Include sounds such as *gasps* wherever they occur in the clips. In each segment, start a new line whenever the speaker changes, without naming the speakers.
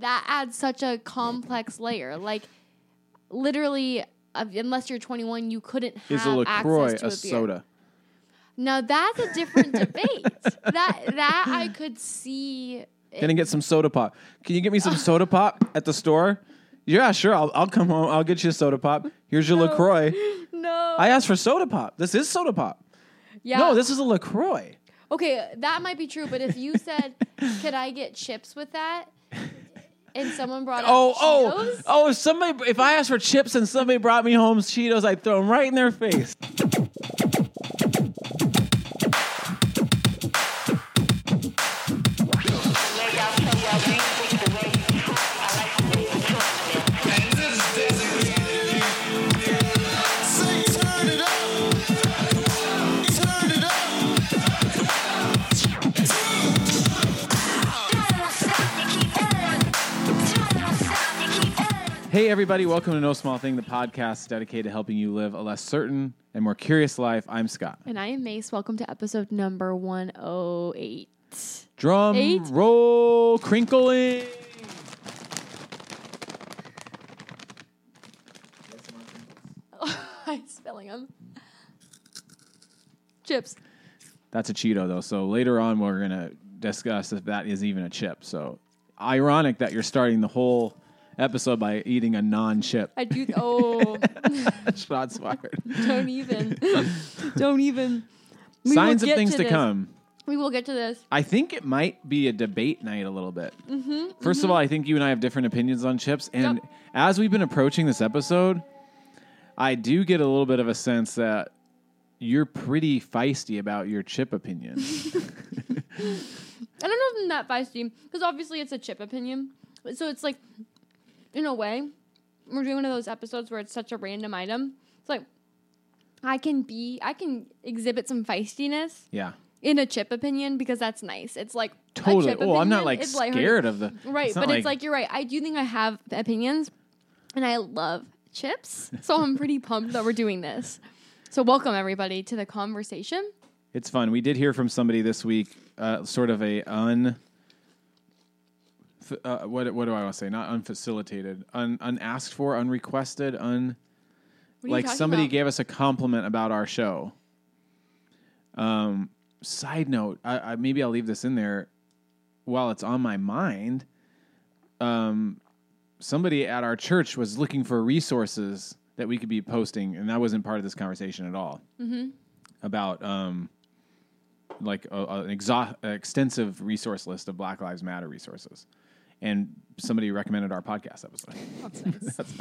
that adds such a complex layer. Like literally, uh, unless you're 21, you couldn't have
Is a LaCroix
access to
a,
a, beer.
soda?
Now that's a
*laughs*
different debate. That that I could see.
Gonna get some soda pop. Can you get me some soda pop at the store? Yeah, sure. I'll, I'll come home. I'll get you a soda pop. Here's your LaCroix.
No.
I asked for soda pop. This is soda pop.
yeah.
No, this is a LaCroix.
Okay, that might be true, but if you said, "Could I get chips with that?" and someone brought up
Oh, oh,
Cheetos,
oh, if somebody, if I asked for chips and somebody brought me home Cheetos, I'd throw them right in their face.
Say turn it up, turn it up.
Hey, everybody, welcome to No Small Thing, the podcast dedicated to helping you live a less certain and more curious life. I'm Scott.
and I am Mace. Welcome to episode number one oh eight.
Drum
Eight.
roll, crinkling.
*laughs* I'm spelling them. Chips.
That's a Cheeto, though. So later on, we're going to discuss if that is even a chip. So ironic that you're starting the whole episode by eating a non-chip.
I *laughs* do. Oh,
*laughs* Shots fired.
don't
*laughs*
even. Don't even. We will
Signs of
get
things
to
to
this.
come.
We will get to this.
I think it might be a debate night a little bit. Mm-hmm, 1st of all, I think you and I have different opinions on chips, and
Yep.
as we've been approaching this episode, I do get a little bit of a sense that you're pretty feisty about your
*laughs*
chip opinion.
I don't know if I'm that feisty because obviously it's a chip opinion. So it's like, in a way, we're doing one of those episodes where it's such a random item. It's like, I can be, I can exhibit some feistiness
yeah,
in a chip opinion because that's nice. It's like a
totally.
chip
Oh, I'm not
opinion
like
is lighthearted.
scared of the
Right,
not
but it's like you're right. I do think I have opinions, and I love chips, so
*laughs*
I'm pretty pumped that we're doing this. So welcome everybody to the conversation.
It's fun. We did hear from somebody this week, uh, sort of a un. f- Uh, what what do I want to say? Not unfacilitated, un, unasked for, unrequested, un.
What are you
like
talking
somebody
about?
gave us a compliment about our show. Um, side note, I, I maybe I'll leave this in there while it's on my mind. Um, somebody at our church was looking for resources that we could be posting, and that wasn't part of this conversation at all. Mm-hmm. About um, like a, a- an exha- an extensive resource list of Black Lives Matter resources, and somebody recommended our podcast episode.
That's nice.
*laughs* That's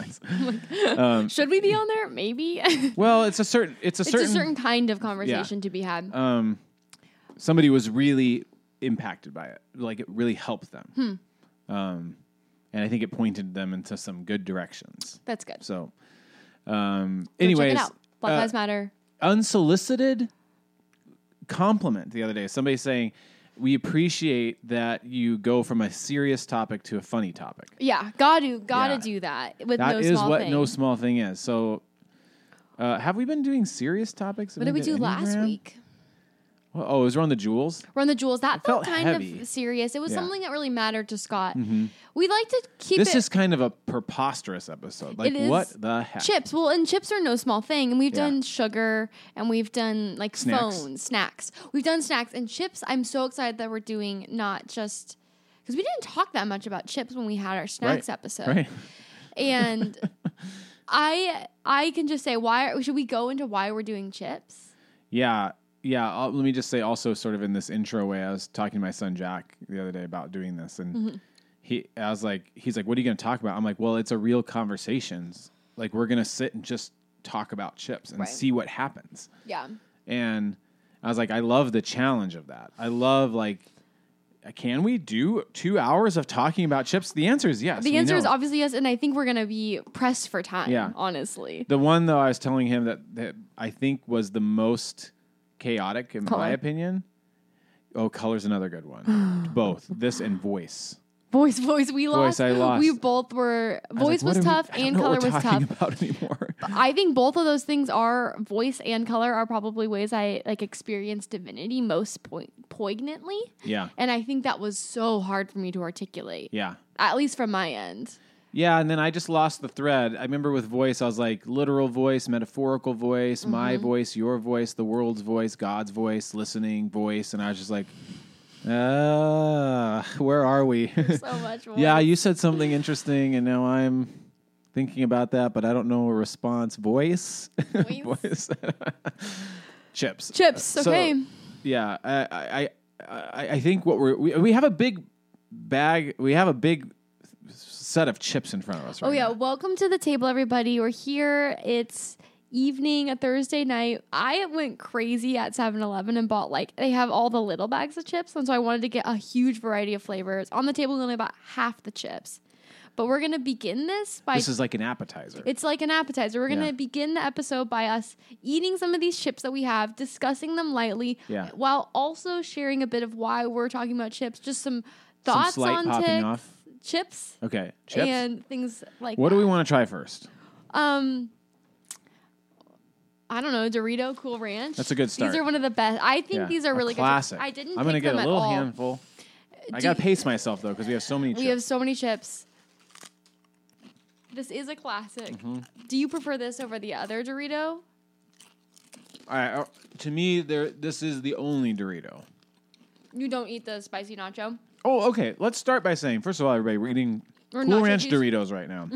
nice.
Should we
*laughs*
be on there? Maybe. *laughs*
well, it's a certain it's a certain Uh,
it's a certain kind of conversation to be had.
somebody was really impacted by it. Like it really helped them. Um,
Hmm.
and I think it pointed them into some good directions.
That's good. So
So, um,
check
anyways,
it out. Black
uh,
Lives Matter.
unsolicited compliment the other day. Somebody saying, "We appreciate that you go from a serious topic to a funny topic."
Yeah, gotta gotta
yeah.
do that with
That
no
is
small
what
thing.
no small thing is. So, uh, have we been doing serious topics?
what did we do last week?
Well, oh, it was around the jewels.
Run the jewels. That felt,
felt
kind
heavy.
of serious. It was
Yeah. Mm-hmm.
something that really mattered to Scott. We like to keep
This
it
is kind of a preposterous episode. Like,
is
what the heck?
chips. Well, and chips are no small thing. And we've
Yeah.
done sugar and we've done like
Snacks.
phones, snacks. We've done snacks and chips. I'm so excited that we're doing not just because we didn't talk that much about chips when we had our snacks episode.
Right. *laughs*
and I I can just say why should we go into why we're doing chips?
Yeah. Yeah. I'll, let me just say also, sort of in this intro way, I was talking to my son Jack the other day about doing this, and
Mm-hmm.
he, I was like, he's like, "What are you going to talk about?" I'm like, "Well, it's a real conversations. Like, we're going to sit and just talk about chips and
Right.
see what happens."
Yeah,
And I was like, I love the challenge of that. I love like, can we do two hours of talking about chips? The answer is yes.
the
we
answer is
know.
obviously yes, and I think we're gonna be pressed for time.
Yeah.
honestly,
The one though I was telling him that, that I think was the most chaotic in
Color. *gasps*
my opinion. Oh, color's another good one. Both this and voice.
voice voice we lost. *laughs*
I lost.
We both were voice was, tough and color was tough. *laughs*
About anymore.
I think both of those things are voice and color are probably ways I like experienced divinity most po- poignantly,
yeah,
and I think that was so hard for me to articulate.
yeah,
At least from my end.
yeah. And then I just lost the thread. I remember with voice, I was like literal voice, metaphorical voice, my
Mm-hmm.
voice, your voice, the world's voice, God's voice, listening voice, and I was just like, uh, where
*laughs*
are we?
So much more.
*laughs* yeah, you said something interesting, and now I'm thinking about that, but I don't know a response. Voice, *laughs*
Voice.
chips,
Chips.
So-
Okay.
yeah, I, I, I, I think what we're, we we have a big bag. We have a big set of chips in front of us. Right
Oh yeah,
now.
welcome to the table, everybody. We're here. It's evening, a Thursday night. I went crazy at 7-Eleven and bought like they have all the little bags of chips, and so I wanted to get a huge variety of flavors. On the table, we only bought half the chips, but we're gonna begin this by.
this is like an appetizer.
it's like an appetizer. We're going to
Yeah.
begin the episode by us eating some of these chips that we have, discussing them lightly,
Yeah.
while also sharing a bit of why we're talking about chips, just some
Some
thoughts
slight
on
popping
tics,
off.
chips,
Okay, chips.
and things like
what
that.
do we want to try first?
Um, I don't know Dorito Cool Ranch.
That's a good start.
These are one of the best. I think
Yeah,
these are
a
really
classic.
good. chips. I didn't.
I'm
going
gonna
to
get a
at
little
all.
handful. I
Do
gotta
you-
pace myself though because we have so many.
We
chips.
have so many chips.
Mm-hmm.
This is a classic. Do you prefer this over the other Dorito?
All right, uh, to me, there. This is the only Dorito.
You don't eat the spicy nacho.
Oh, okay. Let's start by saying, first of all, everybody, we're eating
Or
Cool
nacho
Ranch
cheese.
Doritos right now.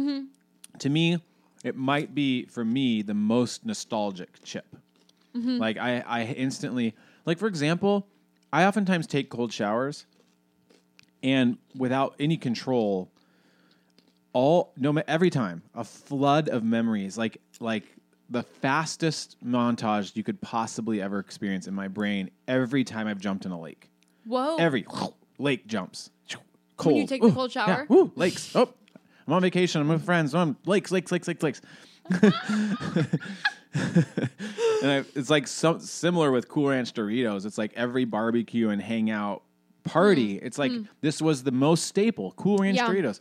To me, it might be for me the most nostalgic chip. Like I, I instantly, like for example, I oftentimes take cold showers, and without any control, all no ma- every time a flood of memories, like like the fastest montage you could possibly ever experience in my brain every time I've jumped in a lake
Whoa.
every *sniffs* lake jumps. Cold.
When you take the
Ooh,
cold shower?
yeah. Ooh, lakes. Oh, I'm on vacation. I'm with friends. Oh, I'm lakes, lakes, lakes, lakes, *laughs* lakes. and I, it's like some similar with Cool Ranch Doritos. It's like every barbecue and hangout party. It's like this was the most staple Cool Ranch
Mm, Yeah.
Doritos,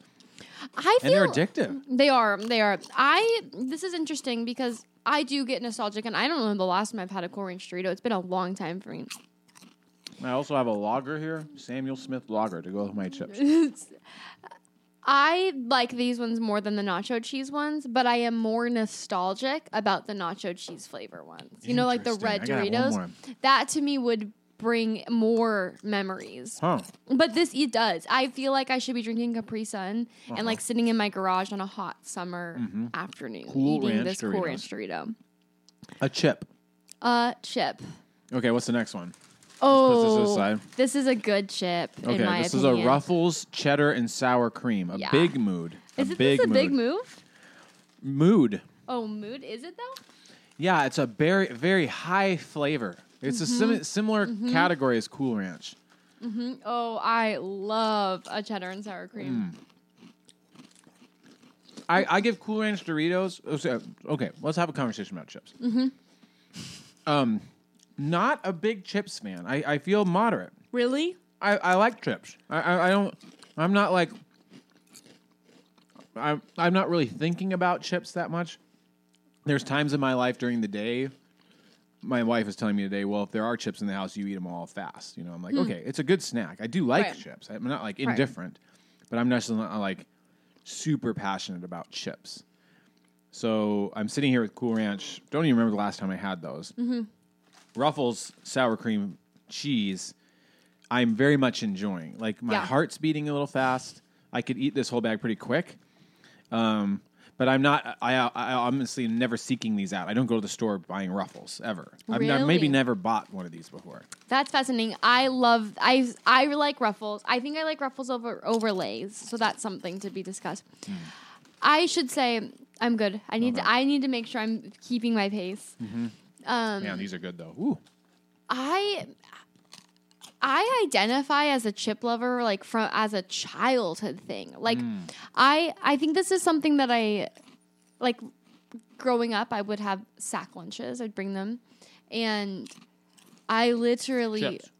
I
and they're
feel
addictive.
They are. They are. I. This is interesting because I do get nostalgic, and I don't know the last time I've had a Cool Ranch Dorito. It's been a long time for me. *laughs*
I also have a lager here, Samuel Smith lager, to go with my chips.
I like these ones more than the nacho cheese ones, but I am more nostalgic about the nacho cheese flavor ones. You know, like the
Interesting.
red
I gotta have one
Doritos.
more.
That to me would bring more memories.
Huh?
But this it does. I feel like I should be drinking Capri Sun and
Uh-huh.
like sitting in my garage on a hot summer afternoon
Mm-hmm. Cool
eating
Ranch
this cool
Doritos.
ranch Dorito.
A chip.
Uh, chip.
Okay, what's the next one? put this to the
Oh,
side.
this is a good chip.
Okay,
in my
this
opinion.
is a Ruffles cheddar and sour cream. A
Yeah.
big mood.
Is
a
it
big
this a
mood.
big move?
Mood.
Oh, mood is it though?
Yeah, it's a very very high flavor. It's
Mm-hmm.
a sim- similar category as Cool Ranch.
Oh, I love a cheddar and sour cream.
Mm. I, I give Cool Ranch Doritos. oh, so- Okay, let's have a conversation about chips. Mm-hmm. Um, not a big chips fan. I, I feel moderate.
Really?
I, I like chips. I, I, I don't. I'm not like. I'm I'm not really thinking about chips that much. There's times in my life during the day. My wife is telling me today, well, if there are chips in the house, you eat them all fast. You know, I'm like, okay, it's a good snack. I do like
Hmm. Right.
chips. I'm not like indifferent, but I'm just not like super passionate about chips. So I'm sitting here with Cool Ranch. Don't even remember the last time I had those.
Mm-hmm.
Ruffles sour cream cheese. I'm very much enjoying. Like my
Yeah.
heart's beating a little fast. I could eat this whole bag pretty quick. Um, but I'm not. I, I, I honestly am never seeking these out. I don't go to the store buying Ruffles ever. I've ne-
Really?
maybe never bought one of these before.
That's fascinating. I love I I like ruffles. I think I like ruffles over overlays. So that's something to be discussed. I should say I'm good. I need to,
Okay.
I need to make sure I'm keeping my pace. Um,
Man, these are good though. Ooh,
I I identify as a chip lover like from as a childhood thing. Like
Hmm.
I I think this is something that I like growing up I would have sack lunches. I'd bring them and I literally
Chips.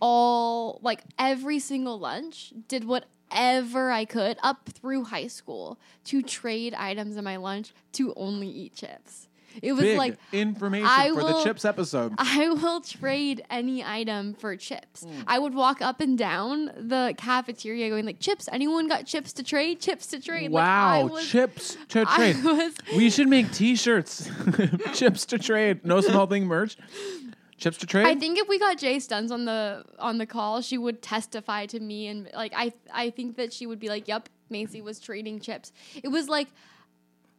all like every single lunch did whatever whatever I could up through high school to trade items in my lunch to only eat chips. It was
Big
like
information
I
for the
will-
chips episode.
I will trade any item for chips.
Hmm.
I would walk up and down the cafeteria going like chips. Anyone got chips to trade? Chips to trade.
wow,
like, I was,
chips to
I *laughs*
trade.
was-
we should make T-shirts, *laughs* chips to trade. No small thing merch. Chips to trade.
I think if we got Jay Stuns on the on the call, she would testify to me and like I I think that she would be like, "Yep, Macy was trading chips." It was like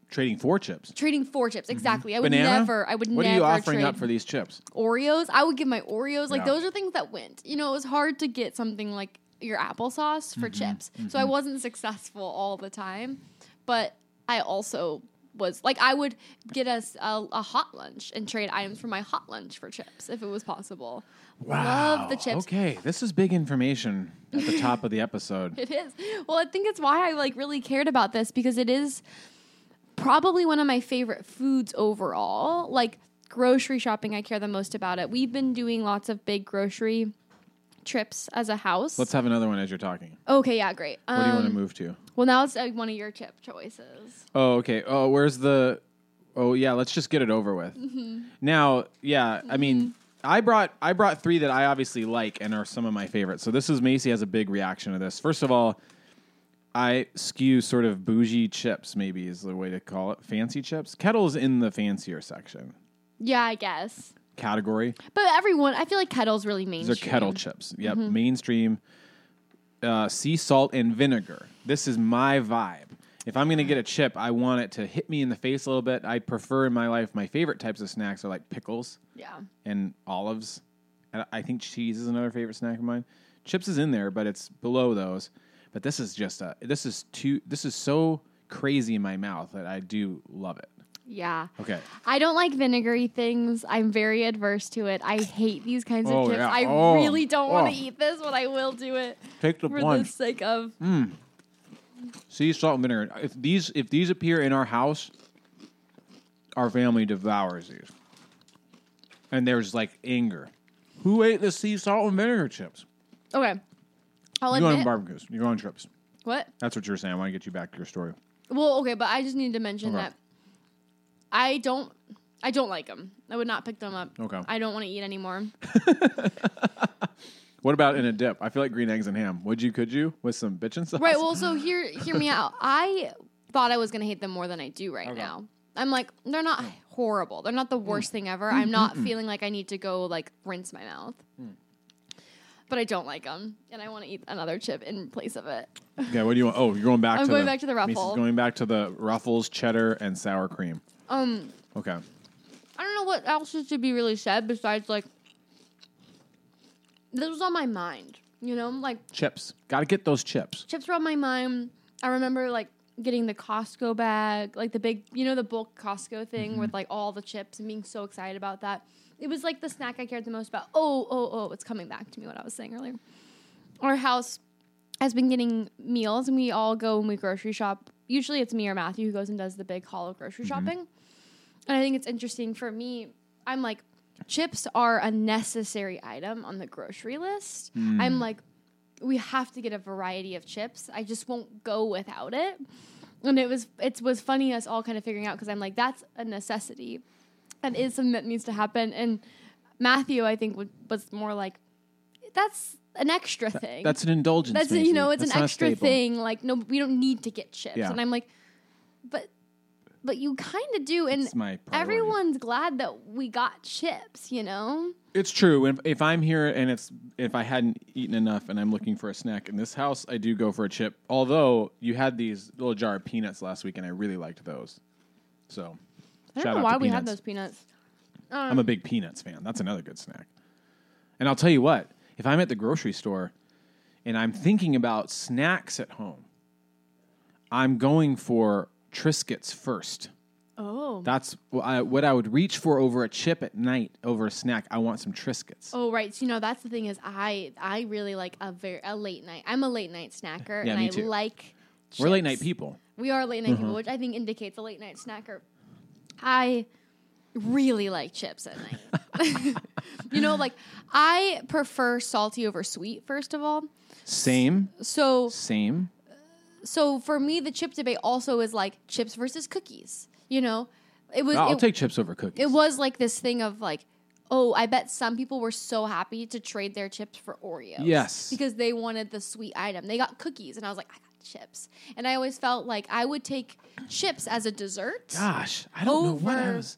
Trading for chips.
trading four chips exactly. I would
Mm-hmm. Banana.
never. I would
What
never
are you offering
trade
up for these chips?
Oreos. I would give my Oreos. Like
Yeah.
those are things that went. You know, it was hard to get something like your applesauce for chips. So I wasn't successful all the time, but I also was like I would get us a, a hot lunch and trade items for my hot lunch for chips if it was possible. Love the chips.
Okay, this is big information at the top of the
*laughs*
episode.
It is. Well, I think it's why I like really cared about this because it is probably one of my favorite foods overall. Like grocery shopping, I care the most about it. We've been doing lots of big grocery trips as a house.
Let's have another one as you're talking.
okay, yeah, great. Um,
What do you want to move to?
well, now it's like one of your chip choices.
Oh, okay. Oh, where's the? Oh, yeah. Let's just get it over with. Now, yeah. I mean, I brought I brought three that I obviously like and are some of my favorites. So this is Macy has a big reaction to this. First of all, I skew sort of bougie chips. Maybe is the way to call it. Fancy chips. Kettle's in the fancier section
Yeah, I guess.
category.
But everyone, I feel like kettle's really
These are
mainstream.
kettle chips. Yep, mainstream. Uh, sea salt and vinegar. This is my vibe. If I'm gonna get a chip, I want it to hit me in the face a little bit. I prefer in my life my favorite types of snacks are like pickles
Yeah.
and olives. And I think cheese is another favorite snack of mine. Chips is in there, but it's below those. But this is just a this is too this is so crazy in my mouth that I do love it.
Yeah.
Okay.
I don't like vinegary things. I'm very adverse to it. I hate these kinds
Oh,
of chips.
yeah.
I
Oh,
really don't want
oh.
to eat this, but I will do it
Take the
for the
plunge.
sake of.
Sea salt and vinegar. If these if these appear in our house, our family devours these. And there's like anger. Who ate the sea salt and vinegar chips?
Okay, I'll
You on
admit.
barbecues. You're on trips.
what?
That's what you're saying. I want to get you back to your story.
Well, okay, but I just need to mention
Okay.
that I don't. I don't like them. I would not pick them up.
Okay.
I don't want to eat anymore.
What about in a dip? I feel like green eggs and ham. Would you? Could you with some bitchin' sauce?
Right. Well, so hear hear me out. I thought I was gonna hate them more than I do right
Okay. Mm.
now. I'm like, they're not horrible. They're not the worst thing ever. I'm not feeling like I need to go like rinse my mouth.
Mm.
But I don't like them, and I want to eat another chip in place of it.
Okay. What do you want? Oh, you're going back.
I'm
to
going
the,
back to the
Macy's
ruffle.
Going back to the ruffles, cheddar, and sour cream.
Um,
Okay.
I don't know what else should be really said besides like this was on my mind. You know, like
Chips. Got to get those chips.
chips were on my mind. I remember like getting the Costco bag, like the big, you know, the bulk Costco thing with like all the chips and being so excited about that. It was like the snack I cared the most about. Oh, oh, oh, it's coming back to me what I was saying earlier. Our house has been getting meals and we all go and we grocery shop. Usually it's me or Matthew who goes and does the big haul of grocery shopping. And I think it's interesting for me. I'm like, chips are a necessary item on the grocery list. I'm like, we have to get a variety of chips. I just won't go without it. And it was it was funny us all kind of figuring out because I'm like, that's a necessity. That is something that needs to happen. And Matthew, I think, would, was more like, that's an extra thing.
That's an indulgence.
That's
Macy.
you know, it's
That's
an
not a
extra
staple.
thing. Like, no, we don't need to get chips.
Yeah.
And I'm like, but, but you kind of do. And
It's my priority.
everyone's glad that we got chips. You know,
It's true. If, if I'm here and it's if I hadn't eaten enough and I'm looking for a snack in this house, I do go for a chip. Although you had these little jar of peanuts last week and I really liked those. So
I
shout
don't know
out
why
to
we had Um,
peanuts.
those peanuts.
I'm a big peanuts fan. That's another good snack. And I'll tell you what, if I'm at the grocery store and I'm thinking about snacks at home, I'm going for Triscuits first.
Oh,
That's wh- I- what I would reach for over a chip at night, over a snack. I want some Triscuits.
Oh right, so you know that's the thing is I I really like a very a late night. I'm a late night snacker
Yeah,
and
me
I
too.
like.
We're late night
chips.
people.
We are late night people, which I think indicates a late night *laughs* snacker. I really like chips at night. You know, like I prefer salty over sweet, first of all.
Same,
So
same.
so for me the chip debate also is like chips versus cookies. You know? It was
I'll
it,
take chips over cookies.
it was like this thing of like oh i bet some people were so happy to trade their chips for oreos
Yes.
because they wanted the sweet item they got cookies and i was like i got chips and i always felt like i would take chips as a dessert
Gosh, I don't know what I
Over-
was.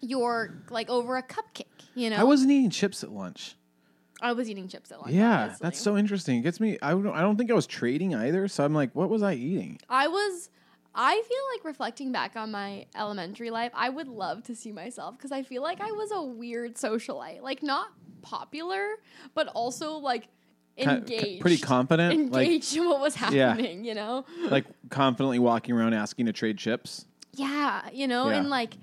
your like over a cupcake you know
I wasn't eating chips at lunch.
I was eating chips at lunch
Yeah,
honestly.
that's so interesting. It gets me. I don't. I don't think I was trading either. So I'm like, what was I eating?
i was i feel like reflecting back on my elementary life i would love to see myself because i feel like i was a weird socialite like not popular but also like
Ki-
engaged
pretty confident.
engaged in what was happening, you know?
Like, like confidently walking around asking to trade chips.
Yeah, you know,
Yeah.
and like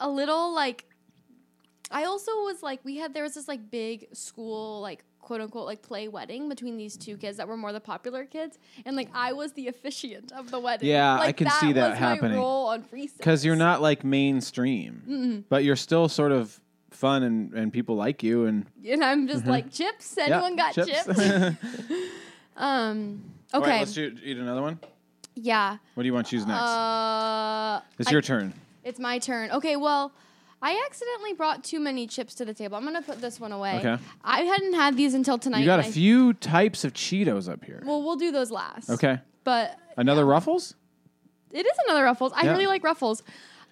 a little like I also was like we had there was this like big school like quote unquote like play wedding between these two kids that were more the popular kids and like I was the officiant of the wedding.
Yeah, I
Like,
can see that
was
happening.
My role on Free Six.
because you're not like mainstream, but you're still sort of fun and, and people like you and
and I'm just like chips.
Mm-hmm. Yeah,
Anyone got
*laughs*
chips? um
All
*laughs*
right,
okay.
let's do, eat another one.
yeah.
What do you want to choose next?
Uh
it's
I-
your turn.
It's my turn. Okay, well, I accidentally brought too many chips to the table. I'm gonna put this one away.
Okay.
I hadn't had these until tonight.
You got a
and I-
few types of Cheetos up here.
well, we'll do those last.
Okay,
But
another Ruffles.
it is another Ruffles. I
Yeah.
really like Ruffles.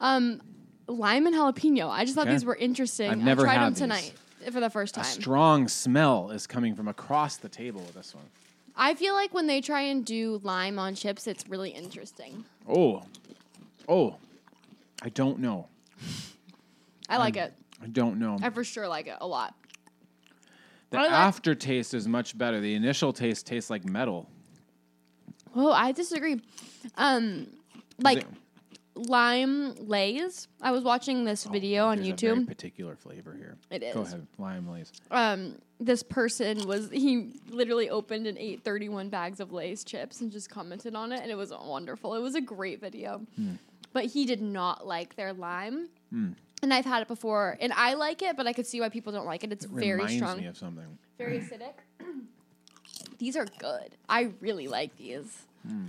Um, lime and jalapeno. I just thought
Okay.
these were interesting.
I've never
I tried
had
them
these.
tonight for the first time.
A strong smell is coming from across the table with this one.
I feel like when they try and do lime on chips, it's really interesting.
Oh, oh, I don't know.
I like it.
I don't know.
I for sure like it a lot.
The
I like-
aftertaste is much better. The initial taste tastes like metal.
Oh, I disagree. Um, like lime lays. I was watching this video on
There's Oh, a
YouTube.
very particular flavor here.
It
Go
is.
ahead, lime lace.
um, this person was he literally opened and ate 31 bags of Lay's chips and just commented on it, and it was wonderful. It was a great video,
Hmm.
but he did not like their lime. And I've had it before, and I like it, but I could see why people don't like it. It's very
Reminds
strong,
me of something.
very acidic. *clears throat* these are good. I really like these.
Hmm.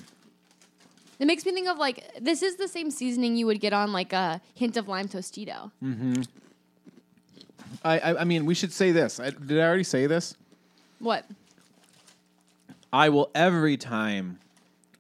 It makes me think of like this is the same seasoning you would get on like a hint of lime tostito.
Hmm. I, I, I mean, we should say this. I, did I already say this?
What?
I will every time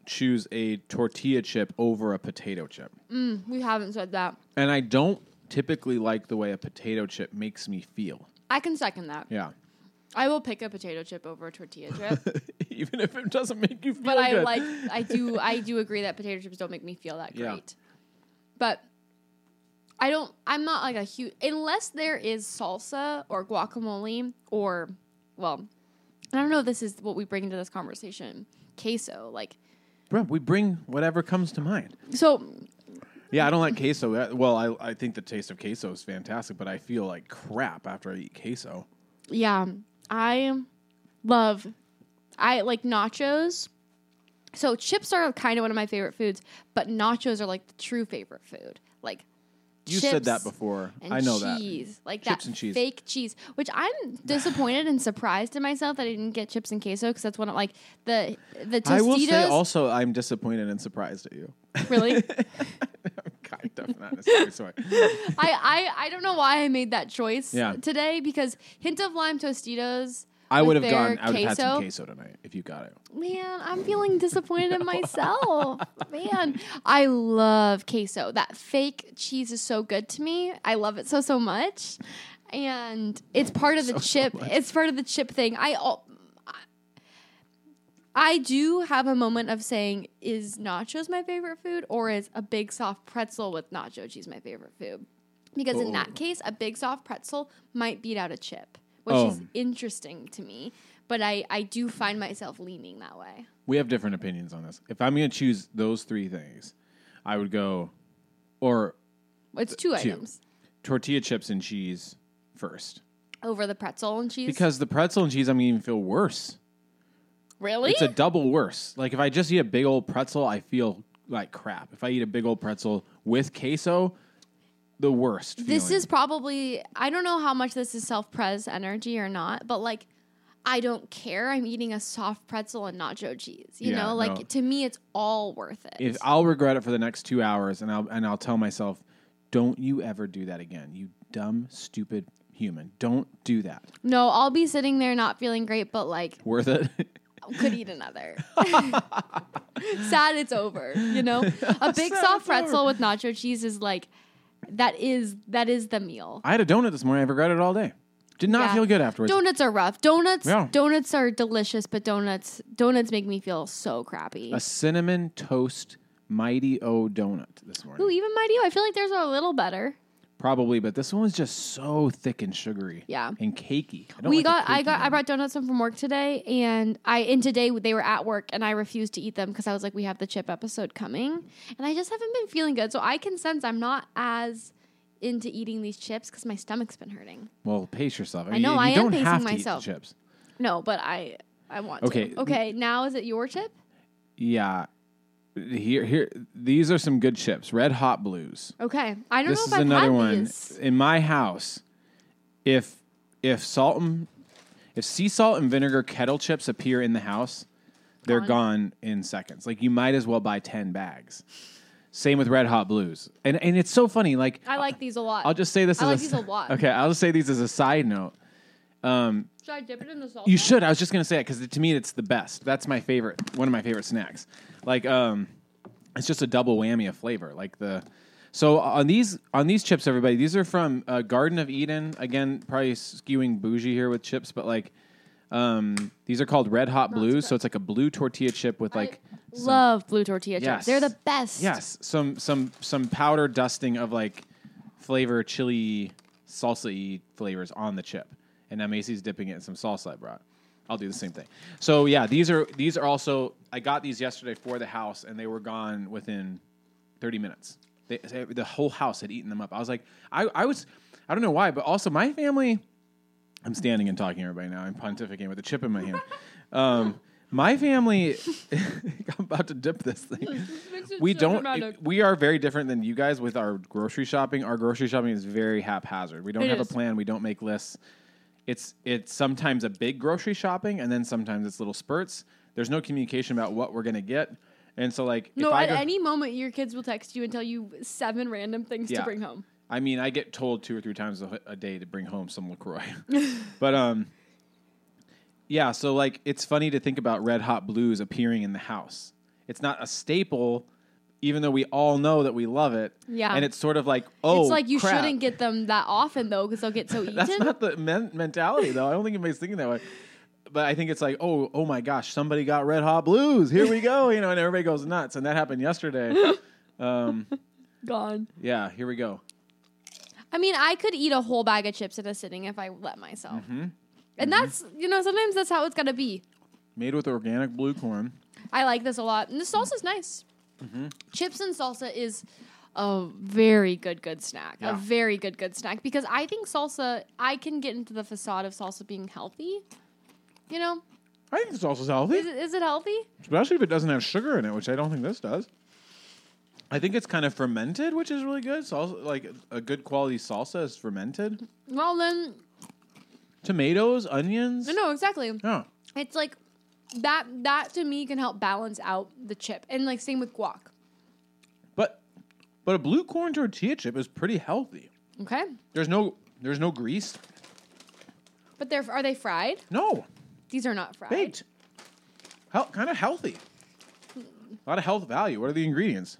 choose a tortilla chip over a potato chip.
We haven't said that.
And I don't typically like the way a potato chip makes me feel.
I can second that.
Yeah. *laughs*
I will pick a potato chip over a tortilla chip,
Even if it doesn't make you feel
but I
good.
like I
*laughs*
do I do agree that potato chips don't make me feel that great.
Yeah.
But I don't I'm not like a huge unless there is salsa or guacamole or well, I don't know if this is what we bring into this conversation. Queso, like
Bro, we bring whatever comes to mind.
so
Yeah, I don't like queso. Uh, Well, I, I think the taste of queso is fantastic, but I feel like crap after I eat queso.
yeah, I love I like nachos. So chips are kind of one of my favorite foods, but nachos are like the true favorite food. Like
You said that
Chips
before.
and
I know
cheese, like that
Chips and cheese.
fake cheese. Which I'm disappointed and surprised at myself that I didn't get chips and queso because that's one of like the the
that. I will say
Tostitos.
also, I'm disappointed and surprised at you.
*laughs*
*laughs*
really,
kind
*laughs*
of, not necessarily. Sorry.
I, I I don't know why I made that choice
Yeah.
today because hint of lime Tostitos.
I
with
would have
their
gone. I would have had some
queso.
queso tonight if you got it.
Man, I'm feeling disappointed in
*laughs*
myself. Man, I love queso. That fake cheese is so good to me. I love it so so much, and it's part of the chip. it's part of the chip thing. I al- I do have a moment of saying, is nachos my favorite food, or is a big soft pretzel with nacho cheese my favorite food? Because in that case, a big soft pretzel might beat out a chip, which is
Oh.
interesting to me. But I, I do find myself leaning that way.
We have different opinions on this. If I'm going to choose those three things, I would go or Uh,
It's two, items
tortilla chips and cheese first
over the pretzel and cheese.
because the pretzel and cheese I'm going to even feel worse.
really,
It's a double worse. Like if I just eat a big old pretzel, I feel like crap. If I eat a big old pretzel with queso, the worst.
This
feeling.
is probably I don't know how much this is self pres energy or not, but like I don't care. I'm eating a soft pretzel and nacho cheese. You
Yeah,
know, like
no.
to me, it's all worth it.
If I'll regret it for the next two hours, and I'll and I'll tell myself, "Don't you ever do that again, you dumb, stupid human. Don't do that.
no, I'll be sitting there not feeling great, but like
Worth it." *laughs*
could eat another. Sad it's over, you know? A big
Sad it's
soft pretzel
over.
with nacho cheese is like that is that is the meal.
I had a donut this morning. I regret it all day. Did not
Yeah.
feel good afterwards.
Donuts are rough. Donuts
Yeah.
donuts are delicious, but donuts donuts make me feel so crappy.
a cinnamon toast mighty O donut this morning.
Ooh, even Mighty O. I feel like theirs are a little better.
Probably, but this one was just so thick and sugary.
Yeah.
and cakey. I don't
We
like the
got I
cakey
got I
one.
brought donuts home from work today and I and today they were at work and I refused to eat them because I was like we have the chip episode coming and I just haven't been feeling good so I can sense I'm not as into eating these chips because my stomach's been hurting.
Well, pace yourself. I,
know,
You, you
I am
don't
pacing
have to eat the
myself.
chips.
No, but I I want
Okay.
to. Okay, now is it your chip?
Yeah. Here, here. These are some good chips. Red Hot Blues.
Okay. I don't
this is
know if I've
another
had
one
these.
in my house. If if salt and if sea salt and vinegar kettle chips appear in the house, they're gone in seconds. Like you might as well buy ten bags. Same with Red Hot Blues, and and it's so funny. Like
I like these a lot.
I'll just say this.
I
as
like
a,
these a lot.
Okay, I'll just say these as a side note.
Should I dip it in the salt?
You should. I was just gonna say it because to me it's the best. That's my favorite. One of my favorite snacks. Like, um, it's just a double whammy of flavor. Like the. So on these on these chips, everybody, these are from uh, Garden of Eden. Again, probably skewing bougie here with chips, but like, um, these are called Red Hot Blues. So it's like a blue tortilla chip with like,
Love blue tortilla
Yes.
chips. They're the best.
yes, some some some powder dusting of like flavor chili salsa flavors on the chip, and now Macy's dipping it in some salsa I brought. I'll do the same thing. So yeah, these are these are also I got these yesterday for the house, and they were gone within thirty minutes. They, they- the whole house had eaten them up. I was like, I, I was, I don't know why, but also my family. I'm standing and talking to everybody now. I'm pontificating with a chip in my hand. Um, my family, *laughs* I'm about to dip this thing we don't it- we are very different than you guys with our grocery shopping our grocery shopping is very haphazard we don't
It
have
is.
a plan we don't make lists it's it's sometimes a big grocery shopping and then sometimes it's little spurts there's no communication about what we're going to get and so like
No,
if i
at
go,
any moment your kids will text you and tell you seven random things
Yeah.
to bring home.
i mean i get told two or three times a, a day to bring home
*laughs*
some lacroix *laughs* but um yeah so like it's funny to think about red hot blues appearing in the house it's not a staple even though we all know that we love it
Yeah.
and it's sort of like oh
it's like you
crap.
shouldn't get them that often though, because they'll get so eaten.
*laughs* That's not the men- mentality, though. I don't think anybody's thinking that way. But I think it's like, oh, oh my gosh, somebody got red hot blues. Here we go, you know, and everybody goes nuts. And that happened yesterday.
*laughs* Gone.
yeah, here we go.
I mean, I could eat a whole bag of chips in a sitting if I let myself.
Mm-hmm.
And that's you know sometimes that's how it's gotta be.
Made with organic blue corn.
I like this a lot, and the salsa's nice.
Mm-hmm.
Chips and salsa is a very good good snack.
Yeah.
A very good good snack because I think salsa. I can get into the facade of salsa being healthy. You know,
I think it's also
is
healthy,
it, is it healthy?
especially if it doesn't have sugar in it, which I don't think this does. I think it's kind of fermented, which is really good. Salsa, like a good quality salsa is fermented.
Well then,
Tomatoes, onions.
no, exactly.
Yeah.
It's like that. That to me can help balance out the chip, and like same with guac.
But but a blue corn tortilla chip is pretty healthy.
Okay,
There's no there's no grease.
but they're are they fried?
No.
These are not fried.
baked. Hel- kind of healthy. A lot of health value. What are the ingredients?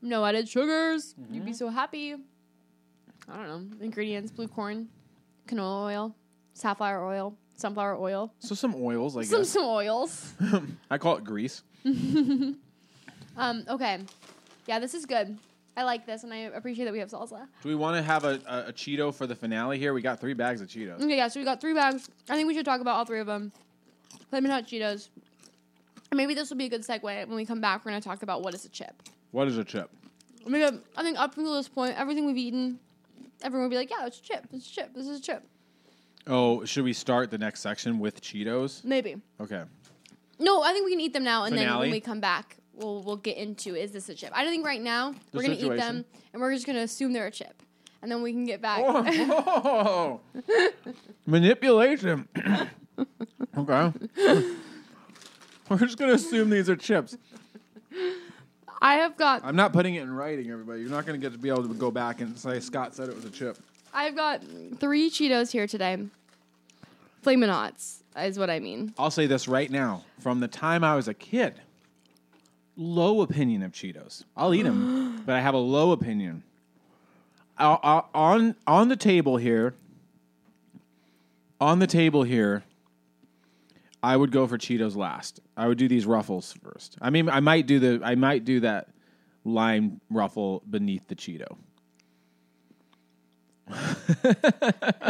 No added sugars. You'd be so happy. I don't know. Ingredients blue corn, canola oil, safflower oil, sunflower oil,
So some oils, I
some,
guess.
some oils.
I call it grease.
Um, okay. Yeah, this is good. I like this and I appreciate that we have salsa.
Do we want to have a, a, a Cheeto for the finale here? We got three bags of Cheetos.
Okay, yeah, so we got three bags. I think we should talk about all three of them. Flamin' Hot Cheetos. And maybe this will be a good segue. When we come back, we're going to talk about what is a chip.
What is a chip?
I mean, um, I think up until this point, everything we've eaten, everyone would be like, yeah, it's a chip. It's a chip. This is a chip.
Oh, should we start the next section with Cheetos?
Maybe.
Okay.
No, I think we can eat them now, and then
Finale?
when we come back, we'll we'll get into is this a chip? I don't think right now we're gonna eat them
situation.
and we're just gonna assume they're a chip, and then we can get back.
Oh. Whoa. *laughs* Manipulation. *coughs* okay. *laughs* We're just going to assume these are chips.
*laughs* I have got
I'm not putting it in writing, everybody. You're not going to get to be able to go back and say Scott said it was a chip.
I've got three Cheetos here today. Flamin' Hots is what I mean.
I'll say this right now. From the time I was a kid, low opinion of Cheetos. I'll eat
*gasps*
them, but I have a low opinion. I- I- on on the table here, on the table here, I would go for Cheetos last. I would do these ruffles first. I mean, I might do the I might do that lime ruffle beneath the Cheeto.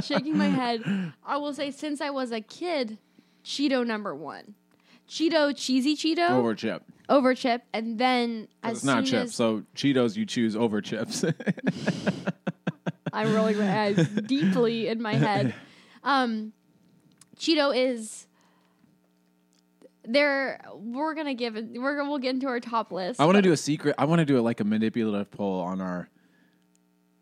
Shaking my
*gasps*
head, I will say since I was a kid, Cheeto number one. Cheeto cheesy Cheeto
Over chip.
over chip, and then as
It's not
soon
chips,
as
so Cheetos you choose over chips. *laughs*
I'm rolling my eyes deeply in my
*laughs*
head. Um, Cheeto is there. We're gonna give it. We're gonna we'll get into our top list.
I want to
but
do a secret. I want to do like a manipulative poll on our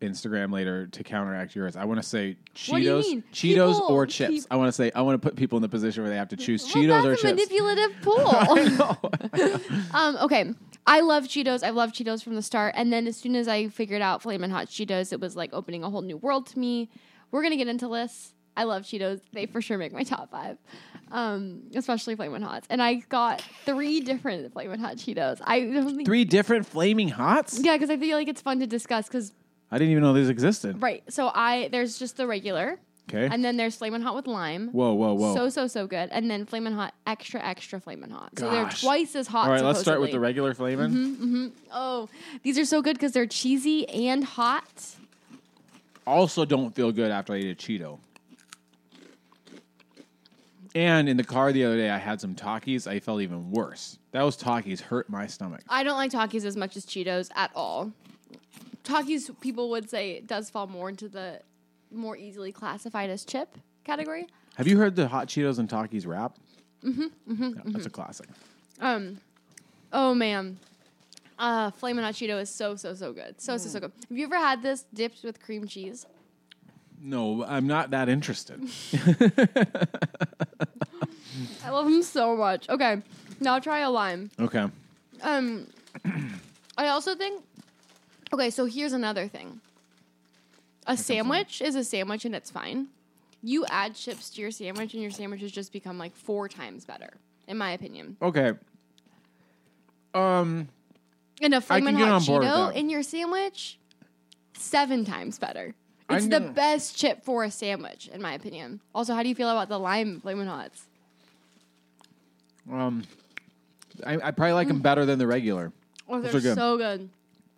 Instagram later to counteract yours. I want to say
What do you
Cheetos,
mean?
Cheetos
People
or chips.
keep-
I want to say I want to put people in the position where they have to choose
Well,
Cheetos or
that's a
chips.
manipulative
*laughs*
pool.
No.
Um, okay. I love Cheetos. I've loved Cheetos from the start. And then as soon as I figured out Flamin' Hot Cheetos, it was like opening a whole new world to me. We're gonna get into this. I love Cheetos. They for sure make my top five, um, especially Flamin' Hots. And I got three different Flamin' Hot Cheetos. I don't think.
Three different flaming hots.
Yeah, because I feel like it's fun to discuss. Because
I didn't even know these existed.
right, so I there's just the regular,
Okay.
and then there's Flamin' Hot with lime.
whoa, whoa, whoa.
So so so good, and then Flamin' Hot extra extra Flamin' Hot. So they're
Gosh.
twice as hot.
All right, let's start with
supposedly.
the regular flaming.
Oh, these are so good because they're cheesy and hot.
Also, don't feel good after I eat a Cheeto. And in the car the other day, I had some Takis. I felt even worse. Those Takis hurt my stomach.
I don't like Takis as much as Cheetos at all. Takis, people would say, does fall more into the more easily classified as chip category.
Have you heard the Hot Cheetos and Takis rap? Mm-hmm, that's a classic.
Um, oh man, uh, Flamin' Hot Cheeto is so so so good, so so so good. Have you ever had this dipped with cream cheese?
No, I'm not that *laughs* interested.
I love them so much. Okay, now try a lime.
okay.
Um, I also think. Okay, so here's another thing. A sandwich is a sandwich and it's fine. You add chips to your sandwich and your sandwich has just become like four times better, in my opinion.
Okay. Um,
And a
can
flamin'
get
hot
on board with
Cheeto
that.
in your sandwich, seven times better.
I
It's the
know.
best chip for a sandwich, in my opinion. Also, how do you feel about the lime flamin' hots?
um, I, I probably like them better than the regular.
Oh,
Those
they're
are good.
so good.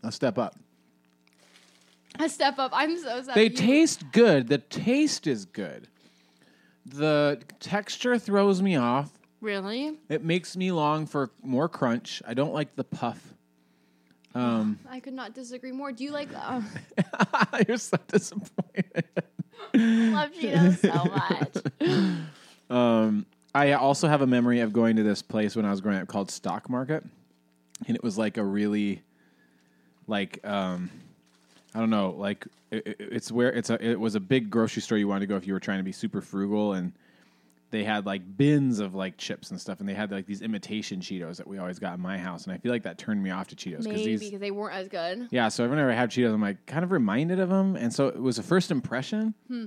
A step up.
A step up. I'm so sad.
They
that you-
taste good. The taste is good. The texture throws me off.
really.
It makes me long for more crunch. I don't like the puff. *laughs* Um,
I could not disagree more. Do you like? Uh,
*laughs* you're so disappointed.
love Cheetos so much.
Um, I also have a memory of going to this place when I was growing up called Stock Market, and it was like a really, like, um, I don't know, like it, it- it's where it's a it was a big grocery store you wanted to go if you were trying to be super frugal, and they had like bins of like chips and stuff, and they had like these imitation Cheetos that we always got in my house, and I feel like that turned me off to Cheetos because
Maybe
these
because they weren't as good.
Yeah, so every time I had Cheetos, I'm like kind of reminded of them, and so it was a first impression.
Hmm.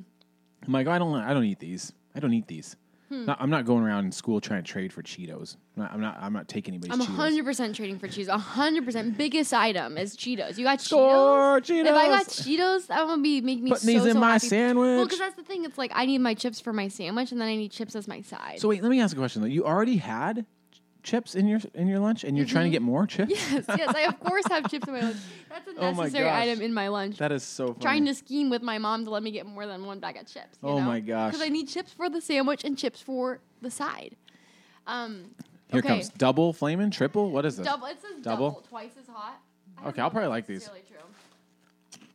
I'm like, oh, I don't, I don't eat these. I don't eat these.
Hmm.
Not- I'm not going around in school trying to trade for Cheetos. I'm not, I'm not, I'm not taking anybody's
I'm
Cheetos.
100% trading for Cheetos. 100% biggest item is Cheetos. You got
Score,
Cheetos? If I got
Cheetos.
Cheetos, that would be make me
Putting
so,
these in
so
my
happy. Well,
sandwich.
because that's the thing. It's like I need my chips for my sandwich, and then I need chips as my side. *laughs*
so wait, let me ask a question though. You already had ch- chips in your in your lunch, and you're
Mm-hmm.
trying to get more chips.
yes, yes, I of course have chips in my lunch. That's a
*laughs* Oh my
necessary
gosh.
item in my lunch.
That is so funny.
Trying to scheme with my mom to let me get more than one bag of chips. you
Oh
know?
my gosh.
Because I need chips for the sandwich and chips for the side. Um,
Here
okay.
comes double flaming, triple. What is this?
Double. It says
Double?
double. Twice as hot. I don't
Okay,
know
I'll
if
probably
that's
like these.
necessarily True.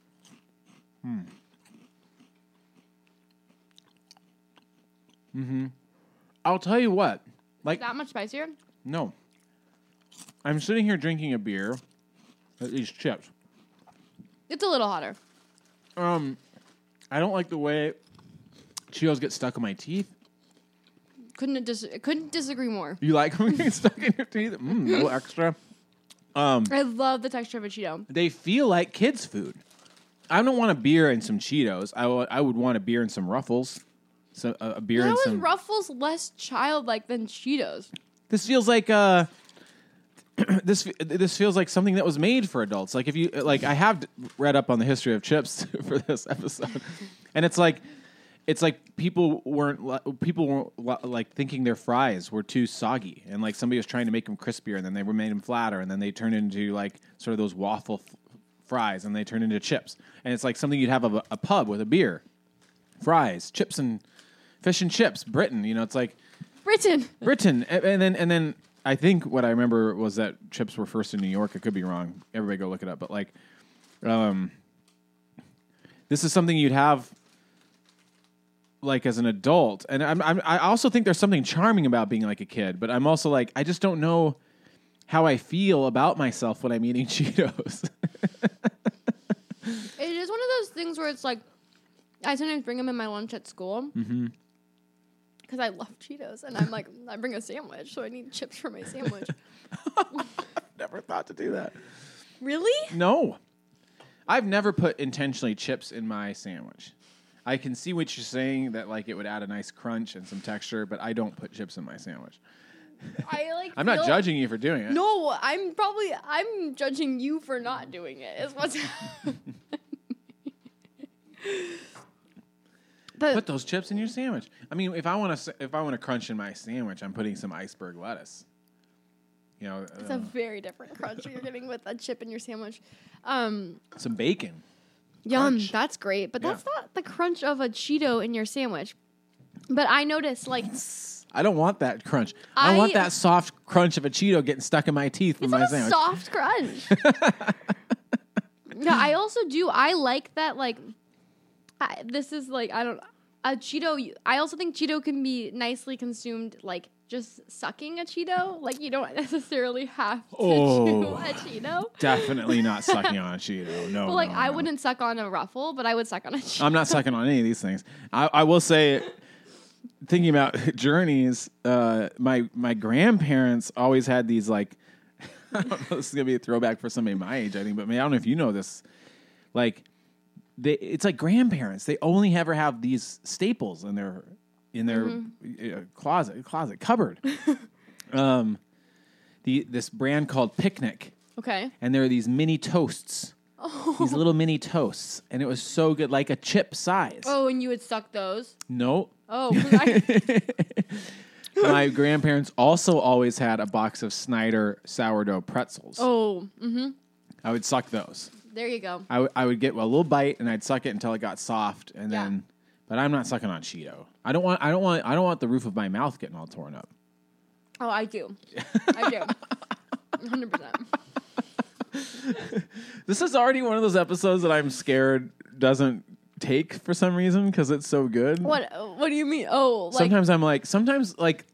I'll tell you what. Like
That much spicier?
no, I'm sitting here drinking a beer at these chips.
It's a little hotter.
Um, I don't like the way Cheetos get stuck in my teeth.
Couldn't dis- couldn't disagree more.
You like them *laughs* getting stuck in your teeth? Mm, a little extra. Mm.
I love the texture of a Cheeto.
They feel like kids' food. I don't want a beer and some Cheetos. I would- I would want a beer and some Ruffles. So a, a beer
How
and
is
some.
Ruffles less childlike than Cheetos?
this feels like uh, *clears throat* this this feels like something that was made for adults. Like if you like, I have read up on the history of chips *laughs* for this episode, and it's like. It's like people weren't li- people weren't li- like thinking their fries were too soggy, and like somebody was trying to make them crispier, and then they made them flatter, and then they turned into like sort of those waffle f- fries, and they turned into chips, and it's like something you'd have of a, a pub with a beer, fries, chips, and fish and chips. Britain, you know, it's like
Britain.
Britain, A- and then and then I think what I remember was that chips were first in New York. I could be wrong. Everybody go look it up. But like, um, this is something you'd have like as an adult, and I'm, I'm I also think there's something charming about being like a kid. But I'm also like I just don't know how I feel about myself when I'm eating *laughs* Cheetos.
It is one of those things where it's like, I sometimes bring them in my lunch at school. Mm-hmm. Because I love Cheetos, and I'm like, I bring a sandwich, so I need chips for my
*laughs*
sandwich.
Never thought to do that.
really?
No. I've never put intentionally chips in my sandwich. I can see what you're saying that like it would add a nice crunch and some texture, but I don't put chips in my sandwich.
I like.
I'm not
feel-
judging you for doing it.
No, I'm probably I'm judging you for not doing it. Is what's. *laughs*
Put
but
those chips in your sandwich. I mean, if I want to if I want to crunch in my sandwich, I'm putting some iceberg lettuce. You know,
it's
uh,
a very different crunch you're getting with a chip in your sandwich. Um,
some bacon.
Yum,
crunch.
that's great. But that's
Yeah.
not the crunch of a Cheeto in your sandwich. But I noticed like
I don't want that crunch. I,
I-
want that soft crunch of a Cheeto getting stuck in my teeth from
it's
my
like a
sandwich.
soft
*laughs*
crunch. yeah, I also do. I like that like I, this is like I don't a Cheeto I also think Cheeto can be nicely consumed like just sucking a Cheeto. Like you don't *laughs* necessarily have to chew
Oh.
a Cheeto. *laughs*
Definitely not sucking on a Cheeto. No.
But like
no,
I
no.
wouldn't suck on a ruffle, but I would suck on a Cheeto.
I'm not sucking on any of these things. I, I will say, thinking about *laughs* journeys, uh, my my grandparents always had these like. *laughs* I don't know, this is gonna be a throwback for somebody my age, I think, but I, mean, I don't know if you know this. Like, they it's like grandparents. They only ever have these staples in their in their uh, closet closet cupboard. um, the this brand called Picnic
okay.
and there are these mini toasts.
Oh.
These little mini toasts, and it was so good, like a chip size.
Oh, and you would suck those. *laughs*
No, *laughs*
Oh, 'cause I,
my grandparents also always had a box of Snyder sourdough pretzels.
oh,
I would suck those.
there you go.
I would- I would get a little bite, and I'd suck it until it got soft, and
Yeah.
then. But I'm not sucking on Cheeto. I don't want. I don't want. I don't want the roof of my mouth getting all torn up.
Oh, I do. I
*laughs*
do. 100%.
This is already one of those episodes that I'm scared doesn't take for some reason because it's so good.
What what do you mean? Oh, like
sometimes I'm like, sometimes like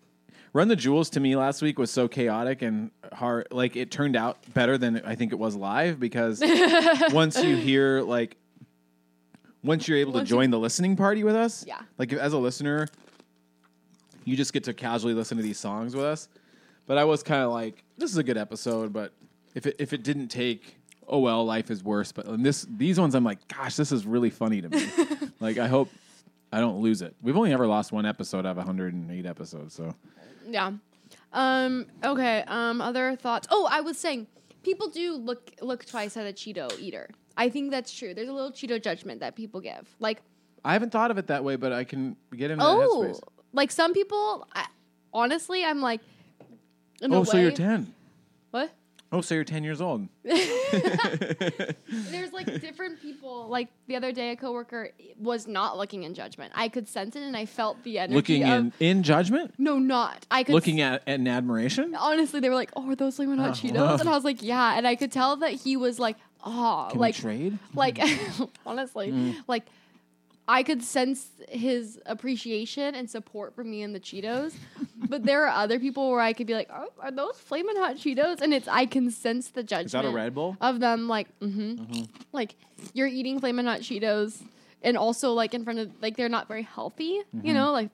Run the Jewels to me last week was so chaotic and hard. Like it turned out better than I think it was live because once you hear like once you're able
Once
to join the listening party with us,
Yeah.
Like as a listener, you just get to casually listen to these songs with us. But I was kind of like, this is a good episode, but if it if it didn't take. Oh well, life is worse. But in this, these ones, I'm like, gosh, this is really funny to
*laughs*
me. like, I hope I don't lose it. We've only ever lost one episode out of 108 episodes, so
*laughs* yeah. Um okay, um other thoughts. Oh, I was saying people do look look twice at a Cheeto eater. I think that's true. There's a little Cheeto judgment that people give. Like,
I haven't thought of it that way, but I can get into that
oh,
headspace.
like some people I, honestly, I'm like in a
Oh,
way,
so you're 10.
What?
Oh, so you're 10 years
*laughs*
old. *laughs*
There's like different people. Like the other day, a coworker was not looking in judgment. I could sense it, and I felt the energy.
Looking
of,
in in judgment,
No, not. I could
looking at in Uh-huh. admiration.
honestly, they were like, "Oh, are those Lemon Hot Cheetos?"
wow.
And I was like, "Yeah." And I could tell that he was like, "Ah,"
Can Hmm.
like, *laughs*
we trade?
like, honestly, like, I could sense his appreciation and support for me and the Cheetos. but there are other people where I could be like, oh, are those flaming hot Cheetos? And it's I can sense the judgment.
Is that a Red Bull?
Of them, like, mm-hmm. like you're eating flaming hot Cheetos, and also like in front of like they're not very healthy.
Mm-hmm.
You know, like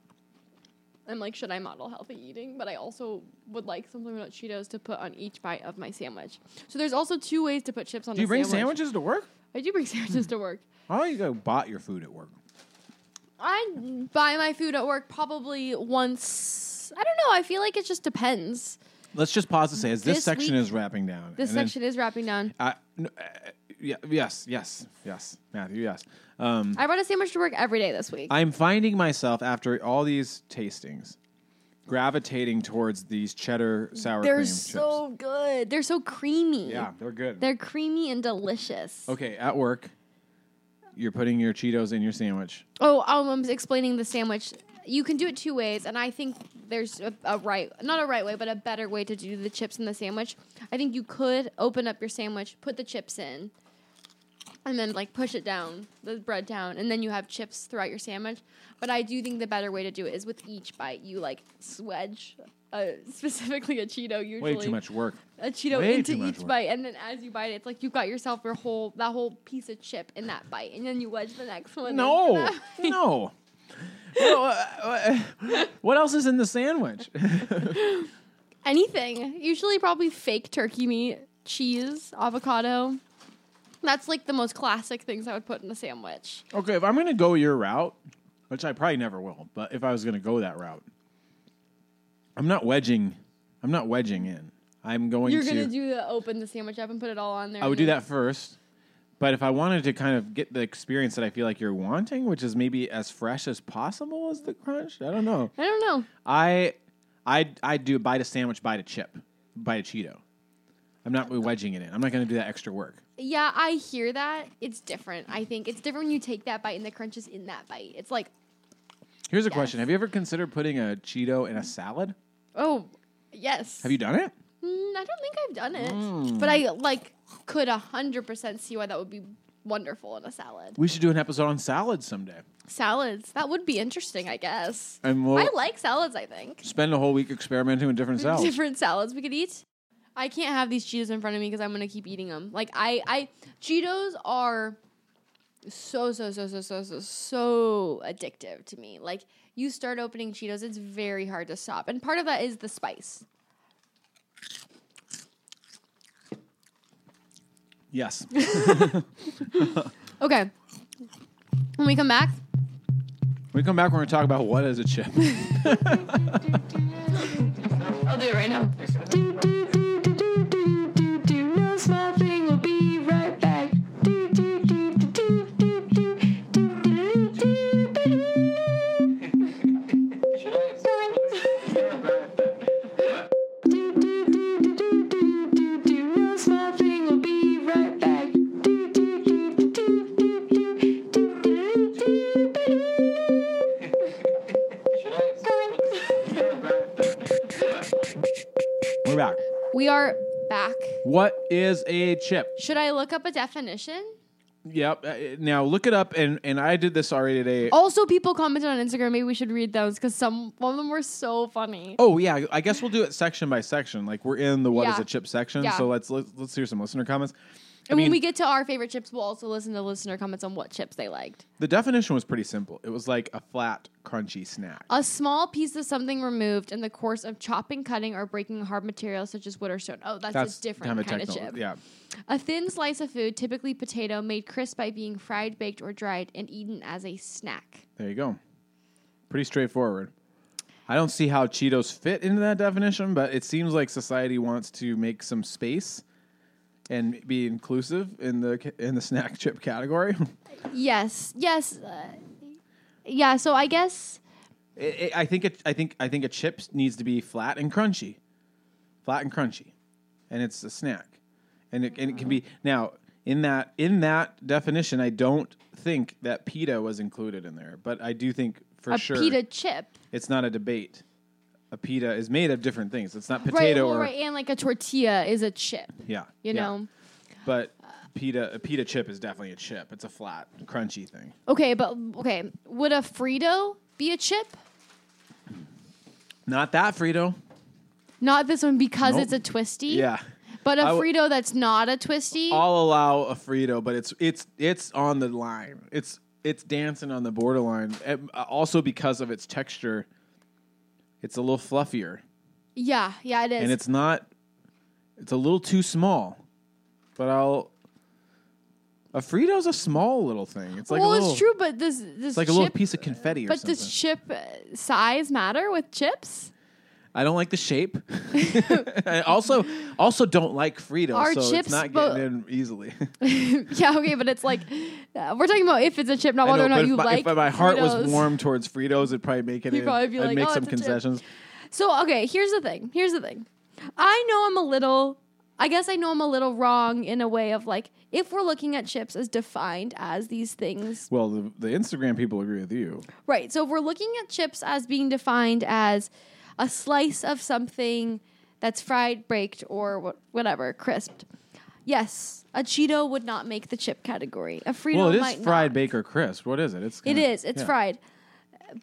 I'm like, should I model healthy eating? But I also would like some flaming hot Cheetos to put on each bite of my sandwich. So there's also two ways to put chips on.
Do
a
you bring
sandwich.
sandwiches to work?
I do
*laughs*
bring sandwiches to work.
Why don't you go bought your food at work?
I buy my food at work probably once. I don't know. I feel like it just depends.
Let's just pause to say as this,
This
section
week-
is wrapping down.
This
and then-
section is wrapping down.
I- n- uh, yeah, yes, yes, yes, Matthew, yes. Um,
I brought a sandwich to work every day this week.
I'm finding myself after all these tastings gravitating towards these cheddar sour
They're
cream
so good. They're so creamy.
chips. Yeah, they're good.
They're creamy and delicious.
okay, at work, you're putting your Cheetos in your sandwich.
Oh, um, I'm explaining the sandwich. You can do it two ways, and I think there's a, a right, not a right way, but a better way to do the chips in the sandwich. I think you could open up your sandwich, put the chips in, and then like push it down, the bread down, and then you have chips throughout your sandwich. But I do think the better way to do it is with each bite, you like swedge. Uh, *laughs* specifically a Cheeto usually
Way too much work.
a Cheeto
Way
into
too much
each
work.
bite, and then as you bite it, it's like you've got yourself your whole that whole piece of chip in that bite, and then you wedge the next one. in.
No, *laughs* no. Well, uh, uh, what else is in the sandwich? *laughs*
anything. Usually, probably fake turkey meat, cheese, avocado. That's like the most classic things I would put in a sandwich.
Okay, if I'm gonna go your route, which I probably never will, but if I was gonna go that route, I'm not wedging. I'm not wedging in. I'm going
You're
to.
gonna do the open the sandwich up and put it all on there.
I would
and
do
then-
that first, but if I wanted to kind of get the experience that I feel like you're wanting, which is maybe as fresh as possible as the crunch, I don't know.
I don't know.
I, I, I do bite a sandwich, bite a chip, bite a Cheeto. I'm not wedging it in. I'm not gonna do that extra work.
Yeah, I hear that. It's different. I think it's different when you take that bite and the crunch is in that bite. It's like,
Here's a
Yes.
question: Have you ever considered putting a Cheeto in a salad?
oh, yes.
Have you done it?
Mm, I don't think I've done it, but I like could hundred percent see why that would be wonderful in a salad.
We should do an episode on salads someday.
Salads that would be interesting, I guess.
And we'll
I like salads. I think.
spend a whole week experimenting with different salads.
*laughs* different salads we could eat. I can't have these Cheetos in front of me because I'm gonna keep eating them. Like I, I Cheetos are so so so so so so so addictive to me. Like you start opening Cheetos, it's very hard to stop, and part of that is the spice.
Yes.
Okay, when we come back,
we come back, we're going to talk about what is a chip.
I'll do it right now.
Do do do do do do do do. No small thing. We'll be right back. Do do do do do do do do do do do. No small thing. We'll be right back. Do do do do do do do do do do.
we're back.
We are back.
What is a chip?
Should I look up a definition?
Yep. uh, Now look it up, and, and I did this already today. Oh.
Also, people commented on Instagram. Maybe we should read those because some one of them were so funny.
Oh, yeah, I guess we'll do it section by section. Like we're in the what is
Yeah.
a chip section,
Yeah.
so let's, let's let's hear some listener comments. I
and
mean,
when we get to our favorite chips, we'll also listen to listener comments on what chips they liked.
the definition was pretty simple. It was like a flat, crunchy snack.
A small piece of something removed in the course of chopping, cutting, or breaking hard material such as wood or stone. Oh, that's, a different kind of,
technical-
chip.
Yeah.
A thin slice of food, typically potato, made crisp by being fried, baked, or dried and eaten as a snack.
There you go. Pretty straightforward. I don't see how Cheetos fit into that definition, but it seems like society wants to make some space and be inclusive in the ca- in the *laughs* snack chip category.
Yes, yes, uh, yeah. So I guess
It- it- I think it, I think I think a chip needs to be flat and crunchy, flat and crunchy, and it's a snack, and it, and it can be now in that in that definition. I don't think that pita was included in there, but I do think for
a
sure
pita chip,
it's not a debate. A pita is made of different things. It's not potato
right? Well,
or
right, and like a tortilla is a chip.
yeah,
You
yeah.
know.
But pita a pita chip is definitely a chip. It's a flat, crunchy thing.
Okay, but okay, would a Frito be a chip?
Not that Frito.
Not this one because
Nope.
it's a twisty.
Yeah.
But a
I w-
Frito that's not a twisty.
I'll allow a Frito, but it's it's it's on the line. It's it's dancing on the borderline. And, uh, also because of its texture, it's a little fluffier,
yeah, yeah, it is.
and it's not. It's a little too small, but I'll. A Frito's a small little thing. It's like
well,
a little,
it's true, but this this
It's like
chip,
a little piece of confetti or
But
something.
does chip uh, size matter with chips? *laughs*
I don't like the shape. *laughs* I also also don't like Frito,
Are
so
chips
it's not
bo-
getting in easily. *laughs*
yeah, okay, but it's like uh, we're talking about if it's a chip, not
I
whether
know,
or
but
not
if
Oh, you
my,
like.
if my heart
Fritos.
was warm towards Fritos, it'd probably make it.
You'd
in.
probably be
I'd
like,
make
"Oh,
some
it's a chip."
concessions.
So okay, here's the thing. Here's the thing. I know I'm a little. I guess I know I'm a little wrong in a way of like if we're looking at chips as defined as these things,
Well, the, the Instagram people agree with you.
right? So if we're looking at chips as being defined as a slice of something that's fried, baked, or wh- whatever, crisped. Yes, a Cheeto would not make the chip category. A Frito
well, it
might
is fried,
not.
baked, or crisp. What is it? It's
It
kinda-
is. It's
yeah.
fried.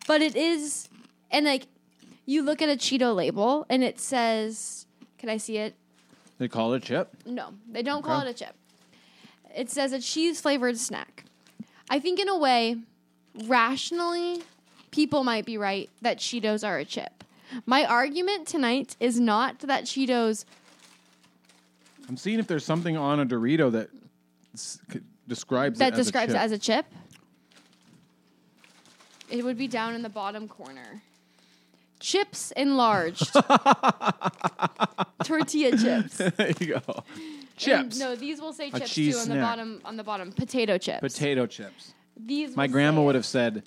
But it is and like you look at a Cheeto label and it says can I see it?
They call it a chip.
No, they don't call
Okay.
it a chip. It says a cheese flavored snack. I think in a way, rationally, people might be right that Cheetos are a chip. My argument tonight is not that Cheetos
I'm seeing if there's something on a Dorito that s- c- describes
that
it
describes
as
it
a
as
chip.
a chip. It would be down in the bottom corner. Chips
*laughs*
enlarged. Tortilla chips.
there you go. *laughs* Chips,
No, these will say chips too
cheese
on the
snack.
bottom on the bottom. Potato chips.
potato chips.
these
My
will
grandma
say
would have said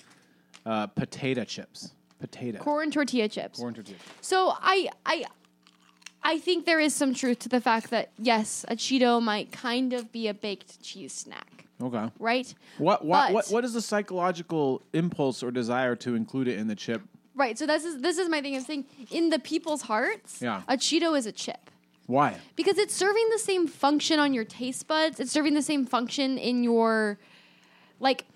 uh, potato chips. Potato.
corn tortilla chips.
Corn tortilla.
So I I I think there is some truth to the fact that yes, a Cheeto might kind of be a baked cheese snack,
Okay.
right?
What what,
But-
what what is the psychological impulse or desire to include it in the chip?
Right. So this is this is my thing. I'm saying in the people's hearts,
Yeah.
a Cheeto is a chip.
Why?
because it's serving the same function on your taste buds. It's serving the same function in your like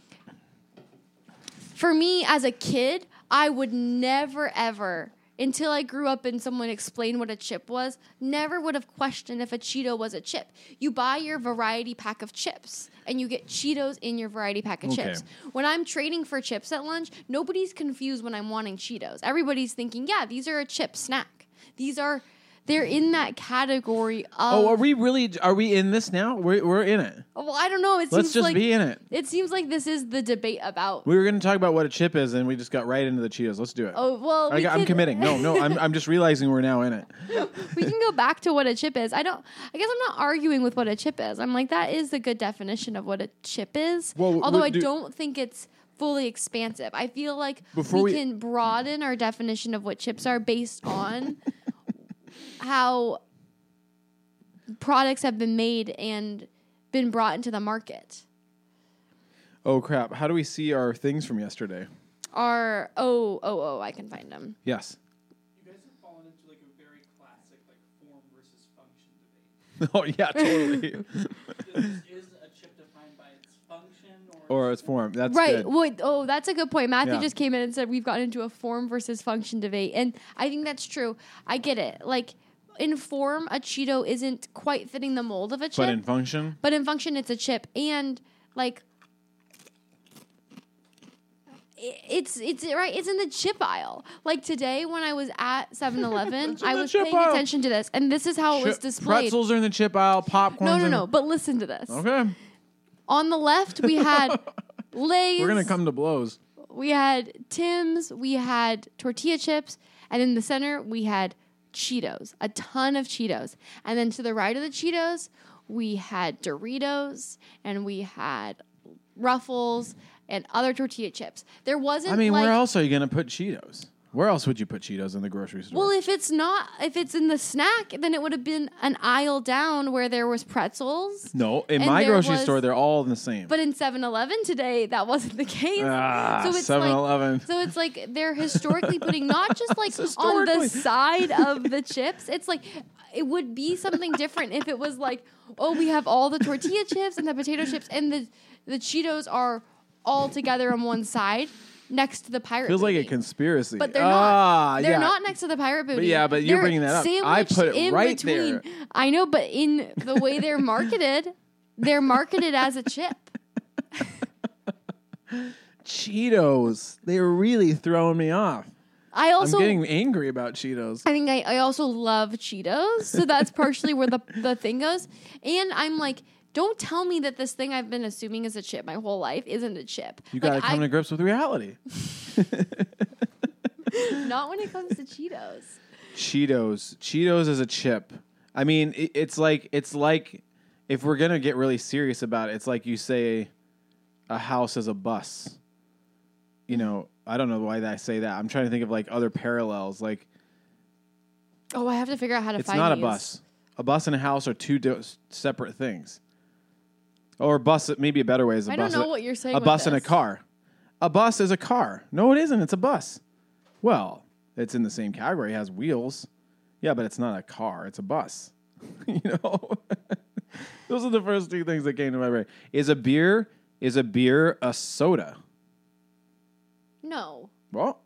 for me as a kid, I would never ever until I grew up and someone explained what a chip was, never would have questioned if a Cheeto was a chip. You buy your variety pack of chips and you get Cheetos in your variety pack of
Okay.
chips. When I'm trading for chips at lunch, nobody's confused when I'm wanting Cheetos. Everybody's thinking, yeah, these are a chip snack. These are, they're in that category of.
Oh, are we really? Are we in this now? We're we're in it.
well, I don't know. It
Let's
seems
just
Oh, like
be in it.
it seems like this is the debate about.
We were going to talk about what a chip is, and we just got right into the Cheetos. Let's do it.
Oh well,
I,
we
am
could-
committing. No, no,
*laughs*
I'm I'm just realizing we're now in it.
we can go back to what a chip is. I don't. I guess I'm not arguing with what a chip is. I'm like that is a good definition of what a chip is.
Well, w-
although
w-
I
do-
don't think it's fully expansive. I feel like
Before
we
we-
can broaden our definition of what chips are based
*laughs*
on how products have been made and been brought into the market.
Oh crap! How do we see our things from yesterday?
Are oh oh oh I can find them.
Yes. *laughs*
You guys have fallen into like a very classic like form versus function debate.
oh
*laughs*
yeah, totally.
Is, is a chip defined by its function or,
or its form. That's
Right.
Good.
Wait, oh, that's a good point. Matthew
Yeah.
just came in and said we've gotten into a form versus function debate, and I think that's true. I get it. Like in form, a Cheeto isn't quite fitting the mold of a chip,
but in function,
but in function, it's a chip, and like i- it's it's right. It's in the chip aisle. Like today, when I was at 7-Eleven,
It's in
I
the
was
chip
paying
aisle.
attention to this, and this is how it was
Chip-
displayed.
pretzels are in the chip aisle. Popcorn.
No, no, no. But listen to this.
Okay,
On the left, we
*laughs*
had. Lay's.
we're gonna come to blows.
we had Tim's, we had tortilla chips, and in the center we had Cheetos, a ton of Cheetos. And then to the right of the Cheetos, we had Doritos and we had Ruffles and other tortilla chips. There wasn't
I mean,
like
where else are you gonna put Cheetos? Where else would you put Cheetos in the grocery store?
Well, if it's not, if it's in the snack, then it would have been an aisle down where there was pretzels.
no, in
and
my
there
grocery
was-
store, they're all the same.
But in 7-Eleven today, that wasn't the case.
Ah,
so it's like
7-Eleven.
so it's like they're historically putting not just
*laughs*
like on
Historically.
the
*laughs*
side of the chips. It's like it would be something different if it was like, oh, we have all the tortilla chips and the potato chips and the the Cheetos are all together on one side next to the pirate.
Feels like a
booty.
conspiracy.
But they're
ah,
not. They're
yeah.
not next to the pirate booty.
yeah, but you're
They're
bringing that up. I put
sandwiched
it
in
right
between.
there.
I know, but in the way they're marketed, they're marketed as a chip.
Cheetos. They're really throwing me off.
I
I'm
also
getting angry about Cheetos.
I think I, I also love Cheetos, so that's partially where the the thing goes. And I'm like, don't tell me that this thing I've been assuming is a chip my whole life isn't a chip.
You
Like,
got to come
I-
to grips with reality.
not when it comes to Cheetos.
Cheetos. Cheetos as a chip. I mean, it, it's like it's like if we're gonna get really serious about it, it's like you say a house as a bus. You know, I don't know why I say that. I'm trying to think of like other parallels. Like
Oh, I have to figure out how to
it's
find.
not a
these.
bus. A bus and a house are two do- separate things. Or bus, maybe a better way is a
I don't
bus.
know what you're saying
A
with
bus and a
this.
car. A bus is a car. No, it isn't. It's a bus. Well, it's in the same category. It has wheels. Yeah, but it's not a car. It's a bus. *laughs* you know, *laughs* those are the first two things that came to my brain. Is a beer is a beer a soda?
No.
Well,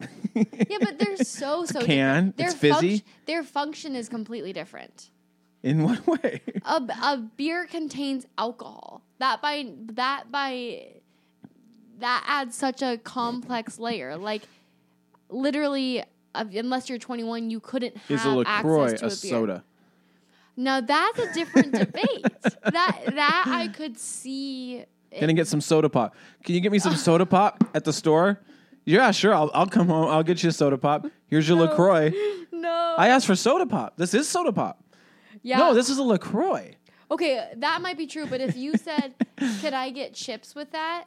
*laughs*
Yeah, but they're so so
can.
different. Their
It's fizzy.
func- their function is completely different.
in what way?
A, b- a beer contains alcohol. That by that by that adds such a complex layer. Like literally, uh, unless you're 21, you couldn't have
is a Lacroix
access to a,
a
beer.
soda?
Now that's a different debate. That that I could see.
Gonna get some soda pop. Can you get me
*laughs*
some soda pop at the store? Yeah, sure. I'll, I'll come home. I'll get you a soda pop. Here's your LaCroix.
No.
I asked for soda pop. This is soda pop.
yeah.
No, this is a LaCroix.
Okay, that might be true, but if you said, "Could I get chips with that?"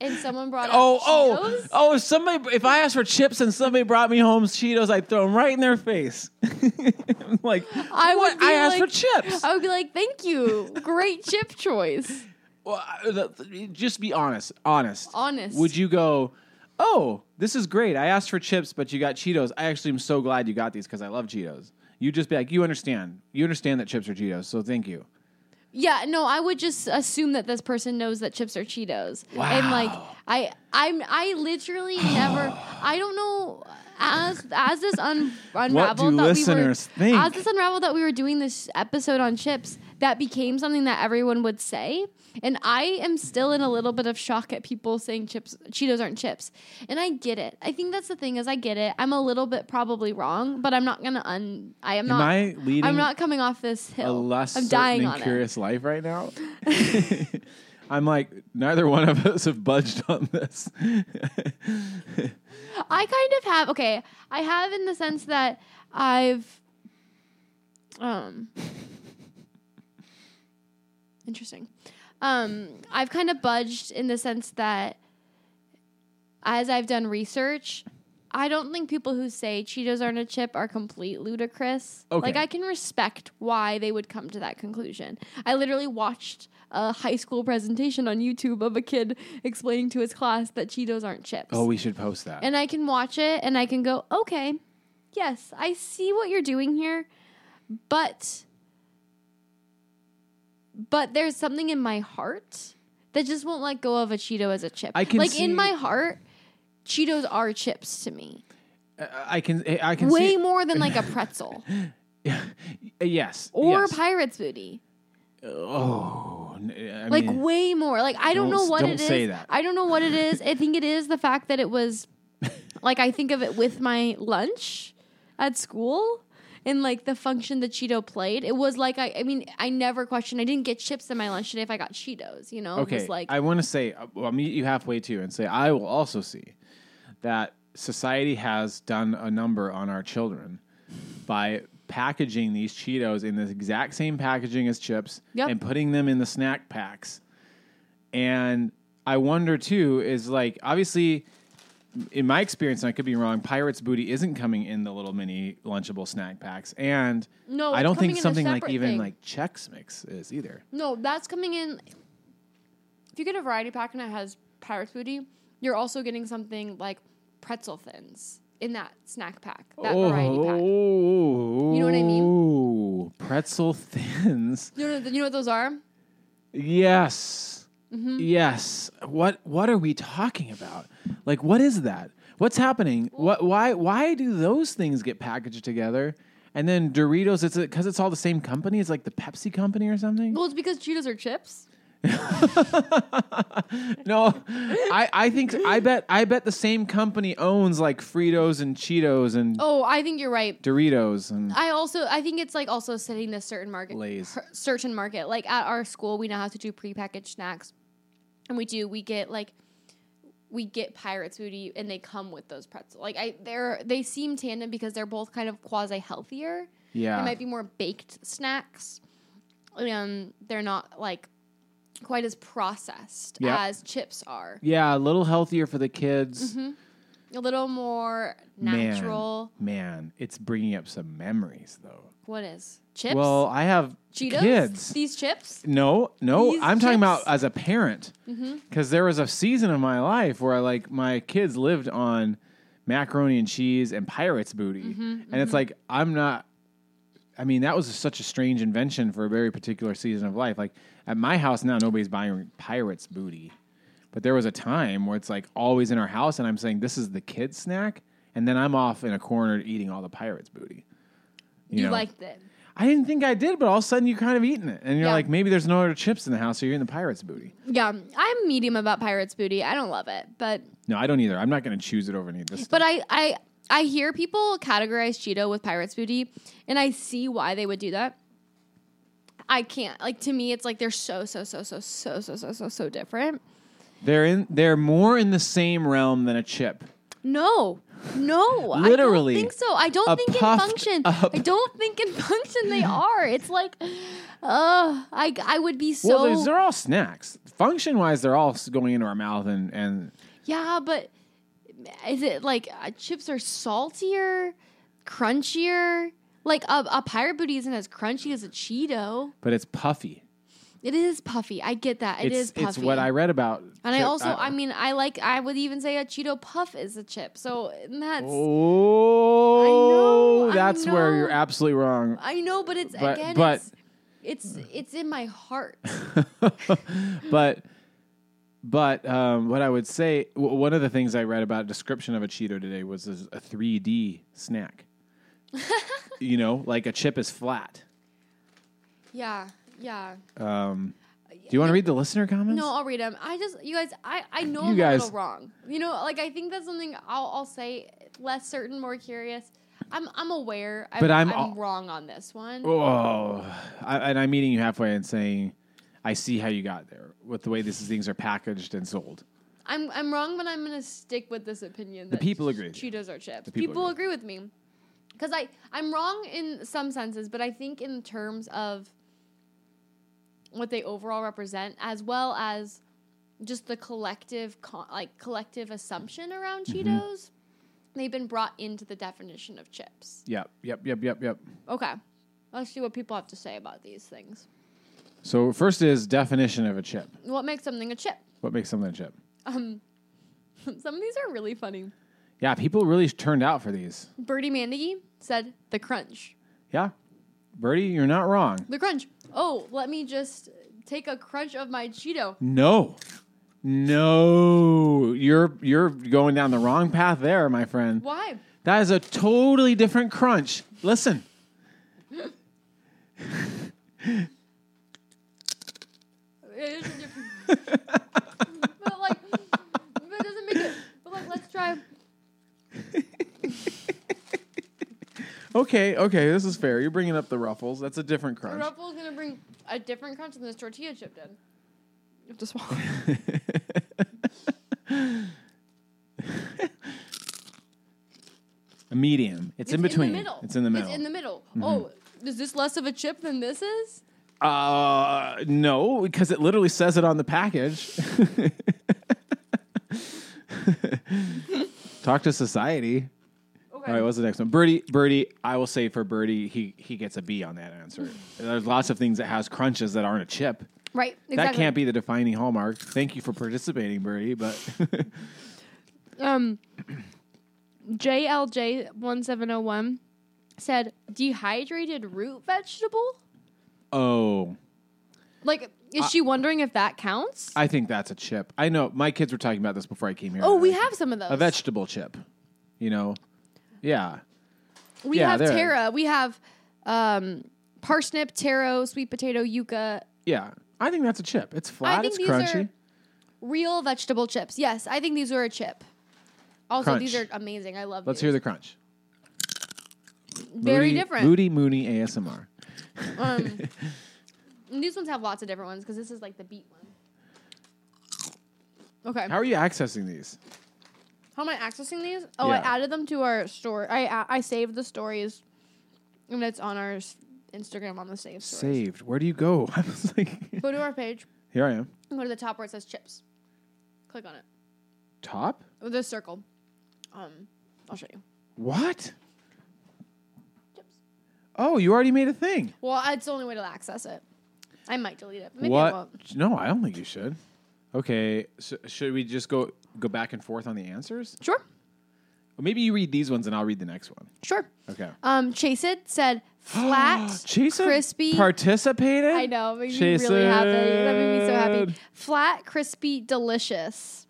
and someone brought up
Oh,
Cheetos,
oh, oh! If somebody, if I asked for chips and somebody brought me home Cheetos, I'd throw them right in their face. *laughs* I'm like,
I would.
what?
Be
I asked
like,
for chips.
I would be like, "Thank you, great chip choice."
Well, I- the- just be honest. Honest.
Honest.
Would you go? Oh, this is great. I asked for chips, but you got Cheetos. I actually am so glad you got these because I love Cheetos. You just be like, you understand. You understand that chips are Cheetos, so thank you.
Yeah, no, I would just assume that this person knows that chips are Cheetos. And like
Wow.
I I'm I literally never I don't know as as this un, unraveled
do
that
listeners
we were
think?
as this unraveled that we were doing this episode on chips, that became something that everyone would say. And I am still in a little bit of shock at people saying chips Cheetos aren't chips. And I get it. I think that's the thing is I get it. I'm a little bit probably wrong, but I'm not gonna un I am not
I leading
I'm not coming off this hill.
a less
I'm
certain
dying
and
on it.
curious life
*laughs*
right now. *laughs* I'm like, neither one of us have budged on this. *laughs*
I kind of have okay. I have in the sense that I've um *laughs* interesting. Um I've kind of budged in the sense that as I've done research, I don't think people who say Cheetos aren't a chip are complete ludicrous.
Okay.
Like I can respect why they would come to that conclusion. I literally watched a high school presentation on YouTube of a kid explaining to his class that Cheetos aren't chips
oh, we should post that.
and I can watch it and I can go, okay, yes, I see what you're doing here, but but there's something in my heart that just won't let go of a Cheeto as a chip.
I can
like
see-
in my heart, Cheetos are chips to me,
I I can, I can
way
see.
more than like a
*laughs*
pretzel
yes.
or
yes.
pirate's booty.
Oh, n- I
Like
mean,
way more. Like I don't,
Don't
know
s-
what
don't
it is.
say that.
I don't know what it is. I think it is the fact that it
*laughs*
was like I think of it with my lunch at school and like the function the Cheeto played. It was like I I mean, I never questioned. I didn't get chips in my lunch today if I got Cheetos, you know? It
okay.
was like
I want to say, uh, well, I'll meet you halfway too, and say I will also see that society has done a number on our children by packaging these Cheetos in the exact same packaging as chips
Yep.
and putting them in the snack packs. And I wonder too is like obviously in my experience, and I could be wrong, Pirates Booty isn't coming in the little mini Lunchable snack packs, and
No,
I
it's
don't
coming
think
in a
something like
separate
even
thing.
like Chex Mix is either.
No, that's coming in. If you get a variety pack and it has pirate booty, you're also getting something like pretzel thins in that snack pack, that variety pack.
Oh,
You know what I mean?
mean? Pretzel thins.
You know, you know what those are?
Yes.
Mm-hmm.
Yes. What what are we talking about? Like what is that? What's happening? What why why do those things get packaged together? And then Doritos it's cuz it's all the same company, it's like the Pepsi company or something? *laughs*
Well, it's because Cheetos are chips.
No. I I think I bet I bet the same company owns like Fritos and Cheetos and
Oh, I think you're right.
Doritos and
I also I think it's like also setting this certain market
Lay's.
her- certain market. Like at our school, we now have to do prepackaged snacks, and we do we get like we get pirates booty, and they come with those pretzel. Like I they're they seem tandem because they're both kind of quasi healthier.
yeah.
They might be more baked snacks. Um, they're not like quite as processed
Yeah.
as chips are.
yeah, a little healthier for the
Mm-hmm.
kids.
A little more
Man,
natural.
man, it's bringing up some memories though.
What is chips?
Well, I have
Cheetos.
kids.
These chips.
No, no,
These
I'm talking about
chips?
as a parent because there was a season of my life where I like my kids lived on macaroni and cheese and pirates booty, and it's like I'm not. I mean, that was such a strange invention for a very particular season of life. Like at my house now, nobody's buying pirates booty, but there was a time where it's like always in our house, and I'm saying this is the kids snack, and then I'm off in a corner eating all the pirates booty.
You,
know?
liked it.
I didn't think I did, but all of a sudden you're kind of eating it. And you're
Yeah.
like, maybe there's no other chips in the house, so you're in the pirate's booty.
Yeah, I'm medium about Pirates Booty. I don't love it, but
No, I don't either. I'm not going to choose it over any of this.
but I I I hear people categorize Cheeto with Pirates Booty, and I see why they would do that. I can't like to me, it's like they're so so so so so so so so so different.
they're in they're more in the same realm than a chip.
No, no,
Literally,
I don't think so. I don't
a
think in
puffed
function.
up-
I don't think in function they are. It's like, uh, I I would be so
well, those- they're all snacks. Function wise, they're all s- going into our mouth and and
Yeah, but is it like uh, chips are saltier, crunchier? Like a, a pirate booty isn't as crunchy as a Cheeto.
but it's puffy.
It is puffy. I get that. It
it's
is puffy.
it's what I read about.
and I
chip- uh,
also, I, mean, I like. I would even say a Cheeto puff is a chip. So and that's.
oh,
I know, I
that's where
know.
you're absolutely wrong.
I know, but it's
But-
again.
but-
it's, it's it's in my heart.
but but um, what I would say, w- one of the things I read about description of a Cheeto today was this- a 3D
*laughs*
snack. you know, like a chip is flat.
yeah, yeah.
Um, do you want to read the listener comments?
No, I'll read them. I just, you guys, I, I know
You
I'm
guys-
a little wrong. You know, like I think that's something I'll, I'll say less certain, more curious. I'm, I'm aware, I'm,
But
but
I'm
I'm,
al-
wrong on this one.
Oh, I, and I'm meeting you halfway and saying, I see how you got there with the way these things are packaged and sold.
I'm, I'm wrong, but I'm gonna stick with this opinion. The
people agree with you.
Cheetos are chips.
people
people
agree.
agree. with me because I, I'm wrong in some senses, but I think in terms of what they overall represent, as well as just the collective, con- like collective assumption around Cheetos. They've been brought into the definition of chips.
Yep, yep, yep, yep, yep.
Okay. Let's see what people have to say about these things.
So first is definition of a chip.
What makes something a chip? *laughs*
What makes something a chip?
Um, some of these are really funny.
Yeah, people really turned out for these.
Birdie Mandigy said the crunch.
Yeah, Bertie, you're not wrong.
The crunch. Oh, let me just take a crunch of my Cheeto.
No. No. You're you're going down the wrong path there, my friend.
Why?
That is a totally different crunch. Listen.
It is a *laughs* different. but like, but it doesn't make it. But like, let's try.
Okay, okay, this is fair. You're bringing up the ruffles. That's a different
The
crunch.
ruffle's gonna bring a different crunch than this tortilla chip did. You have to swallow.
A medium. It's, in between.
the middle.
It's in the middle. Mm-hmm.
It's in the middle. Oh, is this less of a chip than this is?
uh no, because it literally says it on the package. *laughs* Talk to society.
Okay.
All right, what's the next one? Birdie, Birdie. I will say for Birdie, he he gets a B on that answer. There's lots of things that has crunches that aren't a chip.
right. Exactly.
That can't be the defining hallmark. Thank you for participating, Birdie. But *laughs*
um, *clears throat* JLJ1701 said dehydrated root vegetable?
oh,
Like, is she wondering if that counts?
I think that's a chip. I know my kids were talking about this before I came here.
oh, we have some of those.
a vegetable chip. You know, yeah,
we
yeah,
have
there.
tara. We have um, parsnip, taro, sweet potato, yuca.
yeah. I think that's a chip. It's flat.
I think
It's
these
crunchy.
are real vegetable chips. Yes, I think these are a chip. Also, these are
Crunch.
amazing. I love
Let's
these.
hear the crunch.
Very
Moody-
different.
Moody Mooney ASMR.
Um, and these ones have lots of different ones because this is like the beet one. Okay.
How
How,
are you accessing these?
am I accessing these? Oh, I
Yeah.
added them to our store. I a- I saved the stories, and it's on our s- Instagram on the save stories.
Saved. Where do you go? *laughs* I was like,
Go to our page.
here I am.
and Go to the top where it says chips. Click on it.
Top.
Oh, this circle. Um, I'll show you.
What?
Chips.
Oh, you already made a thing.
Well, uh, it's the only way to access it. I might delete it. Maybe I
what?
won't.
No, I don't think you should. Okay, so should we just go go back and forth on the answers?
Sure.
Or maybe you read these ones and I'll read the next one.
Sure.
Okay.
Um, Chase it
*gasps*
said flat,
Jason
crispy.
participated.
I know. It made me really happy. That made me so happy. Flat, crispy, delicious.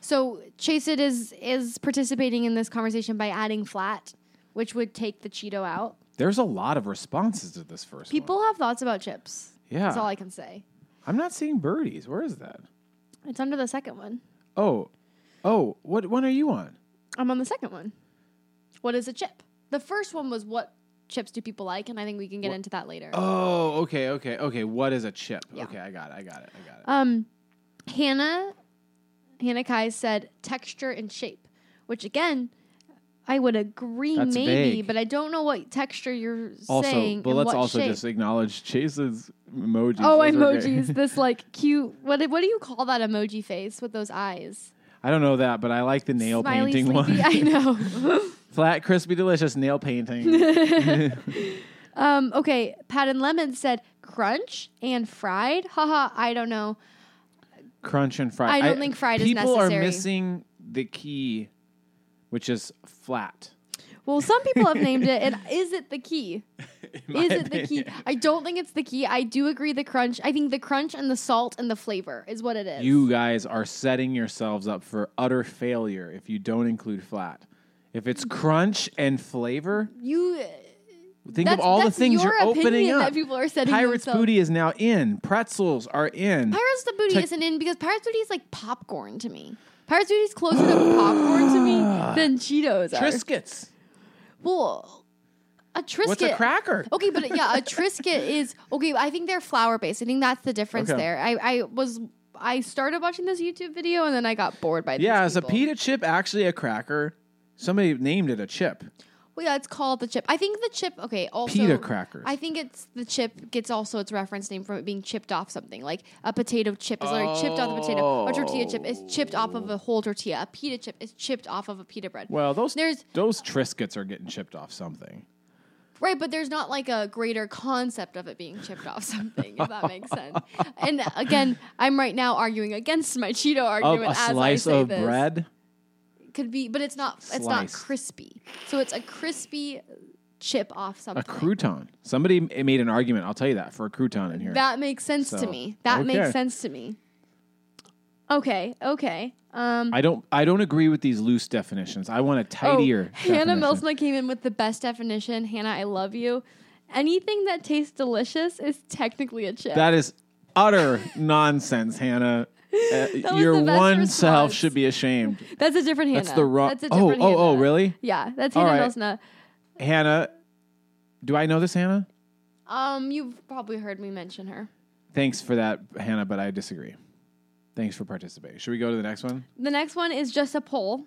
So Chase it is is participating in this conversation by adding flat, which would take the Cheeto out.
There's a lot of responses to this first one.
People have thoughts about chips.
Yeah.
That's all I can say.
I'm not seeing birdies. Where is that?
It's under the second one.
Oh, oh, what one are you on?
I'm on the second one. What is a chip? The first one was what chips do people like, and I think we can get into that later.
Oh, okay, okay, okay. What is a chip?
Yeah.
Okay, I got it. I got it. I got it.
Um, Hannah, Hannah Kai said texture and shape, which again, I would agree
That's
maybe,
vague.
but I don't know what texture you're
also,
saying.
but
and
let's
what
also
shape.
just acknowledge Chase's emojis.
oh
Those are great. *laughs*
emojis, this like cute. What do- what do you call that emoji face with those eyes?
I don't know that, but I like the nail
Smiley,
painting
sleepy.
one.
*laughs* I know.
*laughs* Flat, crispy, delicious
*laughs*
nail painting.
Um, okay, Pat and Lemon said crunch and fried. Haha, I don't know.
Crunch and fried.
I don't think fried is
People are
necessary.
missing the key, which is flat.
Well, some people have named it,
*laughs*
and is it the key?
my
Is it the key?
opinion.
I don't think it's the key. I do agree the crunch. I think the crunch and the salt and the flavor is what it is.
You guys are setting yourselves up for utter failure if you don't include flat. If it's crunch and flavor,
you.
think
That's,
of all the
that's
things
your
you're opening
opinion
up.
that people are setting
Pirates
themselves.
booty is now in. Pretzels are in.
Pirates the booty
Tec-
isn't in because Pirates booty is like popcorn to me. Pirates booty is closer to popcorn
*gasps*
to me than Cheetos are.
Triscuits.
well, a Trisket.
What's a cracker?
Okay, but yeah, a
*laughs*
Trisket is okay. I think they're flour based. I think that's the difference
Okay.
there. I, I was I started watching this YouTube video and then I got bored by
Yeah,
these
is a
people.
pita chip actually a cracker? Somebody named it a chip.
Well, yeah, it's called the chip. I think the chip. Okay, also
Pita crackers.
I think it's the chip gets also its reference name from it being chipped off something like a potato chip is literally chipped off the potato. A tortilla chip is chipped off of a whole tortilla. A pita chip is chipped off of a pita bread.
Well, those
There's-
those Triscuits are getting chipped off something.
Right, but there's not like a greater concept of it being chipped off *laughs* something, if that makes sense. And again, I'm right now arguing against my Cheeto
Of
argument
a
as
slice
I say
of
this.
bread.
Could be, but it's not. It's not
Slice.
crispy. So it's a crispy chip off something.
A crouton. Somebody m- made an argument. I'll tell you that for a crouton in here.
That makes sense to
So,
me. That
okay.
makes sense to me. Okay, okay. Um,
I don't. I don't agree with these loose definitions. I want a
Oh,
tidier.
*laughs* Hannah
definition.
Melsma came in with the best definition. Hannah, I love you. Anything that tastes delicious is technically a chip.
That is utter nonsense, Hannah. Uh,
was
your
the best
one self
response.
should be ashamed.
that's a different Hannah.
That's the wrong.
That's a
oh,
different
oh, oh,
Hannah.
really,
Yeah, that's
All
Hannah
right.
Melsma.
Hannah? Do I know this, Hannah?
Um, you've probably heard me mention her.
Thanks for that, Hannah, but I disagree. Thanks for participating. Should we go to the next one?
The next one is just a poll,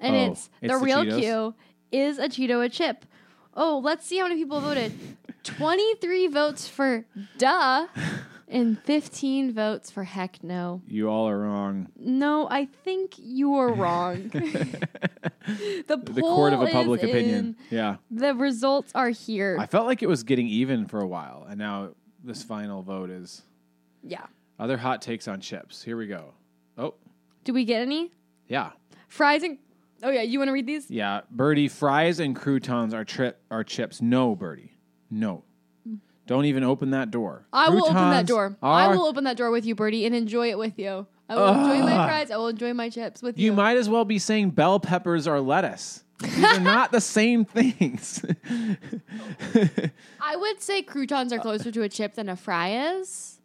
and
Oh,
it's,
it's
the,
the
real
Cheetos?
Q is a Cheeto a chip.
*laughs*
Oh, let's see how many people voted. Twenty three votes for duh, and 15 votes for heck no.
You all are wrong.
No, I think you are
*laughs*
wrong. the
The court of a
poll
public
is
opinion. Yeah.
in. The results are here.
I felt like it was getting even for a while, and now this final vote is
yeah.
other hot takes on chips. Here we go. Oh,
Do we get any?
yeah.
Fries and. Oh, yeah. You want to read these?
Yeah, Birdie, fries and croutons are trip are chips. No, Birdie. No. Don't even open that door.
I will open that
Croutons
door. I
are-
will open that door with you, Birdie, and enjoy it with you. I will enjoy my fries. I will enjoy my chips with you.
You might as well be saying bell peppers or lettuce. These are not the same things.
I would say croutons are closer to a chip than a fry is.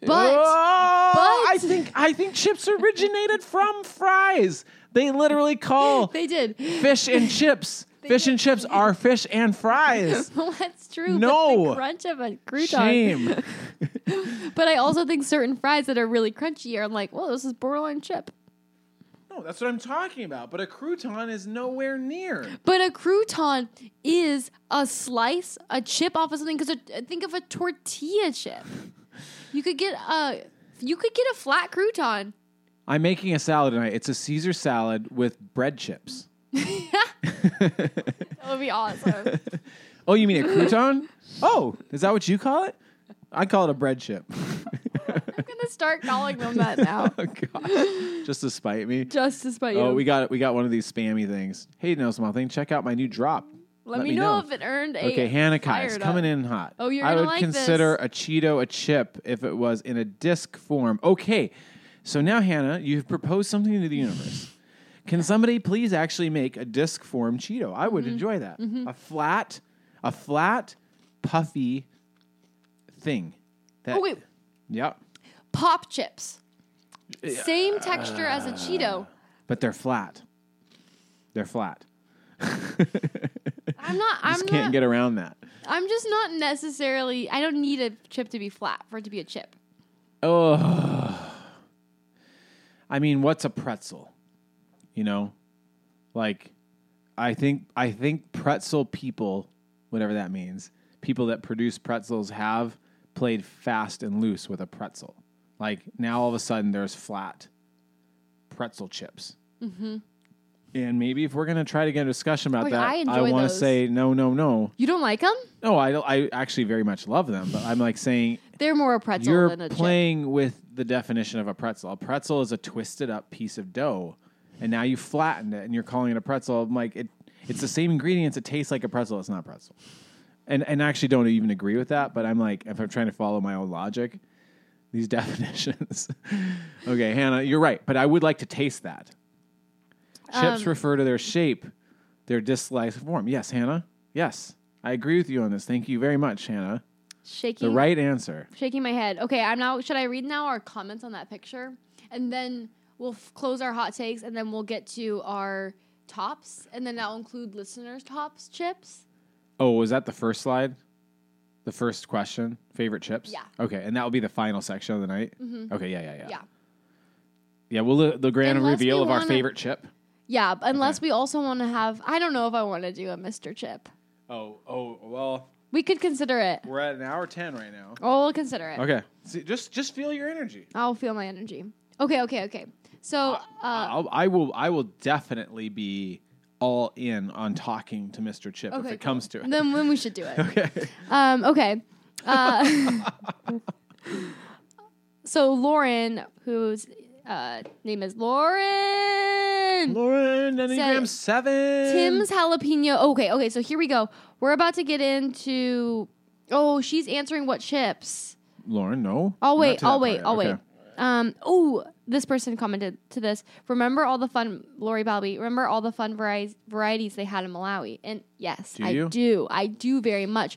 But
Oh,
but-
I think I think chips originated from fries. They literally call
they did.
fish and chips. Fish and chips are fish and fries.
*laughs* Well, that's true. But
No.
the crunch of a crouton.
Shame.
But I also think certain fries that are really crunchy are like, well, this is borderline chip.
No, that's what I'm talking about. But a crouton is nowhere near.
But a crouton is a slice, a chip off of something. Because think of a tortilla chip. You could get a, you could get a flat crouton.
I'm making a salad tonight. It's a Caesar salad with bread chips.
That would be awesome.
Oh, you mean a crouton? oh, is that what you call it? I call it a bread chip. *laughs*
I'm gonna start calling them that now,
oh gosh. Just to spite me.
just despite you.
Oh, we got we got one of these spammy things. Hey, no small thing. Check out my new drop.
let, me know, if it earned a.
Okay, Hannah Kai is
fired
coming
up.
in hot.
Oh, you're
I
gonna
would
like
consider a Cheeto a chip if it was in a disc form. Okay, so now Hannah, you've proposed something to the universe. Can somebody please actually make a disc form Cheeto? I
Mm-hmm.
would enjoy that. A flat, a flat, puffy thing. That,
Oh wait,
Yep.
pop chips. Same texture as a Cheeto.
But they're flat. They're flat. *laughs*
I'm not. I'm
Just
not.
can't get around that.
I'm just not necessarily. I don't need a chip to be flat for it to be a chip.
Oh. I mean, what's a pretzel? You know? Like I think I think pretzel people, whatever that means, people that produce pretzels have played fast and loose with a pretzel. Like now all of a sudden there's flat pretzel chips. Mm-hmm. And maybe if we're gonna try to get a discussion about
Like,
that,
I
I
enjoy
want to
those.
say no, no, no,
You don't like them?
no. I don't- I actually very much love them, but I'm like saying
They're more a pretzel
you're
than a chip.
playing with the definition of a pretzel. A pretzel is a twisted up piece of dough, and now you flattened it, and you're calling it a pretzel. I'm like, it, it's the same ingredients. It tastes like a pretzel. It's not a pretzel. And and I actually don't even agree with that. But I'm like, if I'm trying to follow my own logic, these *laughs* definitions. okay, Hannah, you're right. But I would like to taste that. Chips
Um,
refer to their shape, their disliked form. Yes, Hannah. Yes, I agree with you on this. Thank you very much, Hannah.
Shaking
The right answer.
shaking my head. Okay, I'm now. Should I read now our comments on that picture, and then we'll f- close our hot takes, and then we'll get to our tops, and then I'll include listeners' tops chips.
Oh, was that the first slide? The first question? Favorite chips?
Yeah. Mm-hmm.
Okay, and that will be the final section of the night? Okay, yeah, yeah, yeah.
Yeah,
Yeah, well, the, the grand
Unless
reveal
we
of our
wanna-
favorite chip.
yeah. b- Unless we also want to have. I don't know if I want to do a Mr. Chip.
Oh, oh, well,
We could consider it.
we're at an hour 10 right now.
Oh, we'll consider it.
Okay. See, just just feel your energy.
I'll feel my energy. Okay, okay, okay. So, uh,
I'll, I will I will definitely be all in on talking to Mr. Chip if it
Okay, cool.
comes to
*laughs*
it.
then when we should do it.
*laughs* Okay.
Um, okay. *laughs* Uh, so Lauren, whose uh, name is Lauren,
Lauren, Enneagram 7.
Tim's jalapeno. Okay, okay. So here we go. We're about to get into. Oh, she's answering what chips.
Lauren, no.
I'll
Not
wait.
to that
I'll wait.
part.
I'll
Okay.
wait. Um, oh, this person commented to this. Remember all the fun, Lori Balby. Remember all the fun vari- varieties they had in Malawi. And yes,
Do
I
you?
do. I do very much.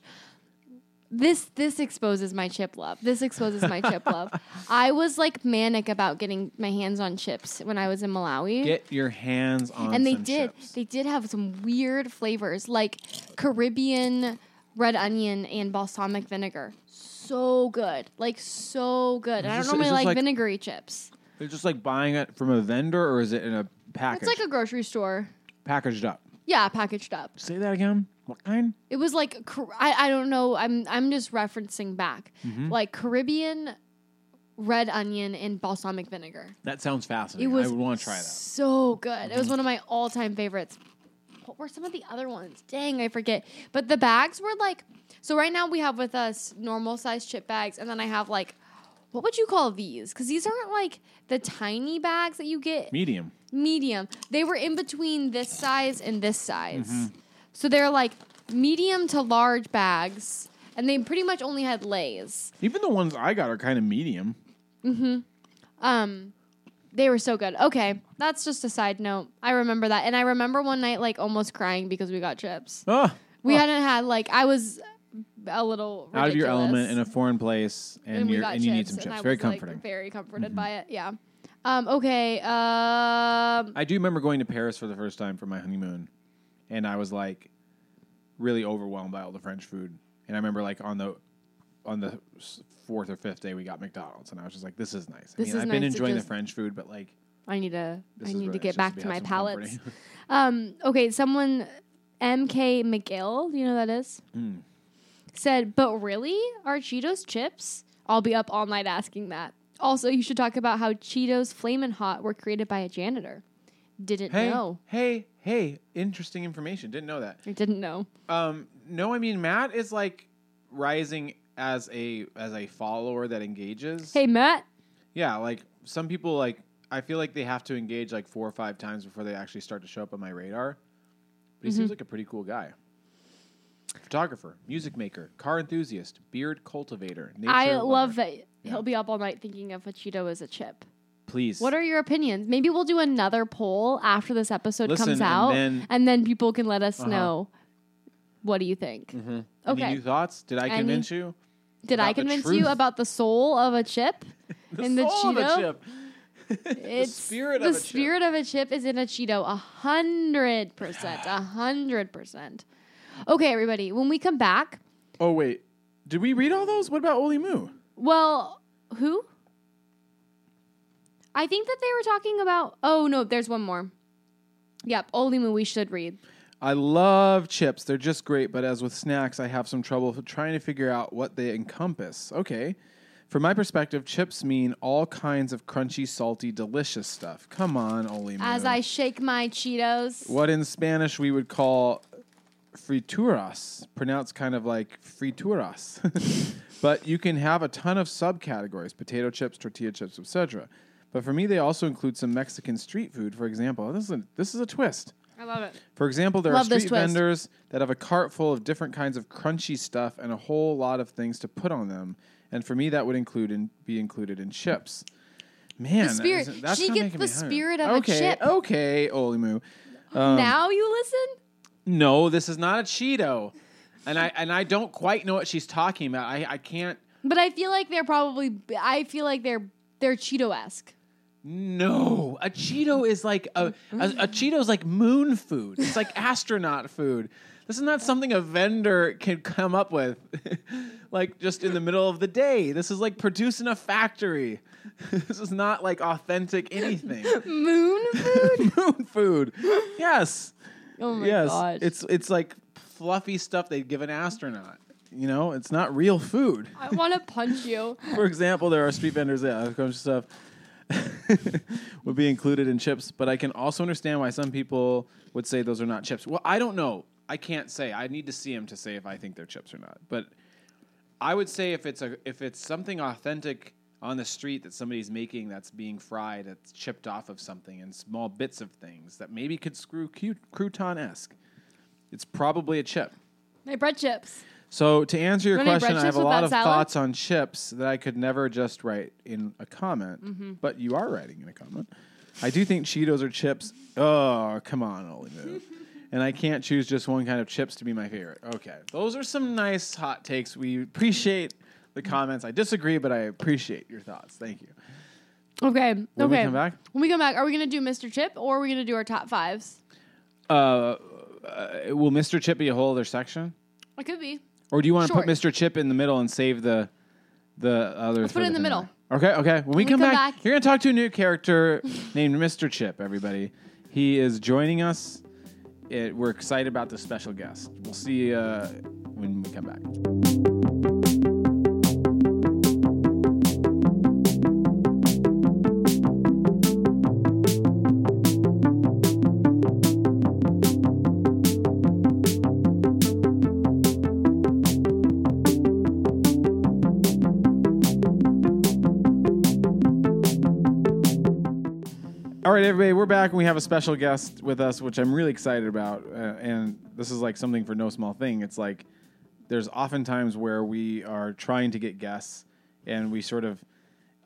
This this exposes my chip love. This exposes my chip
*laughs*
love. I was like manic about getting my hands on chips when I was in Malawi.
Get your hands on
and they
some
did.
chips.
They did have some weird flavors like Caribbean red onion and balsamic vinegar. So good. Like so good. And I
Is
don't normally
this- is this
like,
like-
vinegary chips.
They're just like buying it from a vendor, or is it in a package?
It's like a grocery store.
packaged up.
Yeah, packaged up.
Say that again. What kind?
It was like Car- I, I don't know. I'm I'm just referencing back,
Mm-hmm.
like Caribbean red onion and balsamic vinegar.
That sounds
It
fascinating.
was
I would want to try that.
So good. It was one of my all time favorites. What were some of the other ones? Dang, I forget. But the bags were like so. Right now we have with us normal size chip bags, and then I have like what would you call these? Because these aren't like the tiny bags that you get
Medium.
medium. They were in between this size and this size.
Mm-hmm.
So they're like medium to large bags, and they pretty much only had lays.
Even the ones I got are kind of medium.
Um, they were so good. Okay, that's just a side note. I remember that, and I remember one night like almost crying because we got chips.
Ah,
We hadn't had like I was a little
out of your
ridiculous,
element in a foreign place, and,
we
you're,
got
and you need some
and
chips.
I
Very
was, like,
comforting. Mm-hmm.
very comforted by it. Yeah. Um, okay. Um,
I do remember going to Paris for the first time for my honeymoon, and I was like really overwhelmed by all the French food. And I remember like on the on the s- fourth or fifth day we got McDonald's, and I was just like, "This is nice." I
This
mean,
is
I've been
nice to
enjoying the
just-
French food, but like
I need to.
this
I
is
need to
really nice
get
just
back
be-
to
have
my
some
palates.
*laughs* comforting.
Um, okay, someone, M.K. McGill, do you know who that is?
Mm.
Said, but really, are Cheetos chips? I'll be up all night asking that. Also, you should talk about how Cheetos Flamin' Hot were created by a janitor. Didn't
hey,
know.
hey, hey! Interesting information. Didn't know that.
I didn't know.
Um, no, I mean Matt is like rising as a as a follower that engages.
Hey, Matt.
Yeah, like some people like I feel like they have to engage like four or five times before they actually start to show up on my radar. But he
Mm-hmm.
seems like a pretty cool guy. Photographer, music maker, car enthusiast, beard cultivator. Nature
I
lover.
love that he'll be up all night thinking of a Cheeto as a chip.
Please.
What are your opinions? Maybe we'll do another poll after this episode
Listen,
comes
and
out,
then- Uh-huh.
and then people can let us know what do you think.
Mm-hmm. any
Okay,
new thoughts? Did I
Any-
convince you? *laughs*
did I
about the
convince
truth?
you about the soul of a chip?
*laughs* The
And the
soul of a
Cheeto?
chip.
It's
spirit
the
of a chip.
spirit of a chip is in a Cheeto, a hundred percent, a hundred percent. Okay, everybody, when we come back,
Oh wait, did we read all those? What about Oli Moo?
well, who? I think that they were talking about. Oh no, there's one more. Yep, Olimu we should read.
I love chips. They're just great, but as with snacks, I have some trouble f- trying to figure out what they encompass. Okay. From my perspective, chips mean all kinds of crunchy, salty, delicious stuff. Come on, Oli.
As
Moo.
I shake my Cheetos.
What in Spanish we would call frituras, pronounced kind of like frituras. *laughs* but you can have a ton of subcategories, potato chips, tortilla chips, etc. But for me, they also include some Mexican street food, for example. This is a, this is a twist.
I love it.
For example, there
Love
are
this
street
twist.
vendors that have a cart full of different kinds of crunchy stuff and a whole lot of things to put on them. And for me, that would include in, be included in chips. Man, that
spirit-
isn't- that's
she
not
gets
making
the
me hungry.
spirit of a
okay,
chip.
Okay, Olimu. Um.
now you listen?
No, this is not a Cheeto, and I and I don't quite know what she's talking about. I, I can't.
But I feel like they're probably I feel like they're they're Cheeto esque.
No, a Cheeto is like a, a a Cheeto's like moon food. It's like astronaut food. This is not something a vendor can come up with, *laughs* like just in the middle of the day. This is like produced in a factory. *laughs* this is not like authentic anything.
*laughs* Moon food?
*laughs* moon food. Yes.
Oh my
yes.
gosh.
It's it's like fluffy stuff they'd give an astronaut. You know, it's not real food.
I wanna punch you.
For example, there are street vendors that have crunchy stuff *laughs* would be included in chips, but I can also understand why some people would say those are not chips. Well, I don't know. I can't say. I need to see them to say if I think they're chips or not. But I would say if it's a if it's something authentic on the street that somebody's making that's being fried, that's chipped off of something in small bits of things that maybe could screw cute crouton esque. It's probably a chip.
My bread chips.
So to answer your
Want any
question,
bread
I have
chips
a
with
lot
that
of
salad?
thoughts on chips that I could never just write in a comment. But you are writing in a comment. I do think Cheetos are chips. Oh, come on, Oli Moo. and I can't choose just one kind of chips to be my favorite. Okay, those are some nice hot takes. We appreciate the comments. I disagree, but I appreciate your thoughts. Thank you.
Okay.
When
okay.
we come back,
When we come back, are we gonna do Mr. Chip or are we gonna do our top fives?
uh, will Mr. Chip be a whole other section,
It could be.
or do you want to put
Sure.
Mr. Chip in the middle and save the the other? Let's
put it in the middle.
Okay, okay. When we, come,
come
back,
back-
you're going *laughs* to talk to a new character named Mr. Chip, everybody. He is joining us It, we're excited about the special guest. We'll see uh, when we come back. All right, everybody, we're back and we have a special guest with us, which I'm really excited about. Uh, and this is like something for no small thing. It's like there's oftentimes where we are trying to get guests and we sort of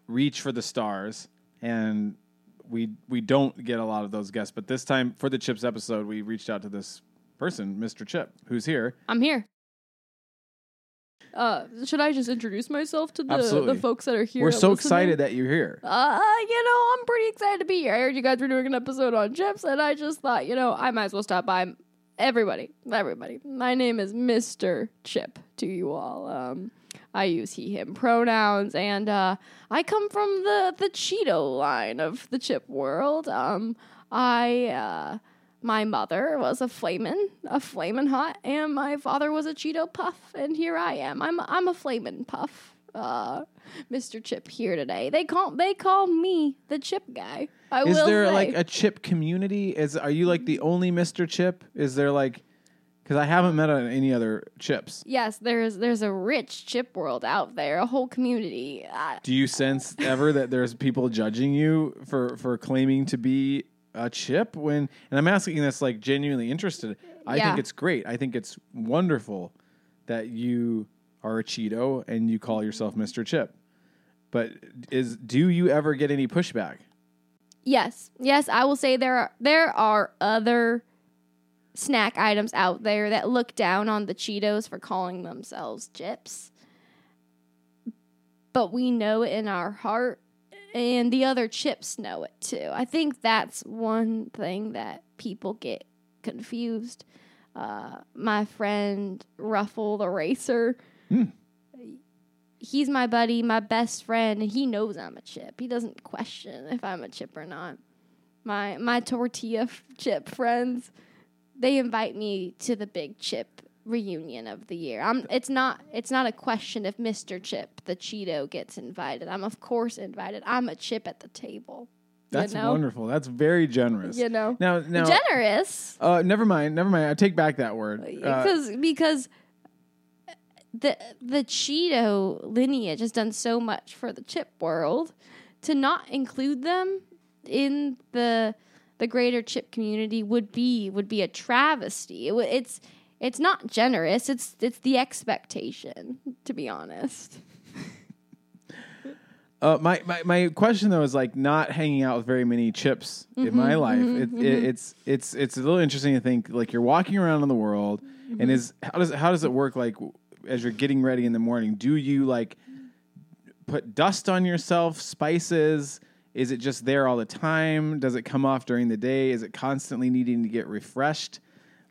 reach for the stars and we we don't get a lot of those guests. But this time for the Chips episode, we reached out to this person, Mr. Chip, who's here.
I'm here. Uh, should I just introduce myself to the,
Absolutely.
the folks that are here?
we're
that
so
listen in?
excited that you're here.
Uh, you know, I'm pretty excited to be here. I heard you guys were doing an episode on chips, and I just thought, you know, I might as well stop by. Everybody, everybody. My name is Mr. Chip to you all. Um, I use he, him pronouns, and uh, I come from the, the Cheeto line of the chip world. Um, I, uh, my mother was a flamin', a flamin' hot, and my father was a Cheeto puff, and here I am. I'm, I'm a flamin' puff. Uh, Mr. Chip here today. They call they call me the Chip guy. I
Is
will
there
say.
like a chip community? Is are you like the only Mr. Chip? Is there like because I haven't met on any other chips.
yes, there is there's a rich Chip world out there, a whole community. Uh,
Do you sense ever that there's people judging you for for claiming to be a chip when and I'm asking this like genuinely interested. I
Yeah.
think it's great. I think it's wonderful that you are a Cheeto and you call yourself Mr. Chip. But is do you ever get any pushback?
yes, yes, I will say there are there are other snack items out there that look down on the Cheetos for calling themselves chips. But we know in our heart, and the other chips know it too. I think that's one thing that people get confused. Uh, my friend Ruffle the Racer, he's my buddy, my best friend, and he knows I'm a chip. He doesn't question if I'm a chip or not. My my tortilla f- chip friends, they invite me to the big chip reunion of the year. I'm it's not it's not a question if Mr. Chip the Cheeto gets invited. I'm of course invited. I'm a chip at the table.
That's
you know?
wonderful. That's very generous.
You know.
Now now
Generous
Uh, never mind, never mind. I take back that word. Uh,
because because the the Cheeto lineage has done so much for the chip world to not include them in the the greater chip community would be would be a travesty. It, would- it's it's not generous. It's it's the expectation to be honest.
uh, my, my my question though is like not hanging out with very many chips in my life. it, It, it's it's it's a little interesting to think like you're walking around in the world, and is how does how does it work like w- as you're getting ready in the morning? Do you like put dust on yourself, spices? Is it just there all the time? Does it come off during the day? Is it constantly needing to get refreshed?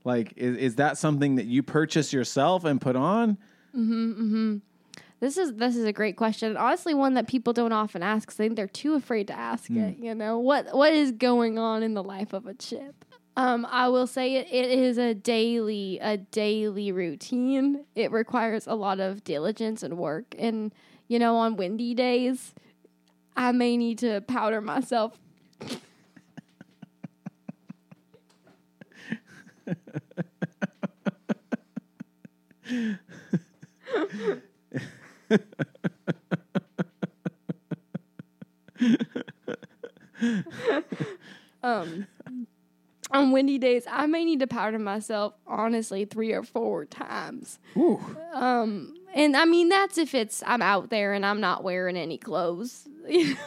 Like, is, is that something that you purchase yourself and put on?
This is this is a great question. and Honestly, one that people don't often ask. 'cause I think they're too afraid to ask it. You know what what is going on in the life of a chip? Um, I will say it, it is a daily a daily routine. It requires a lot of diligence and work. And you know, on windy days, I may need to powder myself. Um, on windy days, I may need to powder myself. Honestly, three or four times.
Ooh.
Um, and I mean that's if it's I'm out there and I'm not wearing any clothes. *laughs* You know.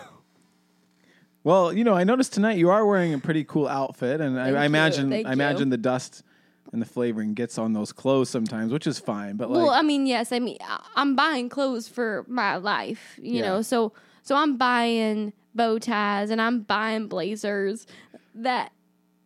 Well, you know, I noticed tonight you are wearing a pretty cool outfit, and I,
Thank
I
you,
imagine
thank
I
you.
imagine the dust and the flavoring gets on those clothes sometimes, which is fine. But like,
well, I mean, yes, I mean, I- I'm buying clothes for my life, you
Yeah.
know. So, so I'm buying bow ties and I'm buying blazers that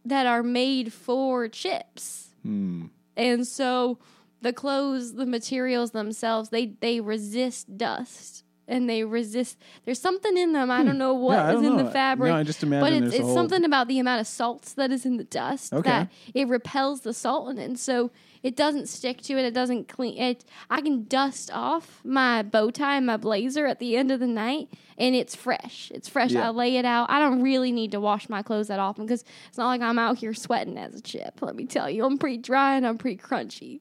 that are made for chips.
Hmm.
And so the clothes, the materials themselves, they they resist dust and they resist. There's something in them. I don't know what is
Hmm. I don't
in
know.
the fabric.
No, I just imagine
But it's,
there's a
it's
whole-
something about the amount of salts that is in the dust
Okay.
that it repels the salt in it, and so it doesn't stick to it. It doesn't clean it. I can dust off my bow tie and my blazer at the end of the night, and it's fresh. It's fresh.
Yeah.
I lay it out. I don't really need to wash my clothes that often because it's not like I'm out here sweating as a chip. Let me tell you, I'm pretty dry and I'm pretty crunchy.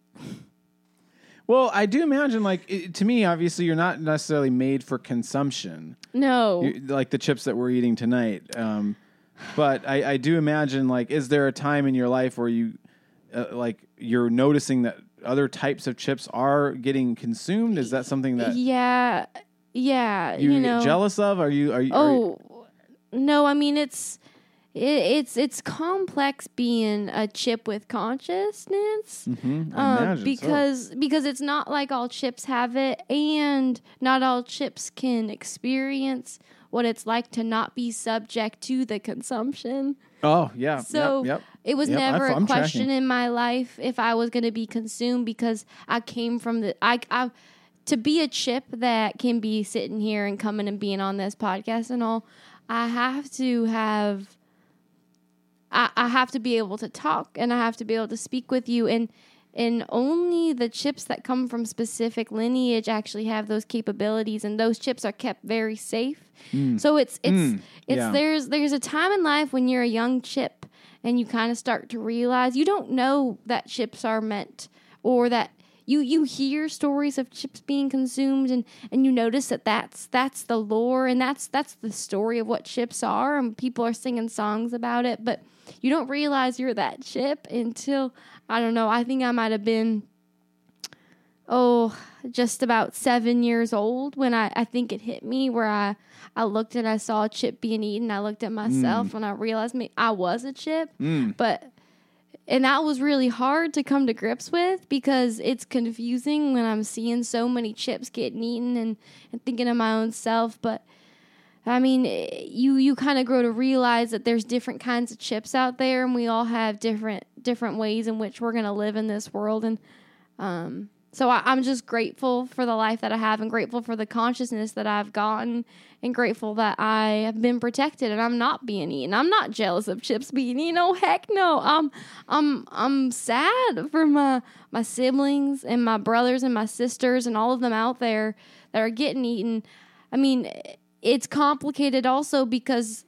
Well, I do imagine, like, it, to me, obviously, you're not necessarily made for consumption,
No,
You- like the chips that we're eating tonight. Um, but I, I do imagine, like, is there a time in your life where you, uh, like, you're noticing that other types of chips are getting consumed? Is that something that
yeah, yeah.
you,
You, know,
get uh, jealous of? Are you, are you, are you-
Oh no, I mean it's it, it's it's complex being a chip with consciousness
Mhm, I
um,
imagine so.
because because it's not like all chips have it, and not all chips can experience what it's like to not be subject to the consumption.
Oh, yeah. yep,
So
yep.
it was
Yep, I-
never a
I'm
question
tracking.
in my life if I was going to be consumed because I came from the I I to be a chip that can be sitting here and coming and being on this podcast and all. I have to have I, I have to be able to talk and I have to be able to speak with you and and only the chips that come from specific lineage actually have those capabilities and those chips are kept very safe. So it's it's
Mm.
it's
Yeah.
there's there's a time in life when you're a young chip and you kind of start to realize you don't know that chips are meant or that you you hear stories of chips being consumed and and you notice that that's that's the lore and that's that's the story of what chips are and people are singing songs about it but you don't realize you're that chip until I don't know I think I might have been oh just about seven years old when I, I think it hit me where I, I looked and I saw a chip being eaten. I looked at myself and I realized me I was a chip. But and that was really hard to come to grips with because it's confusing when I'm seeing so many chips getting eaten and, and thinking of my own self. But I mean, eh, you you kind of grow to realize that there's different kinds of chips out there, and we all have different different ways in which we're gonna live in this world. And um, so I, I'm just grateful for the life that I have, and grateful for the consciousness that I've gotten, and grateful that I have been protected, and I'm not being eaten. I'm not jealous of chips being eaten. Oh heck no! I'm I'm I'm sad for my my siblings and my brothers and my sisters and all of them out there that are getting eaten. I mean, it's complicated also because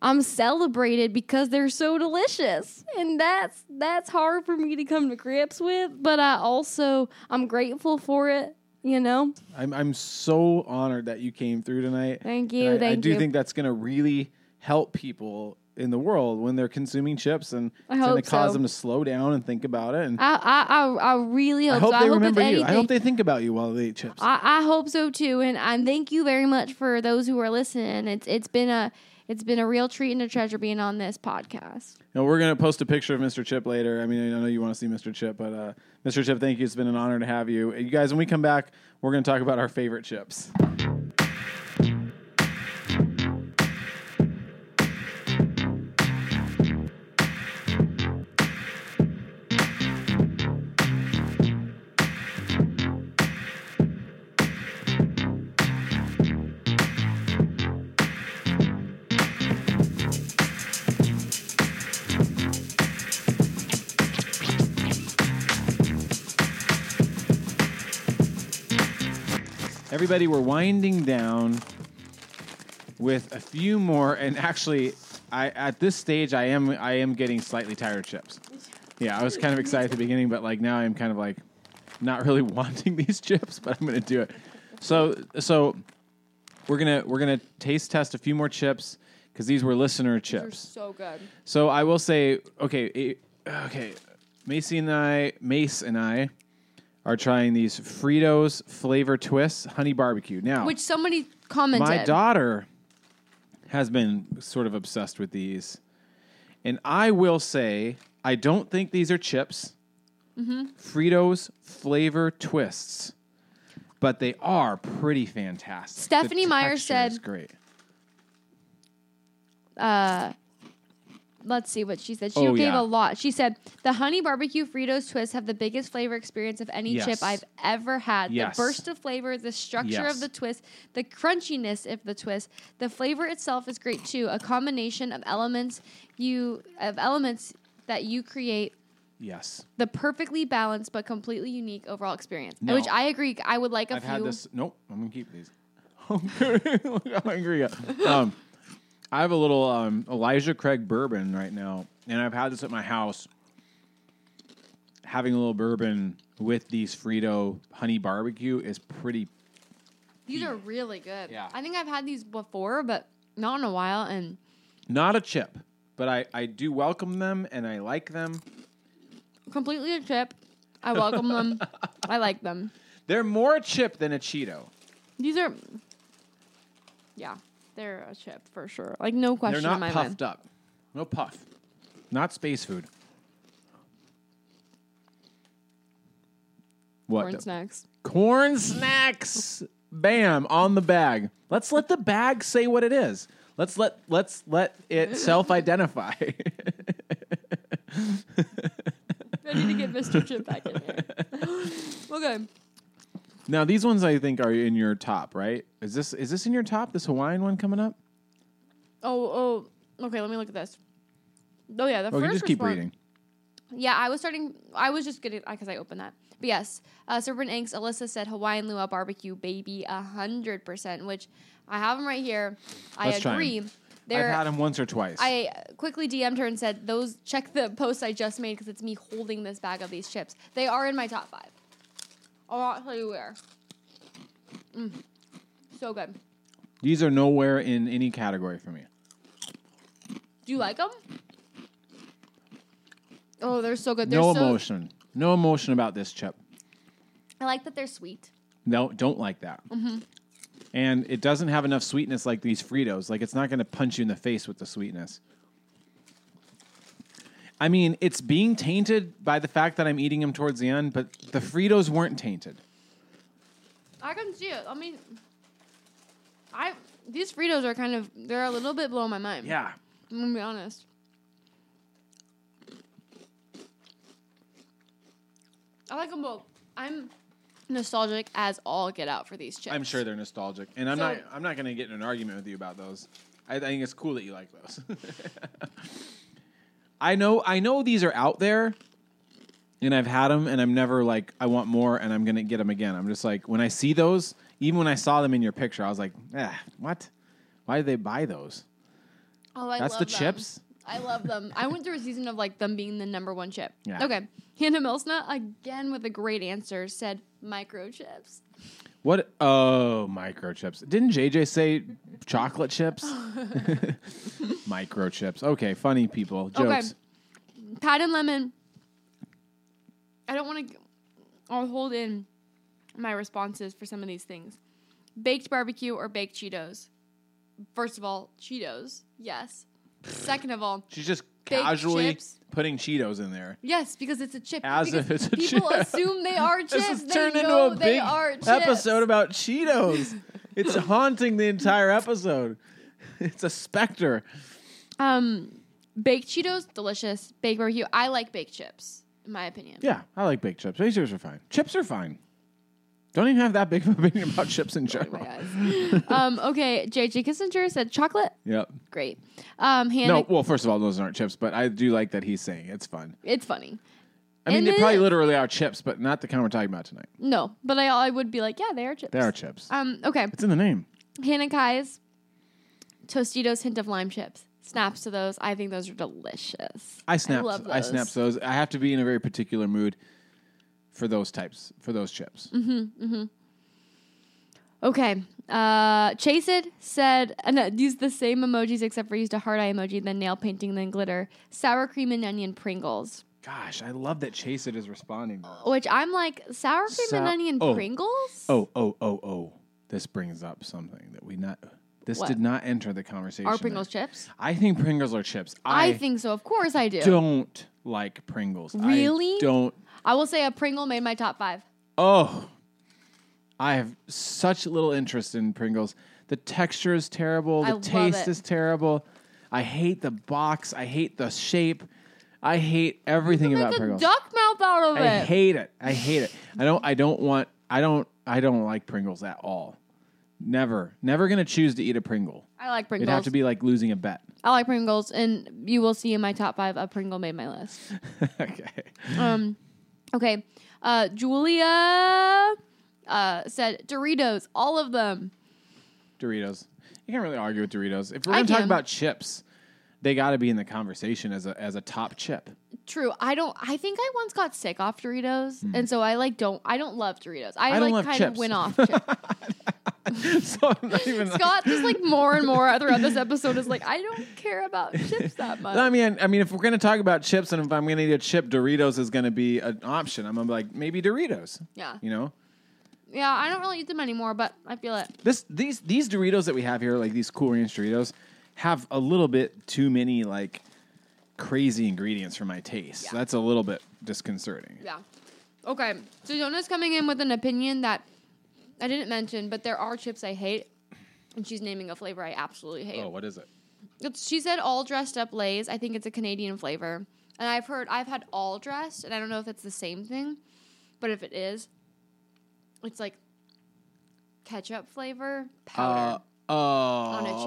I'm celebrated because they're so delicious. And that's that's hard for me to come to grips with, but I also I'm grateful for it, you know.
I'm I'm so honored that you came through tonight.
Thank
And
you,
I, I
thank
do
you.
think that's going to really help people in the world when they're consuming chips, and
I
it's going
hope
to cause
so.
them to slow down and think about it. And I,
I I I, I really hope,
hope
so.
they
I hope if
remember you.
anything
I hope they think about you while they eat chips.
I, I hope so too, and I thank you very much for those who are listening. It's it's been a it's been a real treat and a treasure being on this podcast.
No, we're going to post a picture of Mr. Chip later. I mean, I know you want to see Mr. Chip, but uh, Mr. Chip, thank you. It's been an honor to have you. You guys, when we come back, we're going to talk about our favorite chips. Everybody, we're winding down with a few more, and actually, I at this stage, I am I am getting slightly tired of chips. Yeah, I was kind of excited at the beginning, but like now, I'm kind of like not really *laughs* wanting these chips, but I'm gonna do it. So so we're gonna we're gonna taste test a few more chips because these were listener chips.
so good.
So I will say, okay, it- okay, Macy and I, Mace and I, are trying these Fritos flavor twists, honey barbecue. Now,
Which somebody commented.
my daughter has been sort of obsessed with these, and I will say, I don't think these are chips. Fritos flavor twists, but they are pretty fantastic. The
Stephanie Meyer
texture
said-
is "Great."
Let's see what she said. She
Oh,
gave
yeah.
a lot. She said the honey barbecue Fritos twists have the biggest flavor experience of any chip
Yes.
I've ever had.
Yes.
The burst of flavor, the structure
Yes.
of the twist, the crunchiness of the twist, the flavor itself is great too. A combination of elements you of elements that you create
Yes.
the perfectly balanced but completely unique overall experience.
No.
Which I agree. I would like a
I've
few.
had this. Nope, I'm gonna keep these. *laughs* Look how angry. I am. Um, I have a little um, Elijah Craig bourbon right now, and I've had this at my house. Having a little bourbon with these Frito honey barbecue is pretty.
These are really good.
Yeah.
I think I've had these before, but not in a while. And
Not a chip, but I, I do welcome them and I like them.
completely a chip. I welcome
*laughs*
them. I like them.
They're more a chip than a Cheeto.
These are, yeah, they're a chip for sure. Like no question
They're
in my
not
mind.
puffed up. No puff. Not space food. What?
Corn
the-
snacks.
Corn snacks. Bam on the bag. Let's let the bag say what it is. Let's let let's let
*laughs*
it self-identify. *laughs*
I need to get Mr. Chip back in
*laughs*
here. okay.
now these ones I think are in your top, right? Is this is this in your top? This Hawaiian one coming up?
Oh, oh. Okay, let me look at this. Oh yeah, the
Or
first.
you just keep
response-
reading.
Yeah, I was starting. I was just getting because I opened that. But yes, uh, Serpent Inks. Alyssa said Hawaiian luau barbecue, baby, a hundred percent. Which I have them right here. I
Let's try 'em.
agree.
I've had them once or twice.
I quickly DM'd her and said, "Those check the post I just made because it's me holding this bag of these chips. They are in my top five. I'll not tell you where. Mm. So good.
these are nowhere in any category for me.
Do you like them? Oh, they're so good. They're
no
so,
emotion. No emotion about this chip.
I like that they're sweet.
No, don't like that. And it doesn't have enough sweetness like these Fritos. Like it's not going to punch you in the face with the sweetness. I mean, it's being tainted by the fact that I'm eating them towards the end, but the Fritos weren't tainted.
I can see it. I mean, I these Fritos are kind of they're a little bit blowing my mind.
Yeah.
I'm gonna be honest. I like them both. I'm nostalgic as all get out for these chips.
I'm sure they're nostalgic, and I'm
So-
not. I'm not going to get in an argument with you about those. I, I think it's cool that you like those. *laughs* I know. I know these are out there, and I've had them, and I'm never like I want more, and I'm going to get them again. I'm just like when I see those, even when I saw them in your picture, I was like, ah, what? Why did they buy those?
Oh, I
That's
love
the
them.
chips?
I love them. I went through a season of like them being the number one chip.
Yeah.
Okay. Hannah Milsna again with a great answer said microchips.
What? Oh, microchips. Didn't JJ say chocolate chips? *laughs* microchips. Okay, funny people jokes.
Pat and lemon. I don't want to. I'll hold in my responses for some of these things. Baked barbecue or baked Cheetos. First of all, Cheetos. Yes. Second of all,
She's just
Baked
casually
chips.
putting Cheetos in there.
yes, because it's a chip.
As
Because
if it's a
people
chip.
assume they are chips.
*laughs* This has
they
turned into
know
a
they
big
are chips.
episode
*laughs*
about Cheetos. it's haunting the entire episode. *laughs* It's a specter.
Um, baked Cheetos, delicious. Baked barbecue. I like baked chips, in my opinion.
Yeah, I like baked chips. Baked chips are fine. Chips are fine. Don't even have that big of an opinion about chips in
Oh my
general.
gosh. *laughs* um, okay, JJ Kissinger said chocolate.
Yep.
Great. Um, Hannah,
No, well, first of all, those aren't chips, but I do like that he's saying it's fun.
it's funny.
I mean,
And
they
then-
probably literally are chips, but not the kind we're talking about tonight.
No, but I, I would be like, yeah, they are chips.
They are chips.
Um, okay.
It's in the name.
Hannah Kai's Tostitos hint of lime chips. Snaps to those. I think those are delicious.
I snapped. I,
love those.
snapped those. I have to be in a very particular mood for those types, for those chips.
Okay. Uh, Chase it said, and uh, used the same emojis except for used a heart eye emoji, then nail painting, then glitter. Sour cream and onion Pringles.
Gosh, I love that Chase it is responding. To this.
Which I'm like, sour cream and
Sou-
onion
oh.
Pringles?
Oh, oh, oh, oh! This brings up something that we not. This
What?
did not enter the conversation.
Are Pringles chips?
I think Pringles are chips.
I, think so. Of course I do.
don't like Pringles. I
Really?
don't.
I will say a Pringle made my top five.
Oh, I have such little interest in Pringles. The texture is terrible. The
I love
taste
it.
is terrible. I hate the box. I hate the shape. I hate everything
Make
about
a
Pringles.
duck mouth out of
I
it.
hate it. I hate it. I don't. I don't want. I don't. I don't like Pringles at all. Never. Never gonna choose to eat a Pringle.
I like
It'd have
Pringles.
to be like losing a bet. *laughs*
I like Pringles, and you will see in my top five a Pringle made my list.
okay.
Um, okay. Uh, Julia uh, said Doritos, all of them.
Doritos. You can't really argue with Doritos. If we're
I
gonna talk
can.
about chips, they got to be in the conversation as a as a top chip. *laughs*
True. I don't. I think I once got sick off Doritos, and so I like don't. I don't love Doritos. I,
Hmm. I don't
like
love
kind of
chips.
went
*laughs*
off. Chip.
so
*laughs*
I'm not even. like-
Scott just like more and more throughout this episode is like, I don't care about chips
*laughs*
that much.
I mean, I mean, if we're gonna talk about chips, and if I'm gonna eat a chip, Doritos is gonna be an option. I'm gonna be like maybe Doritos.
Yeah.
You know,
Yeah, I don't really eat them anymore, but I feel it.
this these these Doritos that we have here, like these Cool Ranch Doritos, have a little bit too many like crazy ingredients for my taste.
Yeah.
That's a little bit disconcerting.
Yeah. Okay. So Jonah's coming in with an opinion that I didn't mention, but there are chips I hate, and she's naming a flavor I absolutely hate.
Oh, what is it?
It's, she said all dressed up Lay's. I think it's a Canadian flavor. And I've heard, I've had all dressed, and I don't know if it's the same thing, but if it is, it's like ketchup flavor
Uh,
powder.
oh, on
a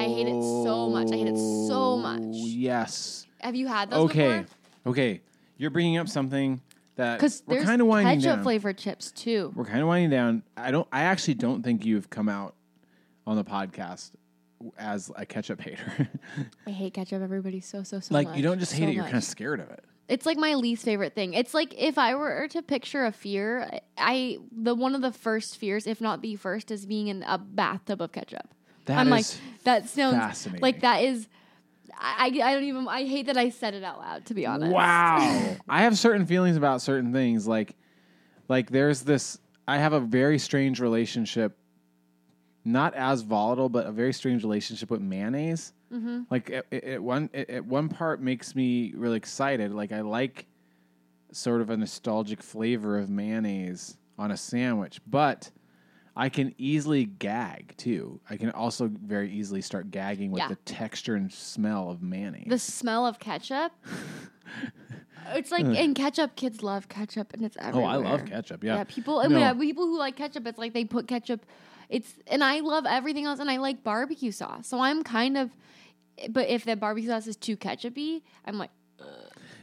chip. I hate it so much. I hate it so much.
Oh, Yes.
Have you had those
Okay.
before?
Okay. You're bringing up something that
Because
we're
there's
kind of winding
ketchup
down.
flavored chips too.
we're kind of winding down. I don't. I actually don't think you've come out on the podcast as a ketchup hater. *laughs*
I hate ketchup. Everybody so so so
like
much.
you don't just hate
So
it. You're
much.
kind of scared of it.
It's like my least favorite thing. It's like if I were to picture a fear, I the one of the first fears, if not the first, is being in a bathtub of ketchup.
That
I'm *laughs*
is
like that sounds
fascinating.
like that is. I, I I don't even. I hate that I said it out loud. To be honest.
Wow. I have certain feelings about certain things. Like, like there's this. I have a very strange relationship, not as volatile, but a very strange relationship with mayonnaise.
Mm-hmm.
Like it, it, it one it, it one part makes me really excited. Like I like sort of a nostalgic flavor of mayonnaise on a sandwich, but. I can easily gag too. I can also very easily start gagging with
Yeah.
the texture and smell of mayonnaise.
The smell of
*laughs*
ketchup. it's like and ketchup. Kids love ketchup, and it's
oh,
everywhere.
I love ketchup. Yeah,
Yeah, people. I
No.
mean, uh, people who like ketchup, it's like they put ketchup. It's and I love everything else, and I like barbecue sauce. So I'm kind of, but if the barbecue sauce is too ketchupy, I'm like,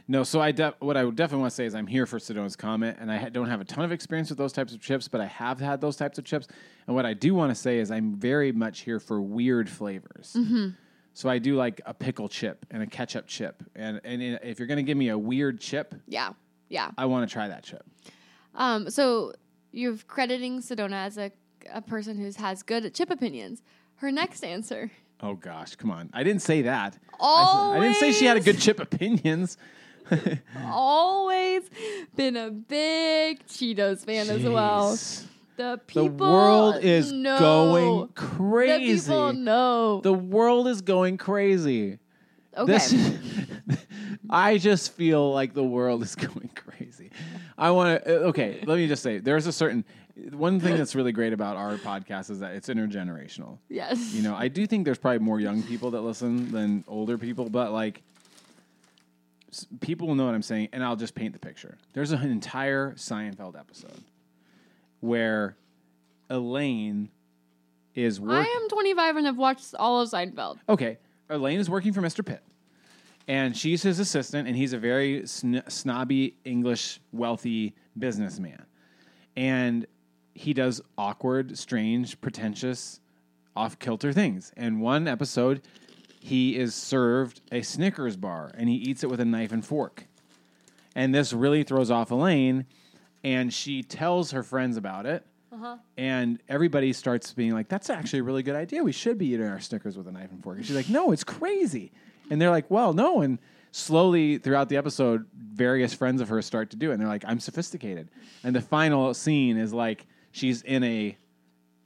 No, so I def- what I would definitely want to say is I'm here for Sedone's comment, and I ha- don't have a ton of experience with those types of chips, but I have had those types of chips. And what I do want to say is I'm very much here for weird flavors.
Mm-hmm.
So I do like a pickle chip and a ketchup chip, and and i- if you're gonna give me a weird chip,
yeah, yeah.
I want to try that chip.
Um, so you're crediting Sedona as a a person who has good chip opinions. Her next
*laughs*
answer.
Oh gosh, come on! I didn't say that.
Always,
I didn't say she had a good chip opinions.
Always been a big Cheetos fan as well.
Jeez.
The
The
people.
world is
know.
going
The
crazy.
people know.
the world is going crazy.
okay.
This, *laughs* I just feel like the world is *laughs* going crazy. I want to. Okay, let me just say, there's a certain one thing that's really great about our podcast is that it's intergenerational.
yes.
You know, I do think there's probably more young people that listen than older people, but like s- people will know what I'm saying, and I'll just paint the picture. There's an entire Seinfeld episode where Elaine is working.
I am 25 and have watched all of Seinfeld.
Okay, Elaine is working for Mr. Pitt, and she's his assistant, and he's a very sn- snobby English wealthy businessman, and he does awkward, strange, pretentious, off kilter things. And one episode, he is served a Snickers bar, and he eats it with a knife and fork, and this really throws off Elaine, and she tells her friends about it. And everybody starts being like, that's actually a really good idea. We should be eating our Snickers with a knife and fork. And she's like, no, it's crazy. And they're like, well, no. And slowly throughout the episode, various friends of hers start to do it. And they're like, I'm sophisticated. And the final scene is like, she's in a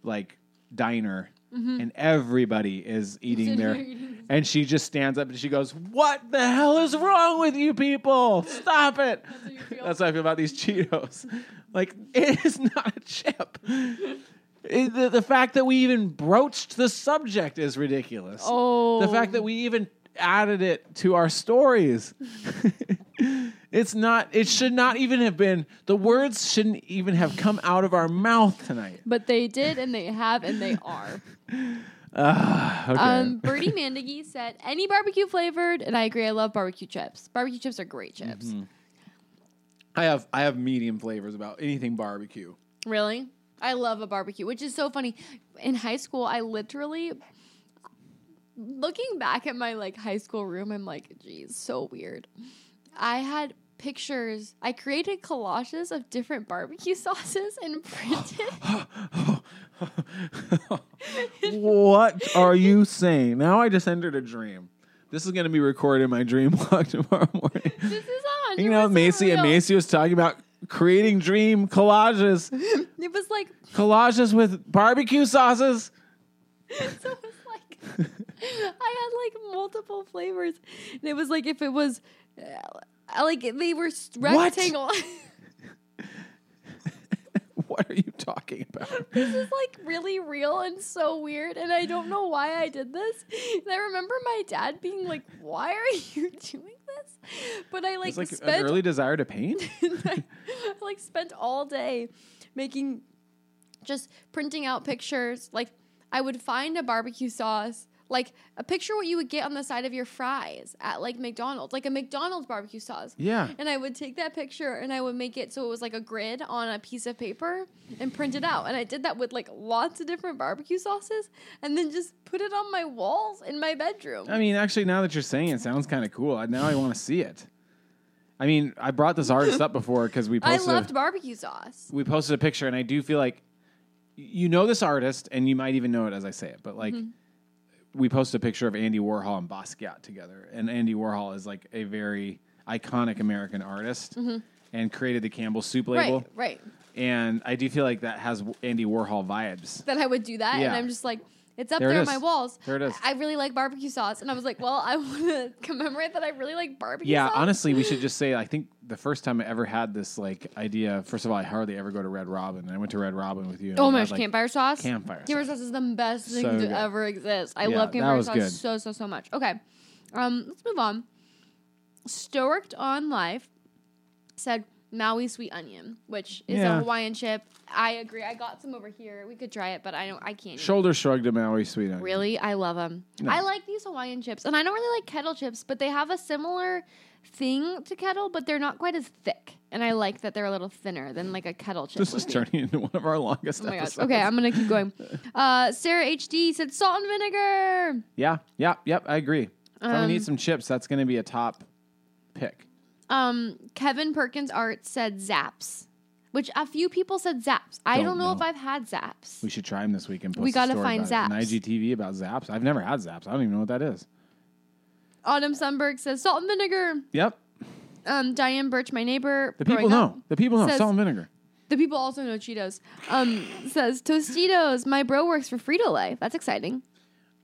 like diner and everybody is
*laughs*
eating
Sitting
there.
there Mm-hmm. eating.
And she just stands up and she goes, What the hell is wrong with you people? Stop it.
how you feel?
*laughs* That's how I feel about these Cheetos. like, it is not a chip. It- the, the fact that we even broached the subject is ridiculous.
Oh.
The fact that we even added it to our stories. *laughs* it's not it should not even have been the words shouldn't even have come out of our mouth tonight.
But they did, and they have, and they are.
Ah, Okay.
Um, Bertie Mandigy said, any barbecue flavored, and I agree, I love barbecue chips. Barbecue chips are great chips.
Mm-hmm. I have I have medium flavors about anything barbecue.
Really? I love a barbecue, which is so funny. In high school, I literally looking back at my like high school room, I'm like, geez, so weird. I had pictures. I created collages of different barbecue *laughs* sauces and
*laughs*
printed.
what are you saying? Now I just entered a dream. This is going to be recorded in my dream *laughs* blog tomorrow morning.
this is on.
Hanging out with Macy, and Macy was talking about creating dream collages,
It was like
collages with barbecue sauces.
*laughs* so it was like I had like multiple flavors, and it was like if it was uh, like they were s-
What?
rectangle. *laughs*
What are you talking about?
this is like really real and so weird, and I don't know why I did this. And I remember my dad being like, "Why are you *laughs* doing this?" But I like,
It's like an
spent
early desire to paint.
*laughs* I, like spent all day making just printing out pictures like i would find a barbecue sauce like a picture what you would get on the side of your fries at like mcdonald's like a mcdonald's barbecue sauce
Yeah.
and i would take that picture and i would make it so it was like a grid on a piece of paper and print it out and i did that with like lots of different barbecue sauces and then just put it on my walls in my bedroom
I mean, actually, now that you're saying it, it sounds kind of cool. I- Now I want to see it. I mean, I brought this artist up before because we
*laughs* i
posted.
loved barbecue sauce
we posted a picture, and I do feel like you know this artist, and you might even know it as I say it, but like.
Mm-hmm.
We posted a picture of Andy Warhol and Basquiat together, and Andy Warhol is like a very iconic American artist, and created the Campbell Soup label.
Mm-hmm. right right
And I do feel like that has Andy Warhol vibes.
that I would do that,
Yeah.
and I'm just like, it's up
There
there,
it
on my
is.
walls.
There it is.
I really like barbecue sauce, and I was like, well, I *laughs* want to commemorate that I really like barbecue.
Yeah,
sauce.
honestly, we should just say I think the first time I ever had this like idea. First of all, I hardly ever go to Red Robin. and I went to Red Robin with you. and
Oh
I
my
had,
gosh,
like-
campfire sauce.
Campfire
Campfire sauce is the best thing
So
to
good.
ever exist. I
Yeah,
love
that
campfire
was
sauce
good.
so so so much. Okay, um, let's move on. Storked on life said Maui sweet onion, which is
Yeah.
a Hawaiian chip. I agree. I got some over here. We could try it, but I don't. I can't. eat
Shoulder shrugged to Maui Sweet Onion.
Really? I love them. I like these Hawaiian chips. And I don't really like kettle chips, but they have a similar thing to kettle, but they're not quite as thick. And I like that they're a little thinner than like a kettle chip.
This
would
is
be.
turning into one of our longest
Oh my gosh.
episodes.
Okay, I'm going to keep
*laughs*
going. Uh, Sarah HD said salt and vinegar.
Yeah, yeah, yep. I agree. If I'm gonna need some chips, that's gonna be a top pick.
Um, Kevin Perkins Art said zaps, which a few people said zaps. I
Don't
don't, know,
know.
if I've had zaps.
We should try them this week and post.
We
a
gotta
story
find
about it.
Zapp's.
An IGTV about Zaps. I've never had Zaps. I don't even know what that is.
Autumn Sunberg says salt and vinegar.
Yep.
Um, Diane Birch, my neighbor.
The
growing
people
up-
know. The people know.
says-
Salt and vinegar.
The people also know Cheetos. Um, says Tostitos. My bro works for Frito Lay. That's exciting.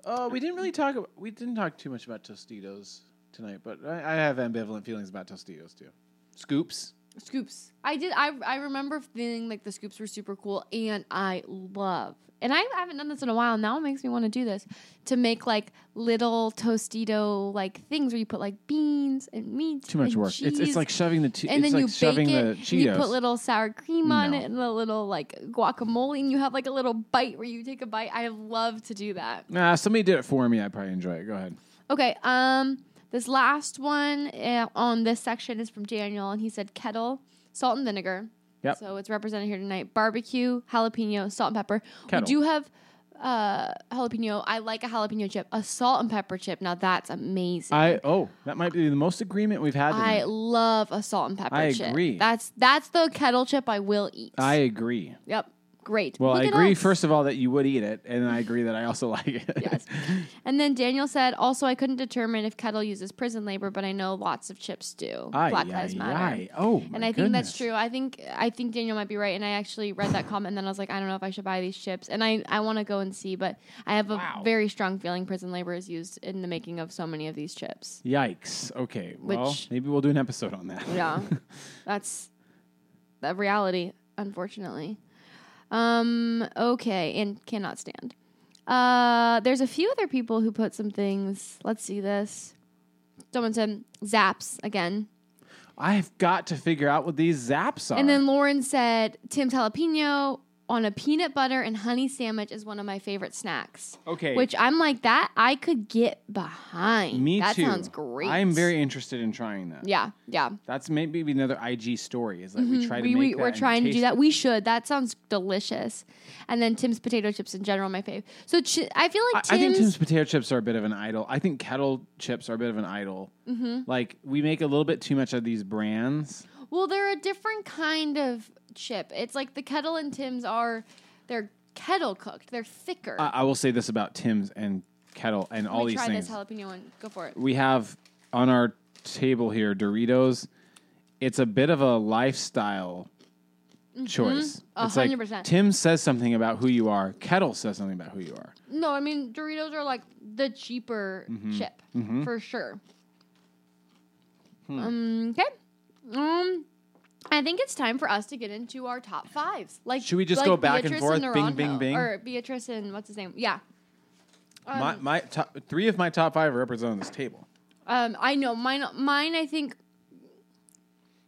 Oh, we didn't really talk. About, we didn't talk too much about Tostitos tonight, but I, I have ambivalent feelings about Tostitos too. Scoops.
Scoops. I did. I I remember feeling like the scoops were super cool, and I love. And I haven't done this in a while. Now it makes me want to do this to make like little Tostito like things where you put like beans and meat.
Too much
and
work. It's, it's
cheese,
like shoving the. T-
and
it's
then
like
you
shoving
bake it.
the
and
Cheetos.
you put little sour cream on
No.
it and a little like guacamole, and you have like a little bite where you take a bite. I love to do that.
nah, somebody did it for me. I probably enjoy it. Go ahead.
Okay. Um, this last one uh, on this section is from Daniel, and he said kettle, salt and vinegar.
Yep.
So it's represented here tonight. Barbecue, jalapeno, salt and pepper.
Kettle.
We do have uh jalapeno. I like a jalapeno chip. A salt and pepper chip. Now that's amazing.
I oh, that might be the most agreement we've had.
I
tonight.
love a salt and pepper
I
chip.
agree.
That's that's the kettle chip I will eat.
I agree.
yep. Great.
Well,
Look
I
at
agree
us.
first of all that you would eat it, and I agree that I also *laughs* like it.
yes. And then Daniel said, also, I couldn't determine if Kettle uses prison labor, but I know lots of chips do.
Aye,
Black
aye,
Lives Matter.
aye. Oh, my
and I think that's
goodness.
true. I think I think Daniel might be right. And I actually read that comment, and then I was like, I don't know if I should buy these chips. And I, I want to go and see, but I have a very strong feeling prison labor is used in the making of so many of these chips.
Yikes. Okay. Well,
Which-
maybe we'll do an episode *laughs* on that.
Yeah, that's the reality, unfortunately. Um, okay, and cannot stand. Uh, there's a few other people who put some things. Let's see this. Someone said zaps again.
I've got to figure out what these zaps are.
And then Lauren said Tim's jalapeno on a peanut butter and honey sandwich is one of my favorite snacks.
okay,
Which I'm like that I could get behind.
me
that
too.
sounds great.
I'm very interested in trying that.
Yeah, yeah.
That's maybe another IG story. Is like we try to
we,
make
we,
that
we're
and
trying to
taste
do that. We should. That sounds delicious. And then Tim's potato chips in general, my fave. So chi- I feel
I,
like Tim's,
I think Tim's potato chips are a bit of an idol. I think kettle chips are a bit of an idol.
Mm-hmm.
Like we make a little bit too much of these brands.
Well, they're a different kind of chip. It's like the kettle and Tim's are they're kettle cooked. They're thicker.
I, I will say this about Tim's and kettle and Uh, all
Let me
these
try
things.
this jalapeno one. Go for it.
we have on our table here Doritos. It's a bit of a lifestyle choice.
Mm-hmm. A
It's like
hundred percent.
Tim says something about who you are. Kettle says something about who you are.
No, I mean Doritos are like the cheaper
Mm-hmm.
chip for sure.
Hmm.
Okay. um, I think it's time for us to get into our top fives. Like,
Should we just
like
go back and
Beatrice
forth? Bing, bing,
Naranjo,
bing?
or Beatrice and what's his name? Yeah. Um,
my my top, three of my top five are represented on this table.
um, I know mine. Mine, I think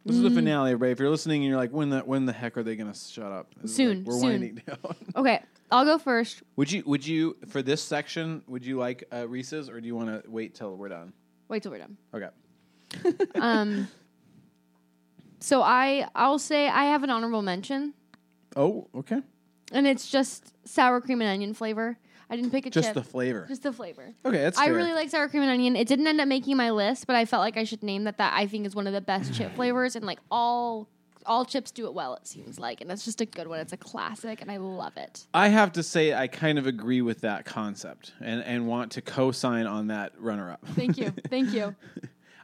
This
Mm.
is the finale, everybody. If you're listening and you're like, when the when the heck are they gonna shut up? This is
Soon,
like, we're
soon.
winding down. *laughs*
Okay, I'll go first.
would you would you for this section? Would you like uh, Reese's or do you want to wait till we're done?
Wait till we're done.
Okay.
Um, so I I'll say I have an honorable mention,
Oh, okay.
and it's just sour cream and onion flavor. I didn't pick a
Just
chip,
the flavor.
just the flavor.
Okay, that's.
I
fair.
really like sour cream and onion. It didn't end up making my list, but I felt like I should name that. That I think is one of the best
*sighs*
chip flavors, and like all all chips do it well. It seems like, and that's just a good one. It's a classic, and I love it.
I have to say, I kind of agree with that concept, and and want to co-sign on that runner-up.
Thank you, Um, thank you.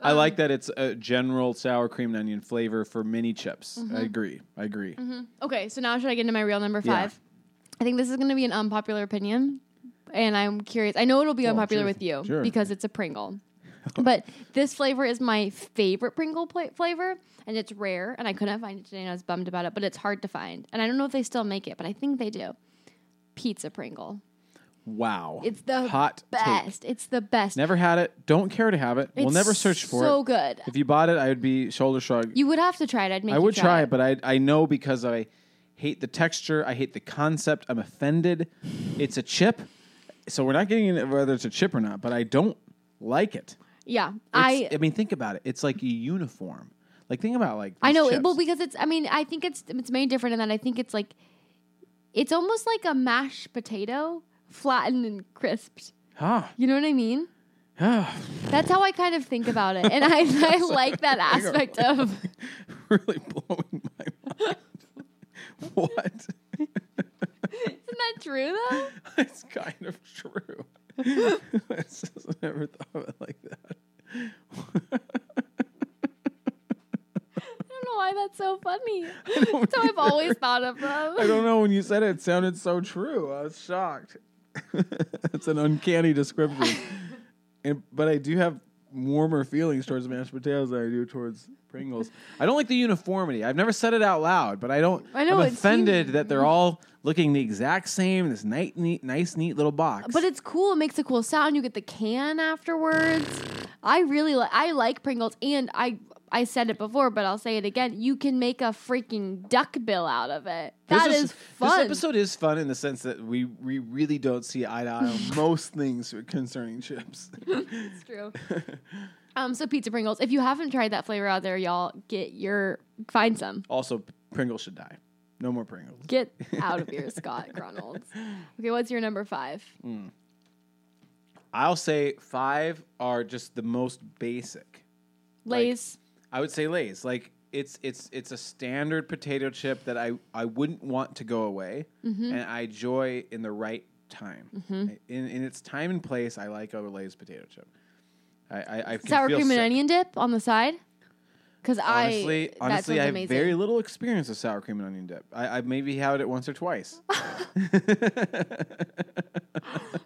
I like that it's a general sour cream and onion flavor for many chips.
Mm-hmm.
I agree. I agree.
Okay, so now should I get into my real number
Yeah.
five? I think this is going to be an unpopular opinion, and I'm curious. I know it'll be unpopular
sure.
with you
Sure.
because it's a
*laughs*
Pringle, but this flavor is my favorite Pringle pla flavor, and it's rare, and I couldn't find it today, and I was bummed about it. But it's hard to find, and I don't know if they still make it, but I think they do. Pizza Pringle,
Wow.
it's the
hot take.
best. It's the best.
Never had it. Don't care to have it. we'll
It's
never search for
So
it.
good.
If you bought it, I would be shoulder shrug.
You would have to try it. I'd make.
I
you
would try
it.
it, but I I know because I hate the texture. I hate the concept. I'm offended. It's a chip, so we're not getting into whether it's a chip or not. But I don't like it.
yeah,
It's-
I
I mean, think about it. It's like a uniform. Like think about like
I
these
know.
chips.
Well, because it's. I mean, I think it's it's made different in that I think it's like, it's almost like a mashed potato, flattened and crisped.
Ah,
You know what I mean?
ah, *laughs*
That's how I kind of think about it, and I, I like that aspect of.
really blowing my mind. *laughs* what?
Isn't that true though?
*laughs* It's kind of true. *laughs* I just never thought of it like that.
I don't know why that's so funny. *laughs* That's how I've always thought of them.
*laughs* I don't know. When you said it, it sounded so true. I was shocked. *laughs* it's an uncanny description. and, but I do have warmer feelings towards mashed potatoes than I do towards Pringles. I don't like the uniformity. I've never said it out loud, but I don't.
I know,
I'm
it seems-
offended that they're all looking the exact same. This nice, neat, nice, neat little box.
But it's cool. It makes a cool sound. You get the can afterwards. I really like. I like Pringles, and I I said it before, but I'll say it again. You can make a freaking duck bill out of it. That is fun.
This episode is fun in the sense that we we really don't see eye to eye
*laughs*
on most things concerning chips.
It's true. *laughs* um, so pizza Pringles. If you haven't tried that flavor out there, y'all get your find some.
Also, Pringles should die. No more Pringles.
Get out of here, Scott Gronalds. Okay, what's your number five?
I'll say five are just the most basic.
Lay's.
I would say Lay's. Like it's it's it's a standard potato chip that I I wouldn't want to go away,
Mm-hmm.
and I enjoy in the right time. In in its time and place, I like a Lay's potato chip. I I, I can
Sour
feel
cream and
sick.
onion dip on the side. Because I
Honestly,
that
honestly,
sounds
I have
amazing.
very little experience with sour cream and onion dip. I, I maybe had it once
*laughs*
or twice. *laughs*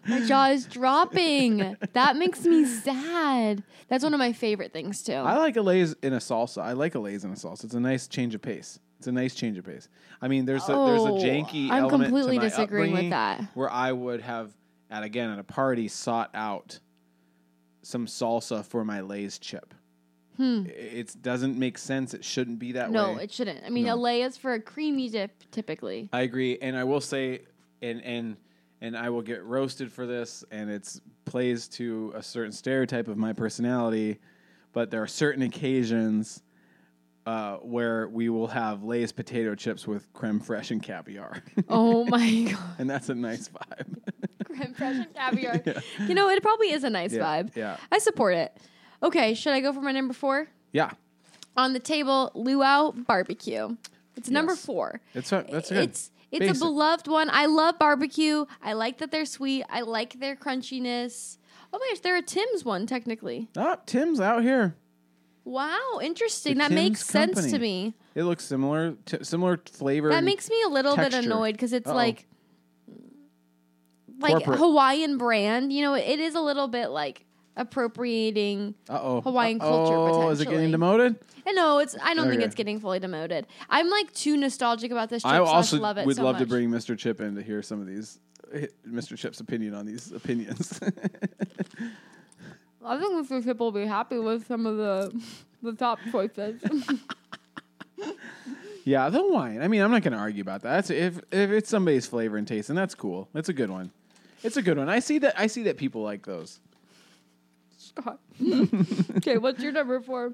My jaw is dropping. that makes me sad. That's one of my favorite things too.
I like a Lay's in a salsa. I like a Lay's in a salsa. It's a nice change of pace. It's a nice change of pace. I mean, there's a, there's
Oh,
a janky.
I'm
element to
completely
my
disagreeing with
upbringing
that.
Where I would have, at again at a party, sought out some salsa for my Lay's chip. Hmm. It doesn't make sense. It shouldn't be that way.
No, it shouldn't. I mean,
No.
LA is for a creamy dip typically.
I agree, and I will say, and and and I will get roasted for this, and it's plays to a certain stereotype of my personality, but there are certain occasions uh, where we will have Lay's potato chips with creme fraiche and caviar, *laughs*
oh *laughs* my god,
and that's a nice vibe.
creme fraiche and
*laughs*
caviar. You know, it probably is a nice
Yeah,
vibe.
yeah.
I support it. Okay, should I go for my number four?
yeah,
On the table, luau barbecue. It's number
Yes.
four.
it's a, that's good.
It's it's
Basic.
a beloved one. I love barbecue. I like that they're sweet. I like their crunchiness. Oh my gosh, they're a Tim's one technically.
oh, Tim's out here.
Wow, interesting.
The
that
Tim's
makes sense to
company.
me.
It looks similar, t- similar flavor.
That
and-
makes me a little bit
texture.
annoyed because it's
Uh-oh.
like like
Corporate.
Hawaiian brand. You know, it is a little bit like appropriating.
Uh-oh.
Hawaiian
Uh-oh,
culture,
is it
potentially.
getting demoted?
And no, it's I don't think
Okay.
it's getting fully demoted. I'm like too nostalgic about this. Chip
I
slash
also
love it
would
so
love to
much.
bring Mr. Chip in to hear some of these, Mr. Chip's opinion on these opinions. *laughs*
I think Mr. Chip will be happy with some of the the top choices. *laughs*
yeah, the wine. I mean, I'm not going to argue about that. That's if if it's somebody's flavor and taste, and that's cool. That's a good one. It's a good one. I see that. I see that people like those. *laughs*
Stop. okay, what's your number four?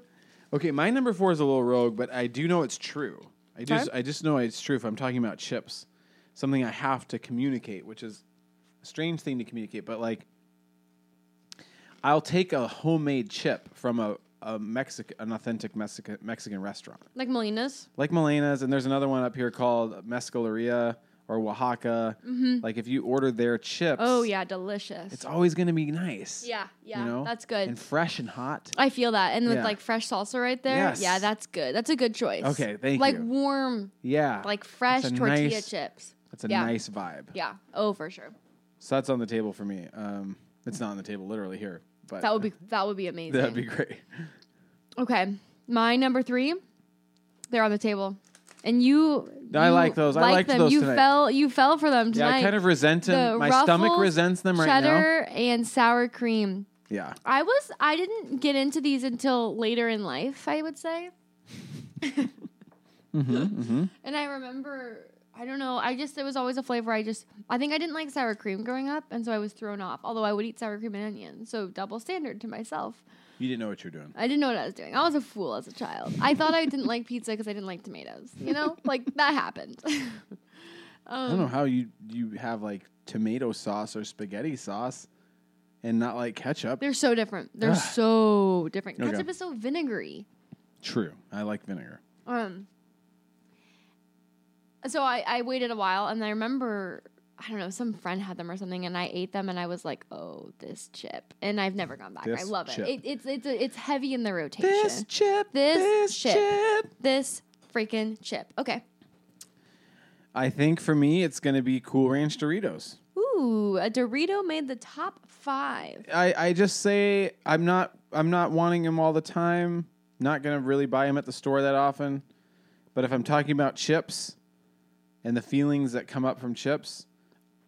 Okay, my number four is a little rogue, but I do know it's true. I just
Okay.
I just know it's true. If I'm talking about chips, something I have to communicate, which is a strange thing to communicate, but like I'll take a homemade chip from a a Mexic an authentic Mexican Mexican restaurant
Like Melina's.
like Melena's, and there's another one up here called Mescaleria or Oaxaca. Like if you order their chips,
Mm-hmm. Oh yeah, delicious.
it's always going to be nice.
yeah, yeah,
you know?
that's good.
and fresh and hot.
I feel that, and with
Yeah.
like fresh salsa right there,
Yes.
yeah, that's good. That's a good choice.
Okay, thank
like
you.
Like warm,
Yeah,
like fresh
That's a
tortilla
nice-
chips.
That's a
yeah.
nice vibe.
Yeah. Oh, for sure.
So that's on the table for me. Um, it's not on the table literally here, but
That would be that would be amazing.
*laughs* that'd be great.
okay. My number three, they're on the table, and you.
I
you
like those. I
like
liked
them.
those
You
tonight.
fell. You fell for them
Yeah,
tonight.
I kind of resent
The
them. My stomach
Ruffles,
resents them right now.
cheddar and sour cream.
Yeah,
I was I didn't get into these until later in life, I would say. And I remember I don't know, I just it was always a flavor I just I think I didn't like sour cream growing up and so I was thrown off, although I would eat sour cream and onion. So double standard to myself.
you didn't know what you were doing.
I didn't know what I was doing. I was a fool as a child. I thought I didn't like pizza because I didn't like tomatoes. You know? like that happened. *laughs* Um,
I don't know how you you have like tomato sauce or spaghetti sauce, and not like ketchup.
They're so different. They're so different.
Okay.
Ketchup is so vinegary.
True, I like vinegar.
Um. So I, I waited a while, and I remember I don't know some friend had them or something, and I ate them, and I was like, "Oh, this chip!" And I've never gone back. I
This
love
chip.
it. it. It's it's it's heavy in the rotation.
This chip.
This
This,
chip.
chip.
This freaking chip. Okay.
I think for me, it's going to be Cool Ranch Doritos.
Ooh, a Dorito made the top five.
I, I just say I'm not I'm not wanting them all the time. Not going to really buy them at the store that often. But if I'm talking about chips and the feelings that come up from chips,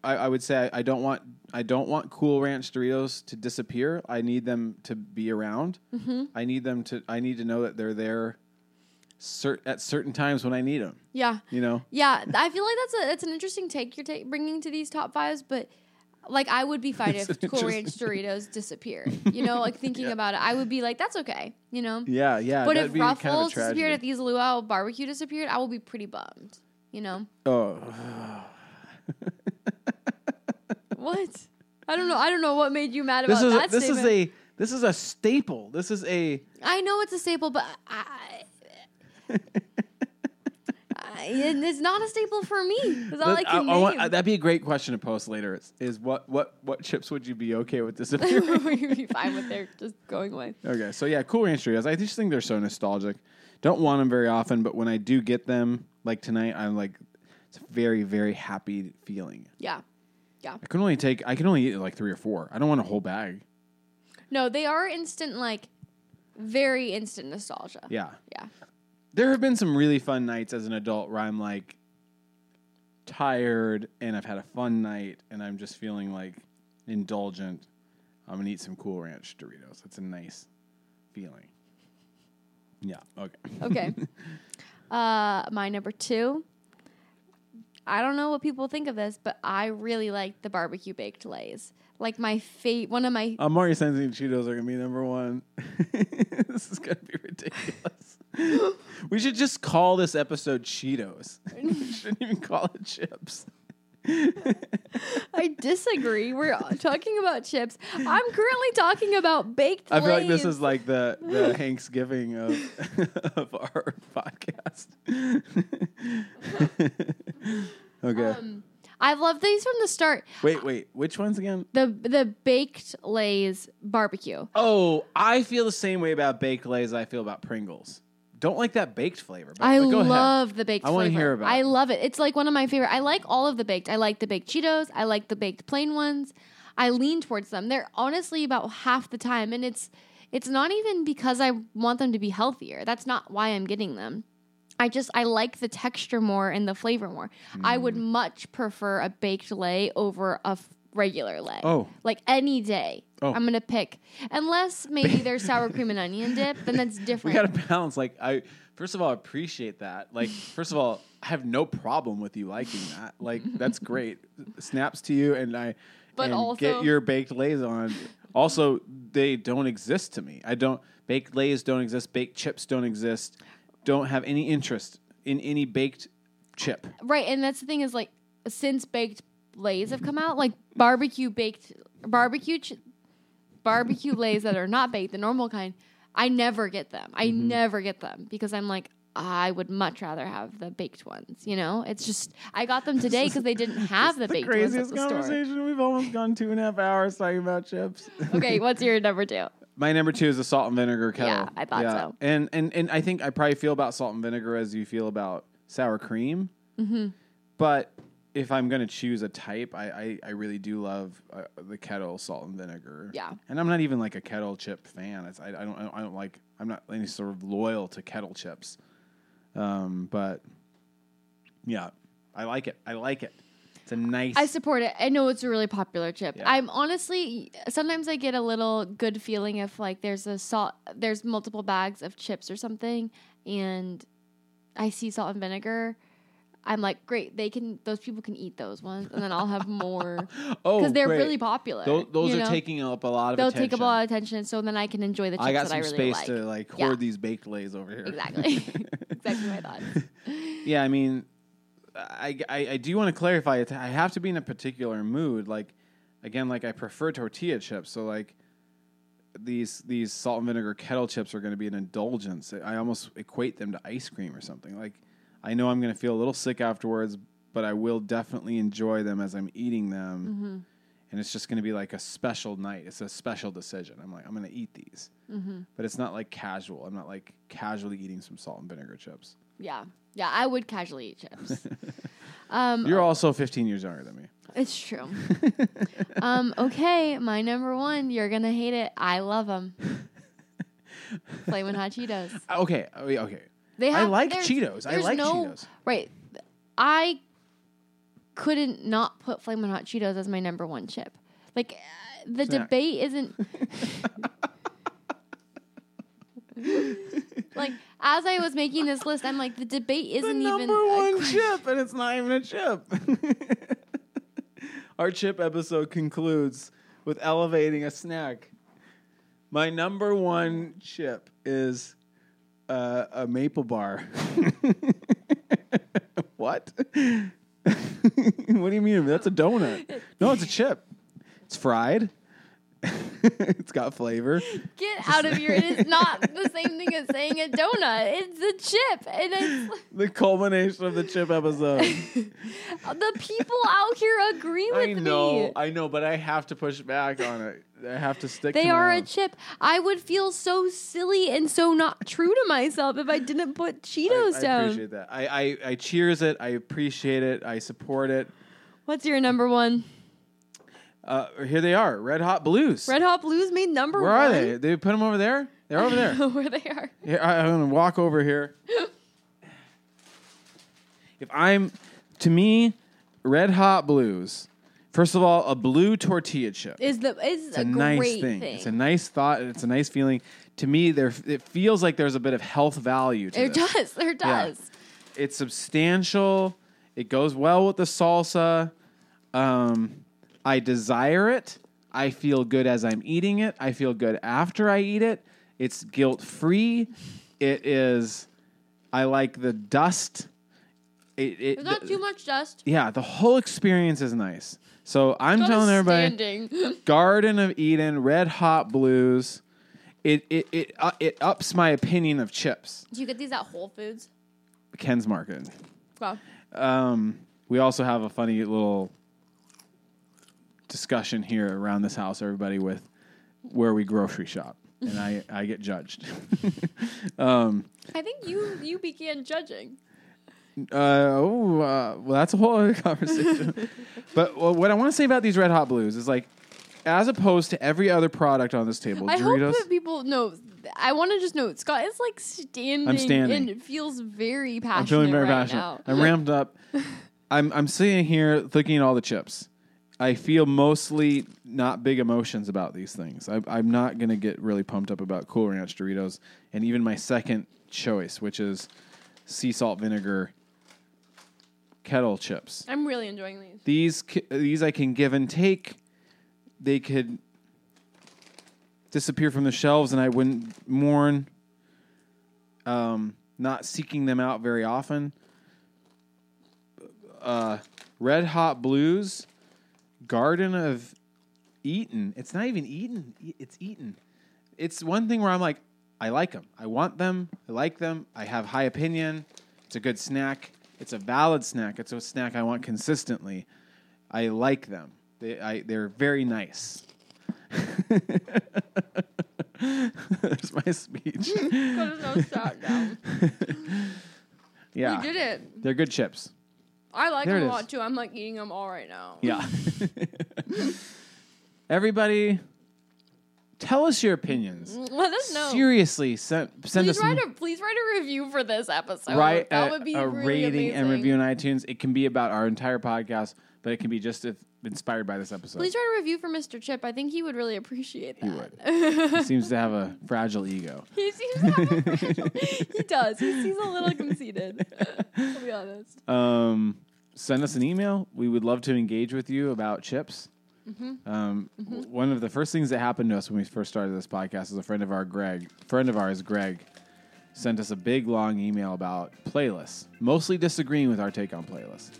I, I would say I, I don't want I don't want Cool Ranch Doritos to disappear. I need them to be around.
Mm-hmm.
I need them to I need to know that they're there cer- at certain times when I need them.
Yeah,
You know.
yeah. I feel like that's a that's an interesting take you're ta- bringing to these top fives, but. Like I would be fine if
It's
Cool Ranch Doritos
*laughs*
disappeared. You know, like thinking about it, I would be like, "That's okay." You know,
Yeah, yeah.
But
that'd
if
be
Ruffles
kind of a tragedy.
disappeared, if these Luau barbecue disappeared, I will be pretty bummed. You
*laughs*
know
Oh,
what? I don't know. I don't know what made you mad about
this is
that.
this
statement.
is a this is a staple. This is a
I know it's a staple, but I. I- and it's not a staple for me. Is all I
I-
can
I want-
name. *laughs*
that'd be a great question to post later. Is, is what what what chips would you be okay with
*laughs*
disappearing?
We'd be fine with their just going away.
okay, so yeah, Cool Ranch Doritos. I just think they're so nostalgic. Don't want them very often, but when I do get them, like tonight, I'm like it's a very very happy feeling.
Yeah.
I can only take I can only eat like three or four. I don't want a whole bag.
No, they are instant, like, very instant nostalgia.
Yeah.
Yeah.
There have been some really fun nights as an adult where I'm like tired and I've had a fun night and I'm just feeling like indulgent. I'm gonna eat some Cool Ranch Doritos. That's a nice feeling. Yeah. Okay. *laughs*
Okay. uh, my number two. I don't know what people think of this, but I really like the barbecue baked lays. Like my fate, one of
*laughs*
my
I'm already sensing Cheetos are gonna be number one. *laughs* this is gonna be ridiculous. we should just call this episode Cheetos. *laughs* we shouldn't even call it chips. *laughs*
I disagree. We're talking about chips. I'm currently talking about baked.
I feel like this
lays.
is like the the Thanksgiving of *laughs* of our podcast. *laughs* okay.
I've loved these from the start.
wait, wait. Which ones again?
The the baked lays barbecue.
Oh, I feel the same way about baked lays. I feel about Pringles. Don't like that baked flavor. But,
I
but go ahead.
love the baked.
I wanna
flavor.
hear about
I
it.
love it. It's like one of my favorite. I like all of the baked. I like the baked Cheetos. I like the baked plain ones. I lean towards them. They're honestly about half the time, and it's it's not even because I want them to be healthier. That's not why I'm getting them. I just I like the texture more and the flavor more. I would
Mm.
much prefer a baked lay over a f- regular lay.
Oh.
like any day.
Oh.
I'm gonna pick unless maybe there's sour cream and onion dip, then that's
*laughs* we
different.
gotta balance like i first of all appreciate that like first of all i have no problem with you liking that like
*laughs*
that's great snaps to you and i
But
and
also-
get your baked lays on also they don't exist to me i don't baked lays don't exist baked chips don't exist don't have any interest in any baked chip
Right, and that's the thing is like since baked lays have come out, like barbecue baked barbecue ch- barbecue lays that are not baked, the normal kind, I never get them. I
Mm-hmm.
never get them because I'm like I would much rather have the baked ones. You know, it's just I got them today because they didn't
*laughs*
have the baked ones at
craziest
the store.
conversation we've almost gone two and a half hours talking about chips
Okay, what's your number two?
My number two is the salt and vinegar kettle.
Yeah, I thought so.
And and and I think I probably feel about salt and vinegar as you feel about sour cream. Mm-hmm. But if I'm going to choose a type, I I, I really do love uh, the kettle salt and vinegar.
Yeah.
And I'm not even like a kettle chip fan. It's, I I don't I don't- I don't like I'm not any sort of loyal to kettle chips. Um, but yeah, I like it. I like it. It's a nice.
I support it. I know it's a really popular chip.
Yeah.
I'm honestly sometimes I get a little good feeling if like there's a salt there's multiple bags of chips or something and I see salt and vinegar. I'm like, great, they can those people can eat those ones and then I'll have more
*laughs* oh,
cuz they're
great.
really popular.
Tho- those
you
are
know?
taking up a lot of
They'll
attention.
take up a lot of attention so then I can enjoy the chips
I got
that
some
I really
space
like.
to like
Yeah.
hoard these baked lays over here. *laughs*
Exactly. *laughs* exactly my thoughts.
yeah, I mean, I I, I do want to clarify. It. I have to be in a particular mood. Like again, like I prefer tortilla chips. So like these these salt and vinegar kettle chips are going to be an indulgence. I almost equate them to ice cream or something. Like I know I'm going to feel a little sick afterwards, but I will definitely enjoy them as I'm eating them. And it's just going to be like a special night. It's a special decision. I'm like, I'm going to eat these, but it's not like casual. I'm not like casually eating some salt and vinegar chips.
Yeah. Yeah, I would casually eat chips. um
You're also 15 years younger than me.
It's
*laughs*
true. um, okay, my number one. You're gonna hate it. I love
*laughs*
them. Flamin' Hot Cheetos.
Okay, oh, yeah, okay.
They
I
have.
like
there's-
Cheetos. I
there's
like
no-
Cheetos.
Right. I couldn't not put Flamin' Hot Cheetos as my number one chip. Like uh, the
Snack.
debate
*laughs*
isn't. like as I was making this list, I'm like the debate isn't even
number
a
one
question.
chip, and it's not even a chip. *laughs* Our chip episode concludes with elevating a snack. My number one chip is uh, a maple bar. *laughs* what? *laughs* what do you mean? That's a donut. No, it's a chip. It's fried. *laughs* it's got flavor.
Get out of here. It is
*laughs*
not the same thing as saying a donut. It's a chip. And
*laughs*
it's
The culmination of the chip episode.
the people out here agree with
I know,
me.
I know, but I have to push back on it. I have to stick.
They
to
are
my
a
own.
chip. I would feel so silly and so not true to myself if I didn't put
I,
Cheetos
I
down.
appreciate that. I, I I cheers it. I appreciate it. I support it.
What's your number one?
Uh, here they are, Red Hot Blues.
Red Hot Blues made number
Where
one. *laughs*
are they? They put them over there. They're over there.
Where they are.
Here, I, I'm gonna walk over here. If I'm, to me, red hot blues. First of all, a blue tortilla chip.
Is the is
It's
a,
a nice
great
thing.
thing.
It's a nice thought. It's a nice feeling. To me, there it feels like there's a bit of health value to
There
this.
does. There
Yeah.
does.
It's substantial. It goes well with the salsa. Um, I desire it. I feel good as I'm eating it. I feel good after I eat it. It's guilt free. It is. I like the dust. It, it,
There's not too much dust.
yeah, the whole experience is nice. So I'm telling everybody,
Standing. *laughs*
Garden of Eden, Red Hot Blues. It it it uh, it ups my opinion of chips.
Do you get these at Whole Foods?
Ken's Market.
Wow.
Um, we also have a funny little discussion here around this house, everybody, with where we grocery shop, and I I get judged. *laughs*
I think you you began judging.
Uh, oh, uh, well, that's a whole
*laughs*
other conversation. but well, what I want to say about these Red Hot Blues is like, as opposed to every other product on this table,
I
Doritos.
hope that people know. I want to just note Scott is like standing.
standing.
And feels very passionate.
I'm feeling very
right
passionate.
Now.
I'm
*laughs*
ramped up. I'm I'm sitting here looking at all the chips. I feel mostly not big emotions about these things. I, I'm not gonna get really pumped up about Cool Ranch Doritos and even my second choice, which is sea salt vinegar kettle chips.
I'm really enjoying these.
These c- these I can give and take. They could disappear from the shelves, and I wouldn't mourn. Um, not seeking them out very often. Uh, Red Hot Blues, Garden of Eaton. It's not even Eaton. E- It's Eaton. It's one thing where I'm like, I like them. I want them. I like them. I have high opinion. It's a good snack. It's a valid snack. It's a snack I want consistently. I like them. They, I, they're very nice. *laughs* There's
*laughs*
my speech.
Scott is so sad now.
*laughs* Yeah,
You did it.
they're good chips.
I like
There
them
it
a
is.
lot too. I'm like eating them all right now.
Yeah. *laughs* Everybody, tell us your
*laughs*
opinions.
Let us know.
Seriously, send, send
please
us
Mm, write a please write a review for this episode.
write
that
a,
would be
a
really
rating and
amazing.
review on iTunes. It can be about our entire podcast, but it can be just if inspired by this episode.
Please write a review for Mr. Chip. I think he would really appreciate
He
that. He would. *laughs*
He seems to have a fragile ego.
he seems to have a fragile- *laughs* He does. He seems a little conceited. *laughs* I'll be honest.
Um, send us an email. We would love to engage with you about chips. Um, w- One of the first things that happened to us when we first started this podcast is a friend of our Greg, friend of ours Greg, sent us a big long email about playlists, mostly disagreeing with our take on playlists.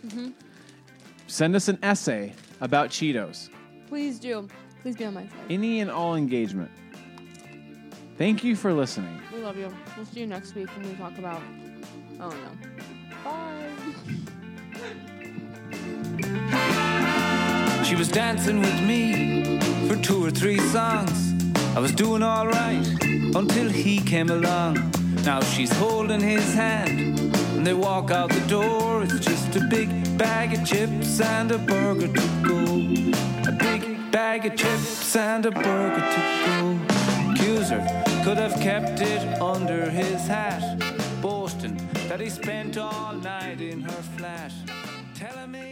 Send us an essay about Cheetos.
Please do. Please be on my side.
Any and all engagement. Thank you for listening.
We love you. We'll see you next week when we talk about. Oh no. Bye.
She was dancing with me for two or three songs. I was doing alright until he came along. Now she's holding his hand and they walk out the door. It's just a big bag of chips and a burger to go. A big bag of chips and a burger to go. Accuser could have kept it under his hat, boasting that he spent all night in her flat. Telling me.